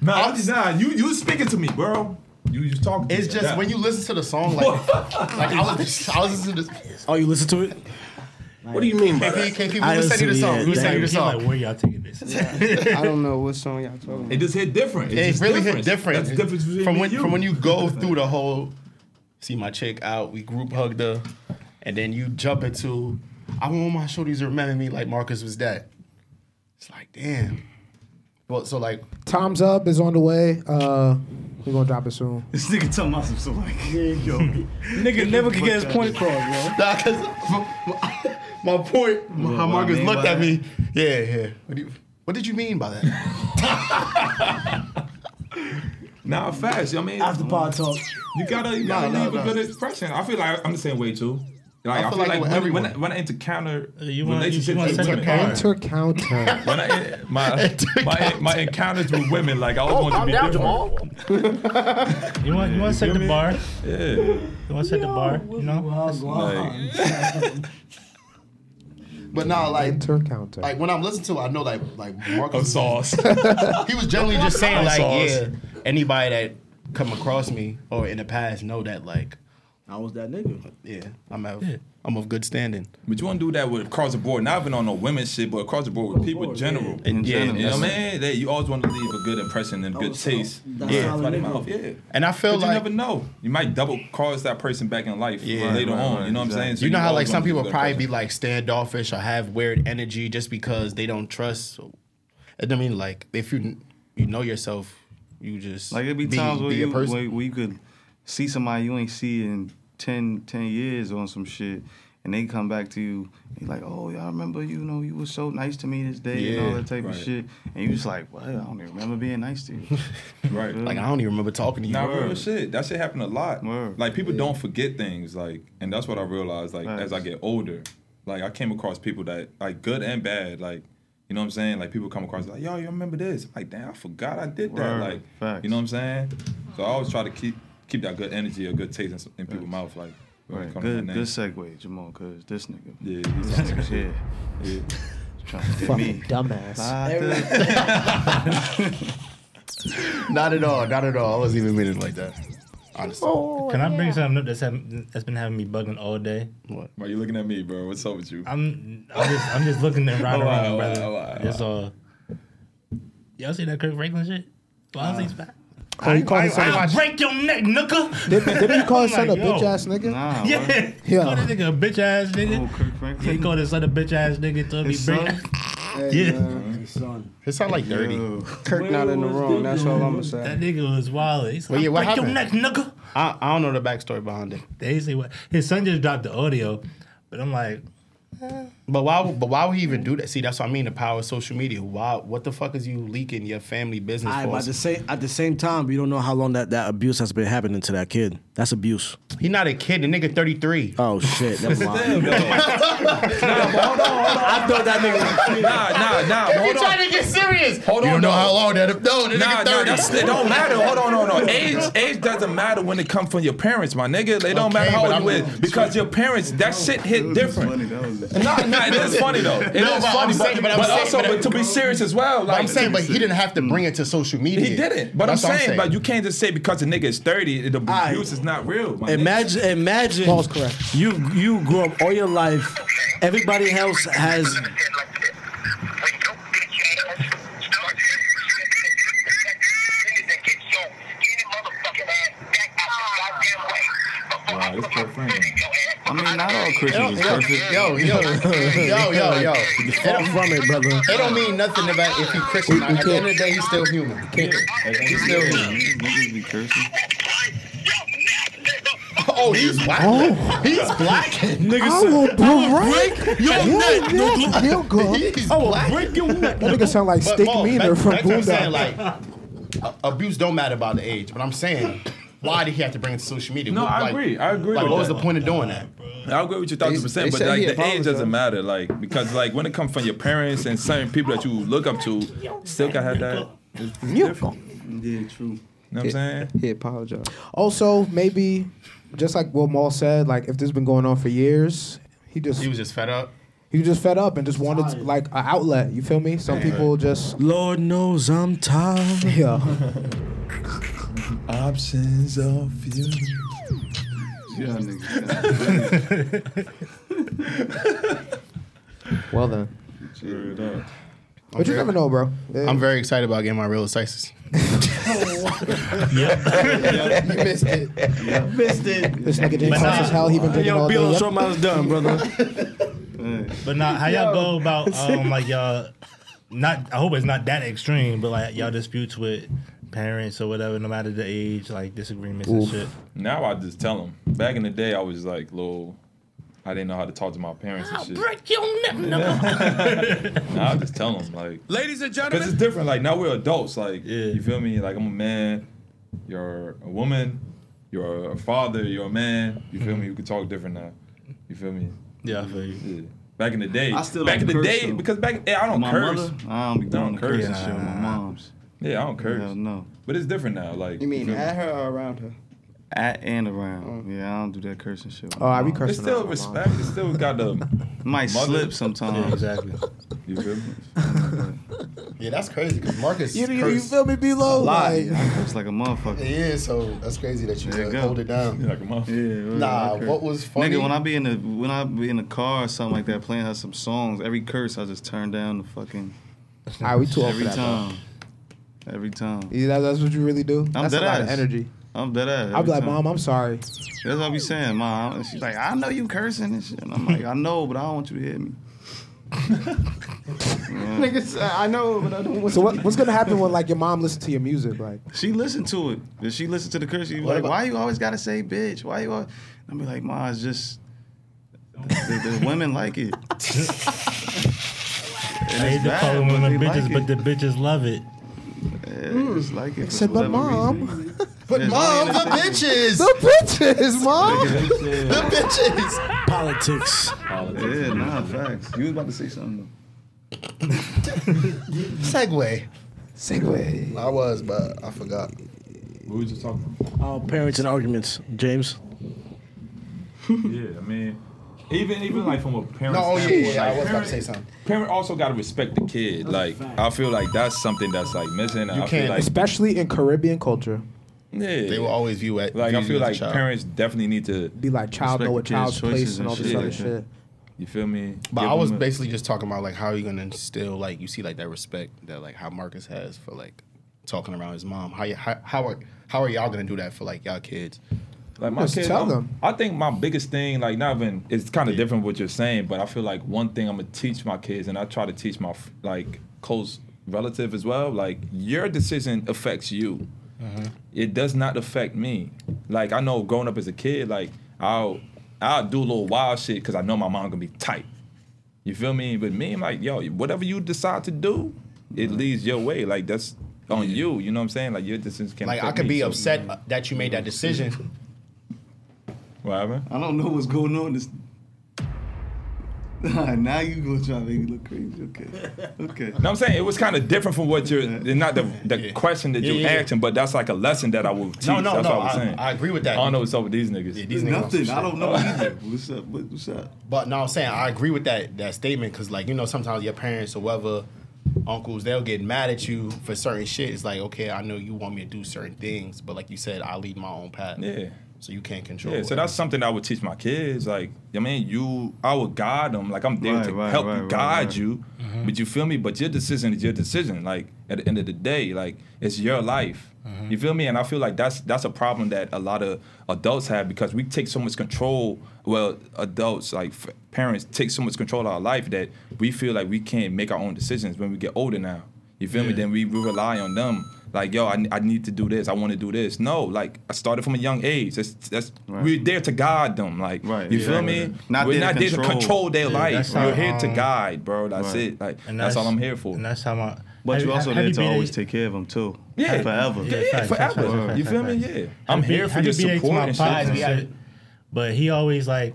Speaker 3: nah, I'm just nah. You you speaking to me, bro. You you talking? To
Speaker 1: It's
Speaker 3: me.
Speaker 1: just
Speaker 3: Nah.
Speaker 1: when you listen to the song, like, like I
Speaker 3: *laughs*
Speaker 1: was, I was listening to this.
Speaker 11: Oh, you listen to it?
Speaker 3: What do you mean by
Speaker 1: KP,
Speaker 3: that?
Speaker 1: KP,
Speaker 11: I
Speaker 1: we was sending you the
Speaker 11: listen,
Speaker 1: song.
Speaker 11: yeah,
Speaker 1: We was sending you the
Speaker 2: He's
Speaker 1: song.
Speaker 2: like, where y'all taking this?
Speaker 6: I don't know what song y'all talking about.
Speaker 3: It just hit different. It's
Speaker 1: It
Speaker 3: just
Speaker 1: really
Speaker 3: different.
Speaker 1: hit different
Speaker 3: That's the difference between
Speaker 1: from
Speaker 3: me
Speaker 1: when
Speaker 3: and you.
Speaker 1: from when you go through the whole. See my chick out. We group hugged her, and then you jump into. I want my shorties to remember me like Marcus was that. It's like damn. Well, so like
Speaker 8: Time's up is on the way. Uh, we're gonna drop it soon.
Speaker 7: This *laughs* nigga talking about some stuff like yo,
Speaker 11: Nigga never could get his point across, bro.
Speaker 1: nah, cause my, my point, how Marcus
Speaker 7: mean
Speaker 1: looked
Speaker 7: by
Speaker 1: at me. Yeah, yeah. What, do you, what did you mean by that?
Speaker 3: Nah, fast. I
Speaker 9: *laughs*
Speaker 3: mean,
Speaker 9: After pod talk.
Speaker 3: you gotta you gotta
Speaker 1: Nah, nah,
Speaker 3: leave a
Speaker 1: nah.
Speaker 3: good impression. I feel like I'm the same way too. Like, I feel like,
Speaker 1: with
Speaker 3: when, when, I,
Speaker 1: everyone.
Speaker 3: when I encounter
Speaker 2: Uh, you wanna- you
Speaker 3: relationships
Speaker 2: wanna
Speaker 3: with
Speaker 2: send
Speaker 3: women,
Speaker 2: a card.
Speaker 8: Enter counter.
Speaker 3: when I,
Speaker 2: *laughs*
Speaker 3: my, my my encounters with women, like I
Speaker 9: Oh,
Speaker 3: always want to be different.
Speaker 2: You want you want to set the
Speaker 3: me?
Speaker 2: bar?
Speaker 3: Yeah,
Speaker 2: You want to set the bar? You know?
Speaker 1: But nah, like
Speaker 8: Enter counter.
Speaker 1: like when I'm listening to, it, I know like like Marcus.
Speaker 3: I'm
Speaker 1: was-
Speaker 3: sauce.
Speaker 1: *laughs* He was generally just saying like,
Speaker 3: Sauce.
Speaker 1: yeah, anybody that come across me or in the past know that like,
Speaker 9: I was that nigga.
Speaker 1: yeah, I'm of I'm of good standing.
Speaker 3: But you want to do that with across the board, not even on no women's shit, but across the board
Speaker 9: Oh,
Speaker 3: with people in general.
Speaker 1: And yeah,
Speaker 3: You know
Speaker 1: and-
Speaker 3: what I mean? That you always want to leave a good impression and good
Speaker 9: was how-
Speaker 3: taste.
Speaker 9: that's
Speaker 3: yeah,
Speaker 9: how it
Speaker 3: somebody's
Speaker 9: is.
Speaker 3: mouth. Yeah.
Speaker 1: and I feel
Speaker 3: But you
Speaker 1: like
Speaker 3: never know. You might double cause that person back in life
Speaker 1: Yeah.
Speaker 3: later
Speaker 7: Right,
Speaker 3: on.
Speaker 7: right,
Speaker 3: You know what I'm saying? So
Speaker 1: you know how like
Speaker 3: always
Speaker 1: some
Speaker 3: wanna leave
Speaker 1: people
Speaker 3: a good
Speaker 1: probably
Speaker 3: impression.
Speaker 1: be like standoffish or have weird energy just because they don't trust. I mean, like if you you know yourself, you just
Speaker 7: Like it be times where
Speaker 1: be
Speaker 7: you
Speaker 1: a person.
Speaker 7: where, where you could see somebody you ain't see in 10, 10 years on some shit, and they come back to you and you like, oh yeah, I remember you know you was so nice to me this day and all
Speaker 1: Yeah,
Speaker 7: that type
Speaker 3: right.
Speaker 7: of shit, and you just like, well, I don't even remember being nice to you.
Speaker 3: Right.
Speaker 1: like I don't even remember talking to you.
Speaker 3: Nah, real shit. That shit happened a lot.
Speaker 7: Word.
Speaker 3: Like people don't forget things. Like, and that's what I realized. Like as I
Speaker 7: Facts.
Speaker 3: get older, like I came across people that like good and bad. Like, you know what I'm saying? Like people come across like, yo, you remember this? I'm like, damn, I forgot I did that.
Speaker 7: Word.
Speaker 3: Like,
Speaker 7: Facts.
Speaker 3: you know what I'm saying? So I always try to keep keep that good energy, a good taste in, in people's mouth. Like, when it
Speaker 7: Right.
Speaker 3: comes to
Speaker 7: Good
Speaker 3: that
Speaker 7: good
Speaker 3: name.
Speaker 7: segue, Jamal, cause this nigga,
Speaker 3: Yeah,
Speaker 7: *laughs* this
Speaker 3: he's-
Speaker 7: nigga's here.
Speaker 3: yeah.
Speaker 7: Trying to get
Speaker 8: Fucking
Speaker 7: me.
Speaker 8: dumbass.
Speaker 7: Ah, dude.
Speaker 1: Not at all. Not at all. I wasn't even meaning it like that. Honestly.
Speaker 2: Can I bring something up that's having, that's been having me bugging all day?
Speaker 3: Why you looking at me, bro? What's up with you?
Speaker 2: I'm I'm just I'm just looking at right
Speaker 3: Oh, wow,
Speaker 2: around,
Speaker 3: wow,
Speaker 2: brother.
Speaker 3: wow,
Speaker 2: That's all. Y'all see that Kirk Franklin shit? Well, I back.
Speaker 8: Oh, you call
Speaker 2: I,
Speaker 8: this son
Speaker 2: I'll
Speaker 8: a-
Speaker 2: break your neck, nooker.
Speaker 8: Didn't didn't you call his
Speaker 2: *laughs* I'm
Speaker 8: son a
Speaker 2: like, yo.
Speaker 8: bitch ass nigga?
Speaker 7: Nah,
Speaker 2: Yeah,
Speaker 7: word.
Speaker 2: You
Speaker 8: Yeah.
Speaker 2: call that nigga a bitch ass
Speaker 7: Oh,
Speaker 2: nigga.
Speaker 7: Kirk
Speaker 2: Yeah,
Speaker 7: Franklin.
Speaker 2: you call this other bitch ass nigga told me
Speaker 7: His
Speaker 2: break.
Speaker 7: son?
Speaker 2: Yeah.
Speaker 9: His son.
Speaker 1: It sounded like dirty.
Speaker 7: Yo.
Speaker 6: Kirk not in the wrong. That's all I'm gonna say.
Speaker 2: That nigga was wild. He said,
Speaker 1: Well, yeah,
Speaker 2: I'll
Speaker 1: what
Speaker 2: break your neck,
Speaker 1: happened?
Speaker 2: nooker.
Speaker 1: I, I don't know the backstory behind it.
Speaker 2: They say what his son just dropped the audio, but I'm like,
Speaker 1: But why? would- But why would he even do that? See, that's what I mean. The power of social media. Why? What the fuck is you leaking your family business
Speaker 11: All right,
Speaker 1: for?
Speaker 11: but at the same at the same time, you don't know how long that, that abuse has been happening to that kid. That's abuse.
Speaker 1: He not a kid. The nigga thirty three.
Speaker 11: Oh shit,
Speaker 9: *laughs*
Speaker 11: never mind.
Speaker 3: I thought that nigga. Nah, nah, nah. but Hold on.
Speaker 1: to get serious.
Speaker 3: Hold on, though.
Speaker 1: long that. No, the
Speaker 3: Nah, nah, that's, it don't matter. Hold on, no, no. Age, age doesn't matter when it comes from your parents, my nigga. It
Speaker 1: Okay,
Speaker 3: don't matter how
Speaker 1: but
Speaker 3: old you
Speaker 1: I'm-
Speaker 3: is because your parents, that shit hit different.
Speaker 7: Funny, that was-
Speaker 3: Nah, nah, it is funny though. It is
Speaker 1: No, but I'm
Speaker 3: funny,
Speaker 1: saying-
Speaker 3: but,
Speaker 1: but I'm
Speaker 3: but
Speaker 1: saying-
Speaker 3: also,
Speaker 1: but
Speaker 3: but to be serious as well, like
Speaker 1: I'm saying, but he didn't have to bring it to social media.
Speaker 3: He didn't. But I'm
Speaker 1: That's what
Speaker 3: saying, but you can't just say because a nigga is 30, the abuse is not real. My nigga.
Speaker 11: Imagine, imagine.
Speaker 8: Paul's correct.
Speaker 11: You you grew up all your life. Everybody else has.
Speaker 3: Wow, this Kirk Franklin.
Speaker 7: I mean, not all Christians is perfect.
Speaker 1: Yo, yo, yo, yo, yo. It
Speaker 11: Far
Speaker 1: don't,
Speaker 11: from it, brother.
Speaker 1: it don't mean nothing about if he Christian. or not. At the end of the day, he's still human.
Speaker 7: Like, I'm just saying, these niggas be cursing.
Speaker 1: oh, he's black. He's black.
Speaker 4: Nigga said,
Speaker 1: break your neck.
Speaker 8: neck, Yo, girl.
Speaker 1: *laughs* He's black. Break your neck.
Speaker 8: That nigga sound like
Speaker 1: But,
Speaker 8: Stick
Speaker 1: Ma,
Speaker 8: Meaner
Speaker 1: back-
Speaker 8: from
Speaker 1: back to what I'm saying,
Speaker 8: Boondock.
Speaker 1: Like, a- abuse don't matter about the age, but I'm saying, why did he have to bring it to social media?
Speaker 3: No,
Speaker 1: What-
Speaker 3: I
Speaker 1: like-
Speaker 3: agree. I agree
Speaker 1: Like,
Speaker 3: with
Speaker 1: what was
Speaker 3: that.
Speaker 1: the point of doing that?
Speaker 3: I agree with you thousand percent,
Speaker 1: They- they
Speaker 3: but
Speaker 1: said
Speaker 3: like
Speaker 1: he
Speaker 3: the age
Speaker 1: apologized.
Speaker 3: doesn't matter, like because like when it comes from your parents and certain people that you look up to, still got to have that. It's, it's different.
Speaker 7: Yeah, true.
Speaker 3: You know what I'm saying?
Speaker 6: He apologized.
Speaker 8: Also, maybe just like what Maul said, like if this been going on for years, he just
Speaker 1: He was just fed up.
Speaker 8: he was just fed up and just wanted to, like an outlet. You feel me? Some people just
Speaker 4: Lord knows I'm tired.
Speaker 8: yeah.
Speaker 3: Options of you.
Speaker 7: Yeah, nigga.
Speaker 8: Well then,
Speaker 7: Straight up.
Speaker 8: but you never know, bro. Yeah.
Speaker 1: I'm very excited about getting my real sizes.
Speaker 7: *laughs*
Speaker 8: you missed it.
Speaker 9: Missed it.
Speaker 8: This nigga didn't
Speaker 2: But
Speaker 8: cuss
Speaker 2: nah.
Speaker 8: as hell. He been drinking all
Speaker 4: Yo,
Speaker 8: day.
Speaker 4: Bilo,
Speaker 8: Yep.
Speaker 4: show mine's done, brother.
Speaker 2: But now, how y'all go about
Speaker 7: *laughs*
Speaker 2: um, like y'all? Not I hope it's not that extreme, but like y'all disputes with parents or whatever, no matter the age, like disagreements and shit.
Speaker 3: Now I just tell them. Back in the day, I was like little. I didn't know how to talk to my parents and shit.
Speaker 10: Break your neck.
Speaker 7: *laughs*
Speaker 3: Now I just tell them like,
Speaker 10: Ladies and
Speaker 3: cause it's different. Like now we're adults. Like you feel me? Like I'm a man. You're a woman. You're a father. You're a man. You feel me? You can talk different now. You feel me?
Speaker 2: Yeah, I feel you.
Speaker 3: Yeah. Back in the day,
Speaker 7: I still
Speaker 3: back
Speaker 7: don't
Speaker 3: in the
Speaker 7: curse,
Speaker 3: day,
Speaker 7: though.
Speaker 3: because back yeah, I don't
Speaker 7: My
Speaker 3: curse.
Speaker 7: mother, I don't be
Speaker 3: Don't
Speaker 7: doing the curse and
Speaker 2: curse.
Speaker 7: shit with my mom's.
Speaker 3: Yeah, I don't curse.
Speaker 7: Hell no.
Speaker 3: But it's different now. Like
Speaker 6: You mean
Speaker 3: feel me?
Speaker 6: at her or around her?
Speaker 7: At and around. Yeah, I don't do that cursing shit. with
Speaker 6: Uh,
Speaker 8: Oh, I
Speaker 7: my
Speaker 8: be
Speaker 7: mom.
Speaker 3: It's
Speaker 8: cursing. out
Speaker 3: still
Speaker 8: my mom.
Speaker 3: respect. It's still got the.
Speaker 7: Might
Speaker 3: Mother.
Speaker 7: slip
Speaker 2: Yeah,
Speaker 7: sometimes.
Speaker 2: exactly.
Speaker 3: You feel me?
Speaker 1: Yeah, that's crazy because Marcus.
Speaker 8: You, you, you
Speaker 1: cursed
Speaker 8: feel me, Bilo?
Speaker 7: Lie.
Speaker 8: Like,
Speaker 7: I curse like a motherfucker.
Speaker 1: Yeah, so that's crazy that you
Speaker 7: There you
Speaker 1: could
Speaker 7: go.
Speaker 1: hold it down.
Speaker 3: You're like a mother.
Speaker 7: Yeah, right,
Speaker 1: Nah,
Speaker 7: I curse.
Speaker 1: what was funny?
Speaker 7: Nigga, when I be in the when I be in the car or something like that, playing her some songs, every curse I just turn down the fucking
Speaker 8: all right, we too old for
Speaker 7: every
Speaker 8: that. Bro.
Speaker 7: time, every time.
Speaker 8: Yeah, that, that's what you really do. that's
Speaker 7: dead
Speaker 8: a lot of
Speaker 7: ass.
Speaker 8: energy.
Speaker 7: I'm dead ass.
Speaker 8: I'll be
Speaker 7: every
Speaker 8: like,
Speaker 7: time.
Speaker 8: Mom, I'm sorry.
Speaker 7: That's what I be saying, mom. And she's like, I know you cursing and shit. And I'm like, I know, but I don't want you to hit me.
Speaker 6: Niggas, I know, but I don't want
Speaker 8: So what, what's gonna happen when like your mom listens to your music? Like,
Speaker 7: She listened to it. If she listened to the curse, she was like, why you always gotta say bitch? Why you always? I'm be like, ma, it's just the, the women like it. and
Speaker 2: I hate
Speaker 7: it's
Speaker 2: to call them women
Speaker 7: they
Speaker 2: bitches,
Speaker 7: like
Speaker 2: but
Speaker 7: it.
Speaker 2: the bitches love it.
Speaker 7: Yeah, they just like it. for
Speaker 8: Except, but
Speaker 7: whatever
Speaker 8: Mom.
Speaker 7: reason.
Speaker 1: but
Speaker 7: Yeah,
Speaker 1: mom, the
Speaker 7: it's only
Speaker 1: bitches,
Speaker 8: the bitches, Mom.
Speaker 1: the bitches.
Speaker 4: Politics.
Speaker 7: Yeah, nah, facts. You was about to say something.
Speaker 1: Segway.
Speaker 8: Segway.
Speaker 1: I was, but I forgot.
Speaker 3: What was you talking about?
Speaker 4: All parents and arguments. James.
Speaker 3: yeah, I mean, even even like from a parent.
Speaker 1: No, oh yeah,
Speaker 3: standpoint,
Speaker 1: yeah, yeah,
Speaker 3: like,
Speaker 1: I was about
Speaker 3: parent-
Speaker 1: to say something.
Speaker 3: Parent also gotta respect the kid. Like I feel like that's something that's like missing. I
Speaker 1: can't
Speaker 3: feel like
Speaker 8: Especially in Caribbean culture,
Speaker 3: yeah,
Speaker 1: They will always view it.
Speaker 3: like
Speaker 1: view
Speaker 3: I
Speaker 1: you
Speaker 3: feel
Speaker 1: as a
Speaker 3: like
Speaker 1: child.
Speaker 3: parents definitely need to.
Speaker 8: be like child
Speaker 7: Respect
Speaker 8: know
Speaker 7: the
Speaker 8: what child's
Speaker 7: kids' choices
Speaker 8: place and
Speaker 7: and
Speaker 8: all this
Speaker 7: shit.
Speaker 8: other
Speaker 7: Yeah.
Speaker 8: shit.
Speaker 3: You feel me?
Speaker 1: But
Speaker 3: Give
Speaker 1: I was
Speaker 3: them a-
Speaker 1: basically just talking about like how you gonna instill like you see like that respect that like how Marcus has for like talking around his mom. How y- how how are how are y'all gonna do that for like y'all kids?
Speaker 3: Like my
Speaker 8: Just
Speaker 3: kids,
Speaker 8: tell
Speaker 3: I'm-
Speaker 8: them.
Speaker 3: I think my biggest thing, like not even, it's kind of different what you're saying, but I feel like one thing I'm gonna teach my kids, and I try to teach my f- like close relative as well. Like your decision affects you.
Speaker 1: Mm-hmm.
Speaker 3: It does not affect me. Like I know growing up as a kid, like I'll I'll do a little wild shit because I know my mom gonna be tight. You feel me? But me, I'm like, yo, whatever you decide to do, it
Speaker 1: Mm-hmm.
Speaker 3: leads your way. Like that's on you. You know what I'm saying? Like your decisions can
Speaker 1: Like I
Speaker 3: affect
Speaker 1: could
Speaker 3: me,
Speaker 1: be
Speaker 3: so-
Speaker 1: upset uh, that you made that
Speaker 3: *laughs*
Speaker 1: decision.
Speaker 3: What happened?
Speaker 7: I don't know what's going on. This... *laughs* now you gonna try to make me look crazy? Okay, okay.
Speaker 3: No, I'm saying it was kind of different from what you're not the the
Speaker 1: Mm-hmm. Yeah.
Speaker 3: question that
Speaker 1: Yeah,
Speaker 3: you're
Speaker 1: yeah, yeah.
Speaker 3: asking, but that's like a lesson that I will teach.
Speaker 1: No, no,
Speaker 3: that's
Speaker 1: no.
Speaker 3: what I was
Speaker 1: I,
Speaker 3: saying.
Speaker 1: I agree with that.
Speaker 3: I don't know what's up with these niggas.
Speaker 1: Yeah, these niggas on some
Speaker 7: Nothing. I
Speaker 1: shit.
Speaker 7: don't know either. What's up? What, what's up?
Speaker 1: But no, I'm saying I agree with that that statement because like you know sometimes your parents or whoever uncles they'll get mad at you for certain shit. It's like okay, I know you want me to do certain things, but like you said, I lead my own path.
Speaker 3: Yeah.
Speaker 1: So you can't control.
Speaker 3: yeah,
Speaker 1: it.
Speaker 3: so that's something I would teach my kids. Like, I mean, you, I would guide them. Like, I'm there
Speaker 7: Right,
Speaker 3: to
Speaker 7: right,
Speaker 3: help
Speaker 7: right,
Speaker 3: you,
Speaker 7: right,
Speaker 3: guide
Speaker 7: right.
Speaker 3: you.
Speaker 7: Mm-hmm.
Speaker 3: But you feel me? But your decision is your decision. Like, at the end of the day, like, it's your life.
Speaker 7: Mm-hmm.
Speaker 3: You feel me? And I feel like that's that's a problem that a lot of adults have because we take so much control. Well, adults like f- parents take so much control of our life that we feel like we can't make our own decisions when we get older now. You feel me? Then we, we rely on them. like yo, I, I need to do this, I want to do this. No, like I started from a young age. That's that's we're there to guide them. Like you feel
Speaker 7: exactly.
Speaker 3: me?
Speaker 7: Not
Speaker 3: we're
Speaker 7: there to
Speaker 3: not there to
Speaker 7: control.
Speaker 3: control their
Speaker 7: Yeah,
Speaker 3: life.
Speaker 7: that's
Speaker 3: We're
Speaker 7: how,
Speaker 3: here to
Speaker 7: um,
Speaker 3: guide, bro. That's
Speaker 7: right.
Speaker 3: it. Like
Speaker 2: And
Speaker 3: that's, all I'm here for.
Speaker 2: And that's how my.
Speaker 7: But
Speaker 2: have
Speaker 7: you also
Speaker 2: have
Speaker 7: there
Speaker 2: you
Speaker 7: to
Speaker 2: been
Speaker 7: always
Speaker 2: a-
Speaker 7: take care of them too.
Speaker 2: Yeah.
Speaker 7: forever.
Speaker 2: Yeah, facts, facts, facts, facts,
Speaker 3: You feel
Speaker 2: facts,
Speaker 3: me?
Speaker 2: facts.
Speaker 3: Yeah. I'm
Speaker 2: Happy-
Speaker 3: here for
Speaker 2: happy
Speaker 3: your
Speaker 2: B8 to
Speaker 3: support
Speaker 2: my
Speaker 3: and
Speaker 2: pops
Speaker 3: shit.
Speaker 2: shit. But he always like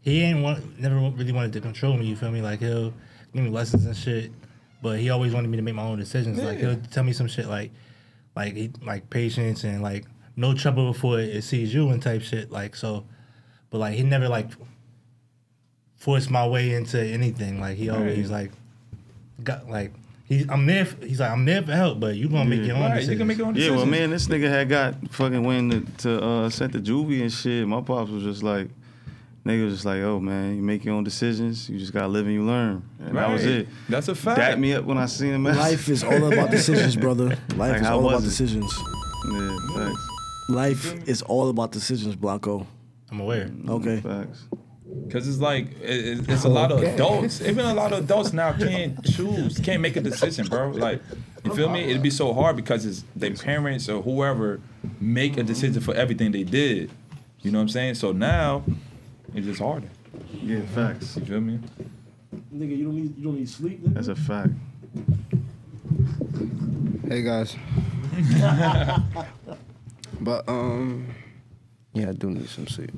Speaker 2: he ain't want never really wanted to control me. You feel me? Like he'll give me lessons and shit. But he always wanted me to make my own decisions. Like
Speaker 3: Yeah.
Speaker 2: he'll tell me some shit like like he, like patience and like no trouble before it, it sees you and type shit. Like so, but like he never like forced my way into anything. Like he always like got like. He, I'm there. For, he's like, I'm there for help, but you gonna make your own. decisions.
Speaker 7: Yeah, well, man, this nigga had got fucking went to, to uh, sent the juvie and shit. My pops was just like, nigga was just like, oh man, you make your own decisions. You just gotta live and you learn, and that was
Speaker 3: Right.
Speaker 7: it.
Speaker 3: That's a fact.
Speaker 7: Dap me up when I seen him. *laughs*
Speaker 9: Life is all about decisions, brother. Life
Speaker 7: Like,
Speaker 9: is
Speaker 7: how
Speaker 9: all
Speaker 7: was
Speaker 9: about
Speaker 7: it?
Speaker 9: decisions.
Speaker 7: Yeah, thanks.
Speaker 9: Life is all about decisions, Blanco.
Speaker 2: I'm aware.
Speaker 9: Okay.
Speaker 7: Facts.
Speaker 3: Cause it's like it, it- it's a lot of
Speaker 9: Okay.
Speaker 3: adults. Even a lot of adults now can't choose, can't make a decision, bro. Like, you feel me? It'd be so hard because it's their parents or whoever make a decision for everything they did. You know what I'm saying? So now it's just harder.
Speaker 7: Yeah, facts.
Speaker 3: You feel me?
Speaker 12: Nigga, you don't need you don't need sleep. Nigga.
Speaker 7: That's a fact.
Speaker 12: *laughs*
Speaker 6: Hey guys. but um, yeah, I do need some sleep.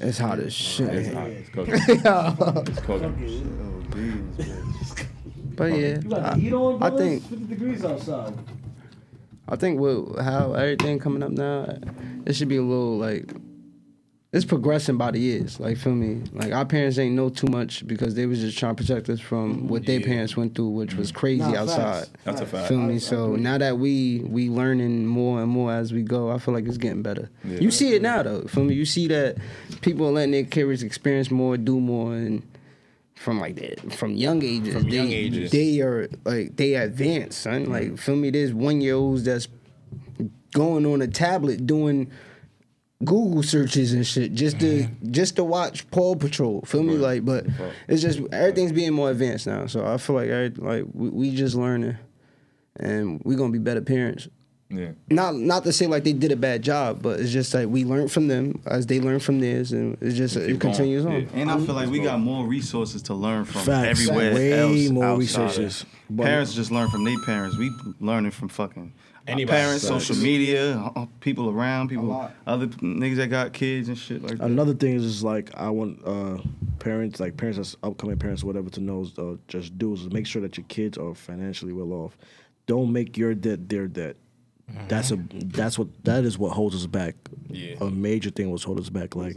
Speaker 6: It's hot as shit.
Speaker 3: It's hot. It's cooking. It's cooking.
Speaker 6: But yeah,
Speaker 12: You got the heat on,
Speaker 6: I, I
Speaker 12: brother?
Speaker 6: think
Speaker 12: It's 50 degrees outside.
Speaker 6: I think with how everything coming up now, it should be a little like it's progressing by the years. Like feel me? Like our parents ain't know too much because they was just trying to protect us from what their parents went through, which was crazy
Speaker 12: Nah, facts.
Speaker 6: outside.
Speaker 3: That's a fact.
Speaker 6: Feel me? So now that we we learning more and more as we go, I feel like it's getting better. You see it now though. Feel me? You see that people are letting their kids experience more, do more, and from like that from young ages.
Speaker 3: From
Speaker 6: they,
Speaker 3: young ages.
Speaker 6: they are like they advanced, son.
Speaker 7: Mm-hmm.
Speaker 6: Like feel me? There's one year olds that's going on a tablet doing Google searches and shit just to
Speaker 7: Mm-hmm.
Speaker 6: just to watch Paw Patrol. Feel me? Like, but it's just everything's being more advanced now. So I feel like every- like we, we just learning, and we gonna be better parents.
Speaker 3: Yeah.
Speaker 6: Not not to say like they did a bad job, but it's just like we learned from them as they learn from theirs, and it's just it continues on.
Speaker 7: And I feel like we got more resources to learn from
Speaker 6: Facts.
Speaker 7: everywhere
Speaker 6: Way
Speaker 7: else.
Speaker 6: more
Speaker 7: outside.
Speaker 6: resources. But-
Speaker 7: Parents just learn from their parents. We learning from fucking our
Speaker 3: Anybody.
Speaker 7: parents,
Speaker 3: Facts.
Speaker 7: social media, uh, people around, people, other p- niggas that got kids and shit like that.
Speaker 9: Another thing is, is like I want uh, parents, like parents that's upcoming parents, or whatever, to know is, uh, just do is make sure that your kids are financially well off. Don't make your debt their debt. That's a that's what that is what holds us back.
Speaker 1: Mm-hmm. Yeah.
Speaker 9: A major thing was hold us back. Like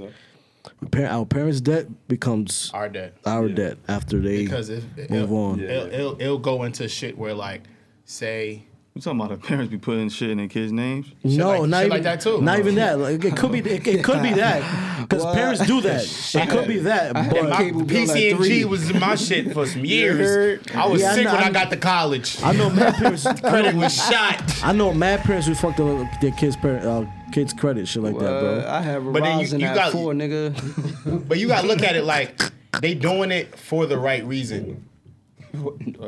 Speaker 9: par- our parents' debt becomes
Speaker 1: Our debt.
Speaker 9: Our debt after they
Speaker 1: because if,
Speaker 9: move
Speaker 1: it'll,
Speaker 9: on.
Speaker 1: It'll, it'll, it'll go into shit where like say
Speaker 7: You talking about the parents be putting shit in their kids' names?
Speaker 9: no,
Speaker 1: like-
Speaker 9: not
Speaker 1: shit
Speaker 9: even
Speaker 1: like that too.
Speaker 9: Not even that. Like it could be. It,
Speaker 1: *laughs*
Speaker 9: it could be that because
Speaker 1: What?
Speaker 9: parents do that. It could be that.
Speaker 1: I had
Speaker 9: But
Speaker 1: my PCNG was my shit for
Speaker 9: *laughs*
Speaker 1: some years.
Speaker 9: heard?
Speaker 1: I was
Speaker 9: Yeah, I
Speaker 1: sick
Speaker 9: know-
Speaker 1: when I
Speaker 9: I-
Speaker 1: got to college.
Speaker 9: I know
Speaker 1: *laughs*
Speaker 9: mad parents.
Speaker 1: Credit
Speaker 9: *laughs*
Speaker 1: was shot.
Speaker 9: I know mad parents who fucked up their kids' parent, uh, kids' credit, shit like that, bro.
Speaker 6: uh, I have
Speaker 1: But then you-
Speaker 6: Verizon
Speaker 1: you
Speaker 6: at
Speaker 1: got-
Speaker 13: *laughs*
Speaker 6: four, nigga.
Speaker 1: But you gotta look at it like they doing it for the right reason.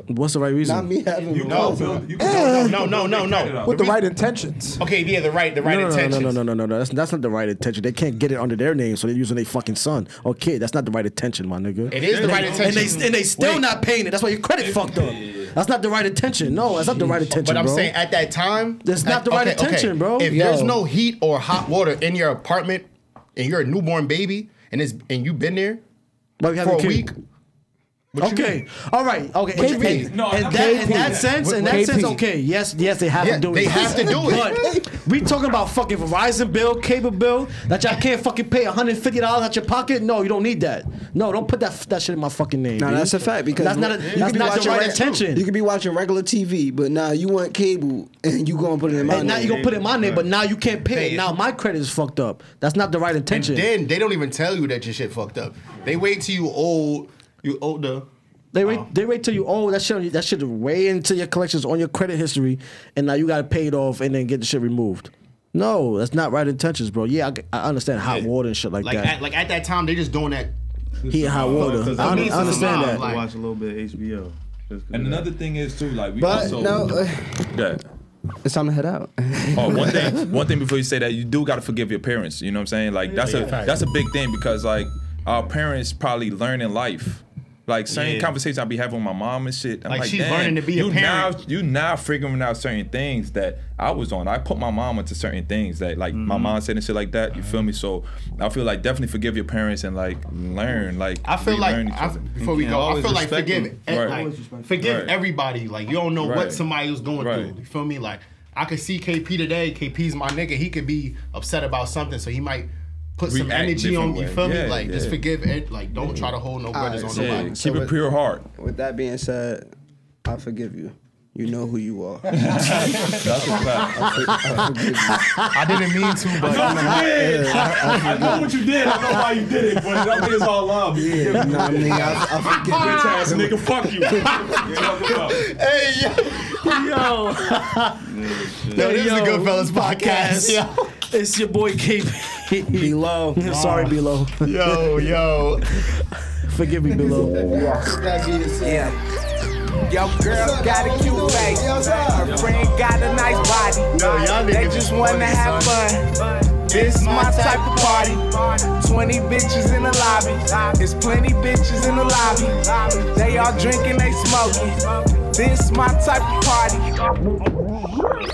Speaker 9: What's the right reason?
Speaker 6: Not me having
Speaker 1: You know, no, no, no, no, no.
Speaker 14: With the
Speaker 1: reason-
Speaker 14: right intentions.
Speaker 1: Okay, yeah, the right, the right
Speaker 9: no, no,
Speaker 1: intentions.
Speaker 9: No, no, no, no, no, no. That's that's not the right intention. They can't get it under their name, so they're using their fucking son or kid. That's not the right intention, my nigga.
Speaker 1: It is the right
Speaker 9: And they
Speaker 1: intention.
Speaker 9: and they still
Speaker 1: Wait.
Speaker 9: not paying it. That's why your credit fucked up. That's not the right intention. No, that's not the right intention,
Speaker 1: But I'm
Speaker 9: bro.
Speaker 1: saying at that time,
Speaker 9: That's not the right intention, bro.
Speaker 1: If
Speaker 9: Yo.
Speaker 1: there's no heat or hot water in your apartment, and you're a newborn baby, and it's and you've been there
Speaker 9: But we have
Speaker 1: for
Speaker 9: a
Speaker 1: a
Speaker 9: kid.
Speaker 1: week. what you
Speaker 9: okay.
Speaker 1: mean?
Speaker 9: All right. Okay.
Speaker 1: What you
Speaker 9: and,
Speaker 1: mean?
Speaker 9: and-
Speaker 3: No,
Speaker 9: and
Speaker 3: I'm
Speaker 9: that, in
Speaker 3: KP.
Speaker 9: that sense, in
Speaker 1: What-
Speaker 9: that
Speaker 1: what-
Speaker 9: sense,
Speaker 1: KP.
Speaker 9: okay. Yes, yes, they have
Speaker 1: Yeah,
Speaker 9: to do it.
Speaker 1: they have to do it.
Speaker 9: But we talking about fucking Verizon bill, cable bill that y'all can't fucking pay one hundred fifty dollars out your pocket. No, you don't need that. No, don't put that that shit in my fucking name.
Speaker 6: No,
Speaker 9: dude.
Speaker 6: that's a fact because
Speaker 9: that's not a,
Speaker 6: you
Speaker 9: that's
Speaker 6: could be
Speaker 9: not the
Speaker 6: watching
Speaker 9: right
Speaker 6: reg-
Speaker 9: intention.
Speaker 6: You could be watching regular TV, but now you want cable and you gonna put it in my
Speaker 9: and now
Speaker 6: name.
Speaker 9: you gonna put it in my name, but now you can't pay
Speaker 1: Hey,
Speaker 9: it. Now my credit is fucked up. That's not the right
Speaker 1: And
Speaker 9: intention.
Speaker 1: then they don't even tell you that your shit fucked up. They wait till you old, you older.
Speaker 9: They wait. They wait till you. Oh, that shit. That shit way into your collections on your credit history, and now you got to pay it off and then get the shit removed. No, that's not right intentions, bro. Yeah, I, g- I understand hot water and shit like,
Speaker 1: Like
Speaker 9: that.
Speaker 1: at, like at that time, they just doing that.
Speaker 9: Heat and hot water. I,
Speaker 1: I mean,
Speaker 9: I understand
Speaker 1: survive,
Speaker 9: that.
Speaker 1: like-
Speaker 7: watch a little bit of HBO. Just 'cause
Speaker 3: And
Speaker 7: of that.
Speaker 3: *laughs* another thing is too, like we
Speaker 6: But
Speaker 3: also
Speaker 6: no, uh,
Speaker 3: Yeah.
Speaker 6: It's time to head out.
Speaker 3: Oh, one thing, one thing before you say that, you do gotta forgive your parents. You know what I'm saying? Like that's
Speaker 6: Yeah.
Speaker 3: a that's a big thing because like our parents probably learn in life. Like certain
Speaker 1: Yeah.
Speaker 3: conversations I be having with my mom and shit. I'm
Speaker 1: Like,
Speaker 3: like,
Speaker 1: she's
Speaker 3: "Damn,
Speaker 1: learning to be a
Speaker 3: you
Speaker 1: parent."
Speaker 3: Now, you now figuring out certain things that I was on. I put my mom into certain things that like
Speaker 1: Mm-hmm.
Speaker 3: my mom said and shit like that. You feel me? So I feel like definitely forgive your parents and like learn. Like
Speaker 1: I feel like
Speaker 3: relearn each
Speaker 1: I,
Speaker 3: other.
Speaker 1: before we
Speaker 3: And
Speaker 1: go, I
Speaker 3: always
Speaker 1: feel like
Speaker 3: respect
Speaker 1: forgive
Speaker 3: them.
Speaker 1: eh,
Speaker 3: Right.
Speaker 1: like, forgive
Speaker 3: Right.
Speaker 1: everybody. Like you don't know
Speaker 3: Right.
Speaker 1: what somebody was going
Speaker 3: Right.
Speaker 1: through. You feel me? Like I could see KP today. KP's my nigga. He could be upset about something, so he might put some
Speaker 3: React
Speaker 1: energy on.
Speaker 3: different
Speaker 1: You
Speaker 3: way.
Speaker 1: feel
Speaker 3: Yeah,
Speaker 1: me? Like just
Speaker 3: yeah.
Speaker 1: forgive it. Like don't try to hold no grudges on nobody.
Speaker 3: pure heart.
Speaker 6: With that being said, I forgive you. You know who you are. *laughs*
Speaker 3: That's a fact.
Speaker 1: I didn't mean to, but
Speaker 3: I know what you
Speaker 6: I know what
Speaker 3: did. you did. I know why you did it, but that nigga's all love. Yeah,
Speaker 6: nah, nigga, I, I forgive
Speaker 3: Bitch ass nigga, fuck you.
Speaker 1: Hey, yo.
Speaker 11: yo.
Speaker 1: Yo, this is a good fellas podcast. *laughs* Yo.
Speaker 11: It's your boy KP.
Speaker 6: Below.
Speaker 11: Sorry, Below.
Speaker 1: Yo,
Speaker 9: *laughs*
Speaker 1: yo.
Speaker 11: Forgive me, Below.
Speaker 13: Yeah. Yo, girl got a cute face. Her friend got a nice body. they just wanna have fun. This my type of party. 20 bitches in the lobby. There's plenty bitches in the lobby. They all drinking, they smoking. This my type of party.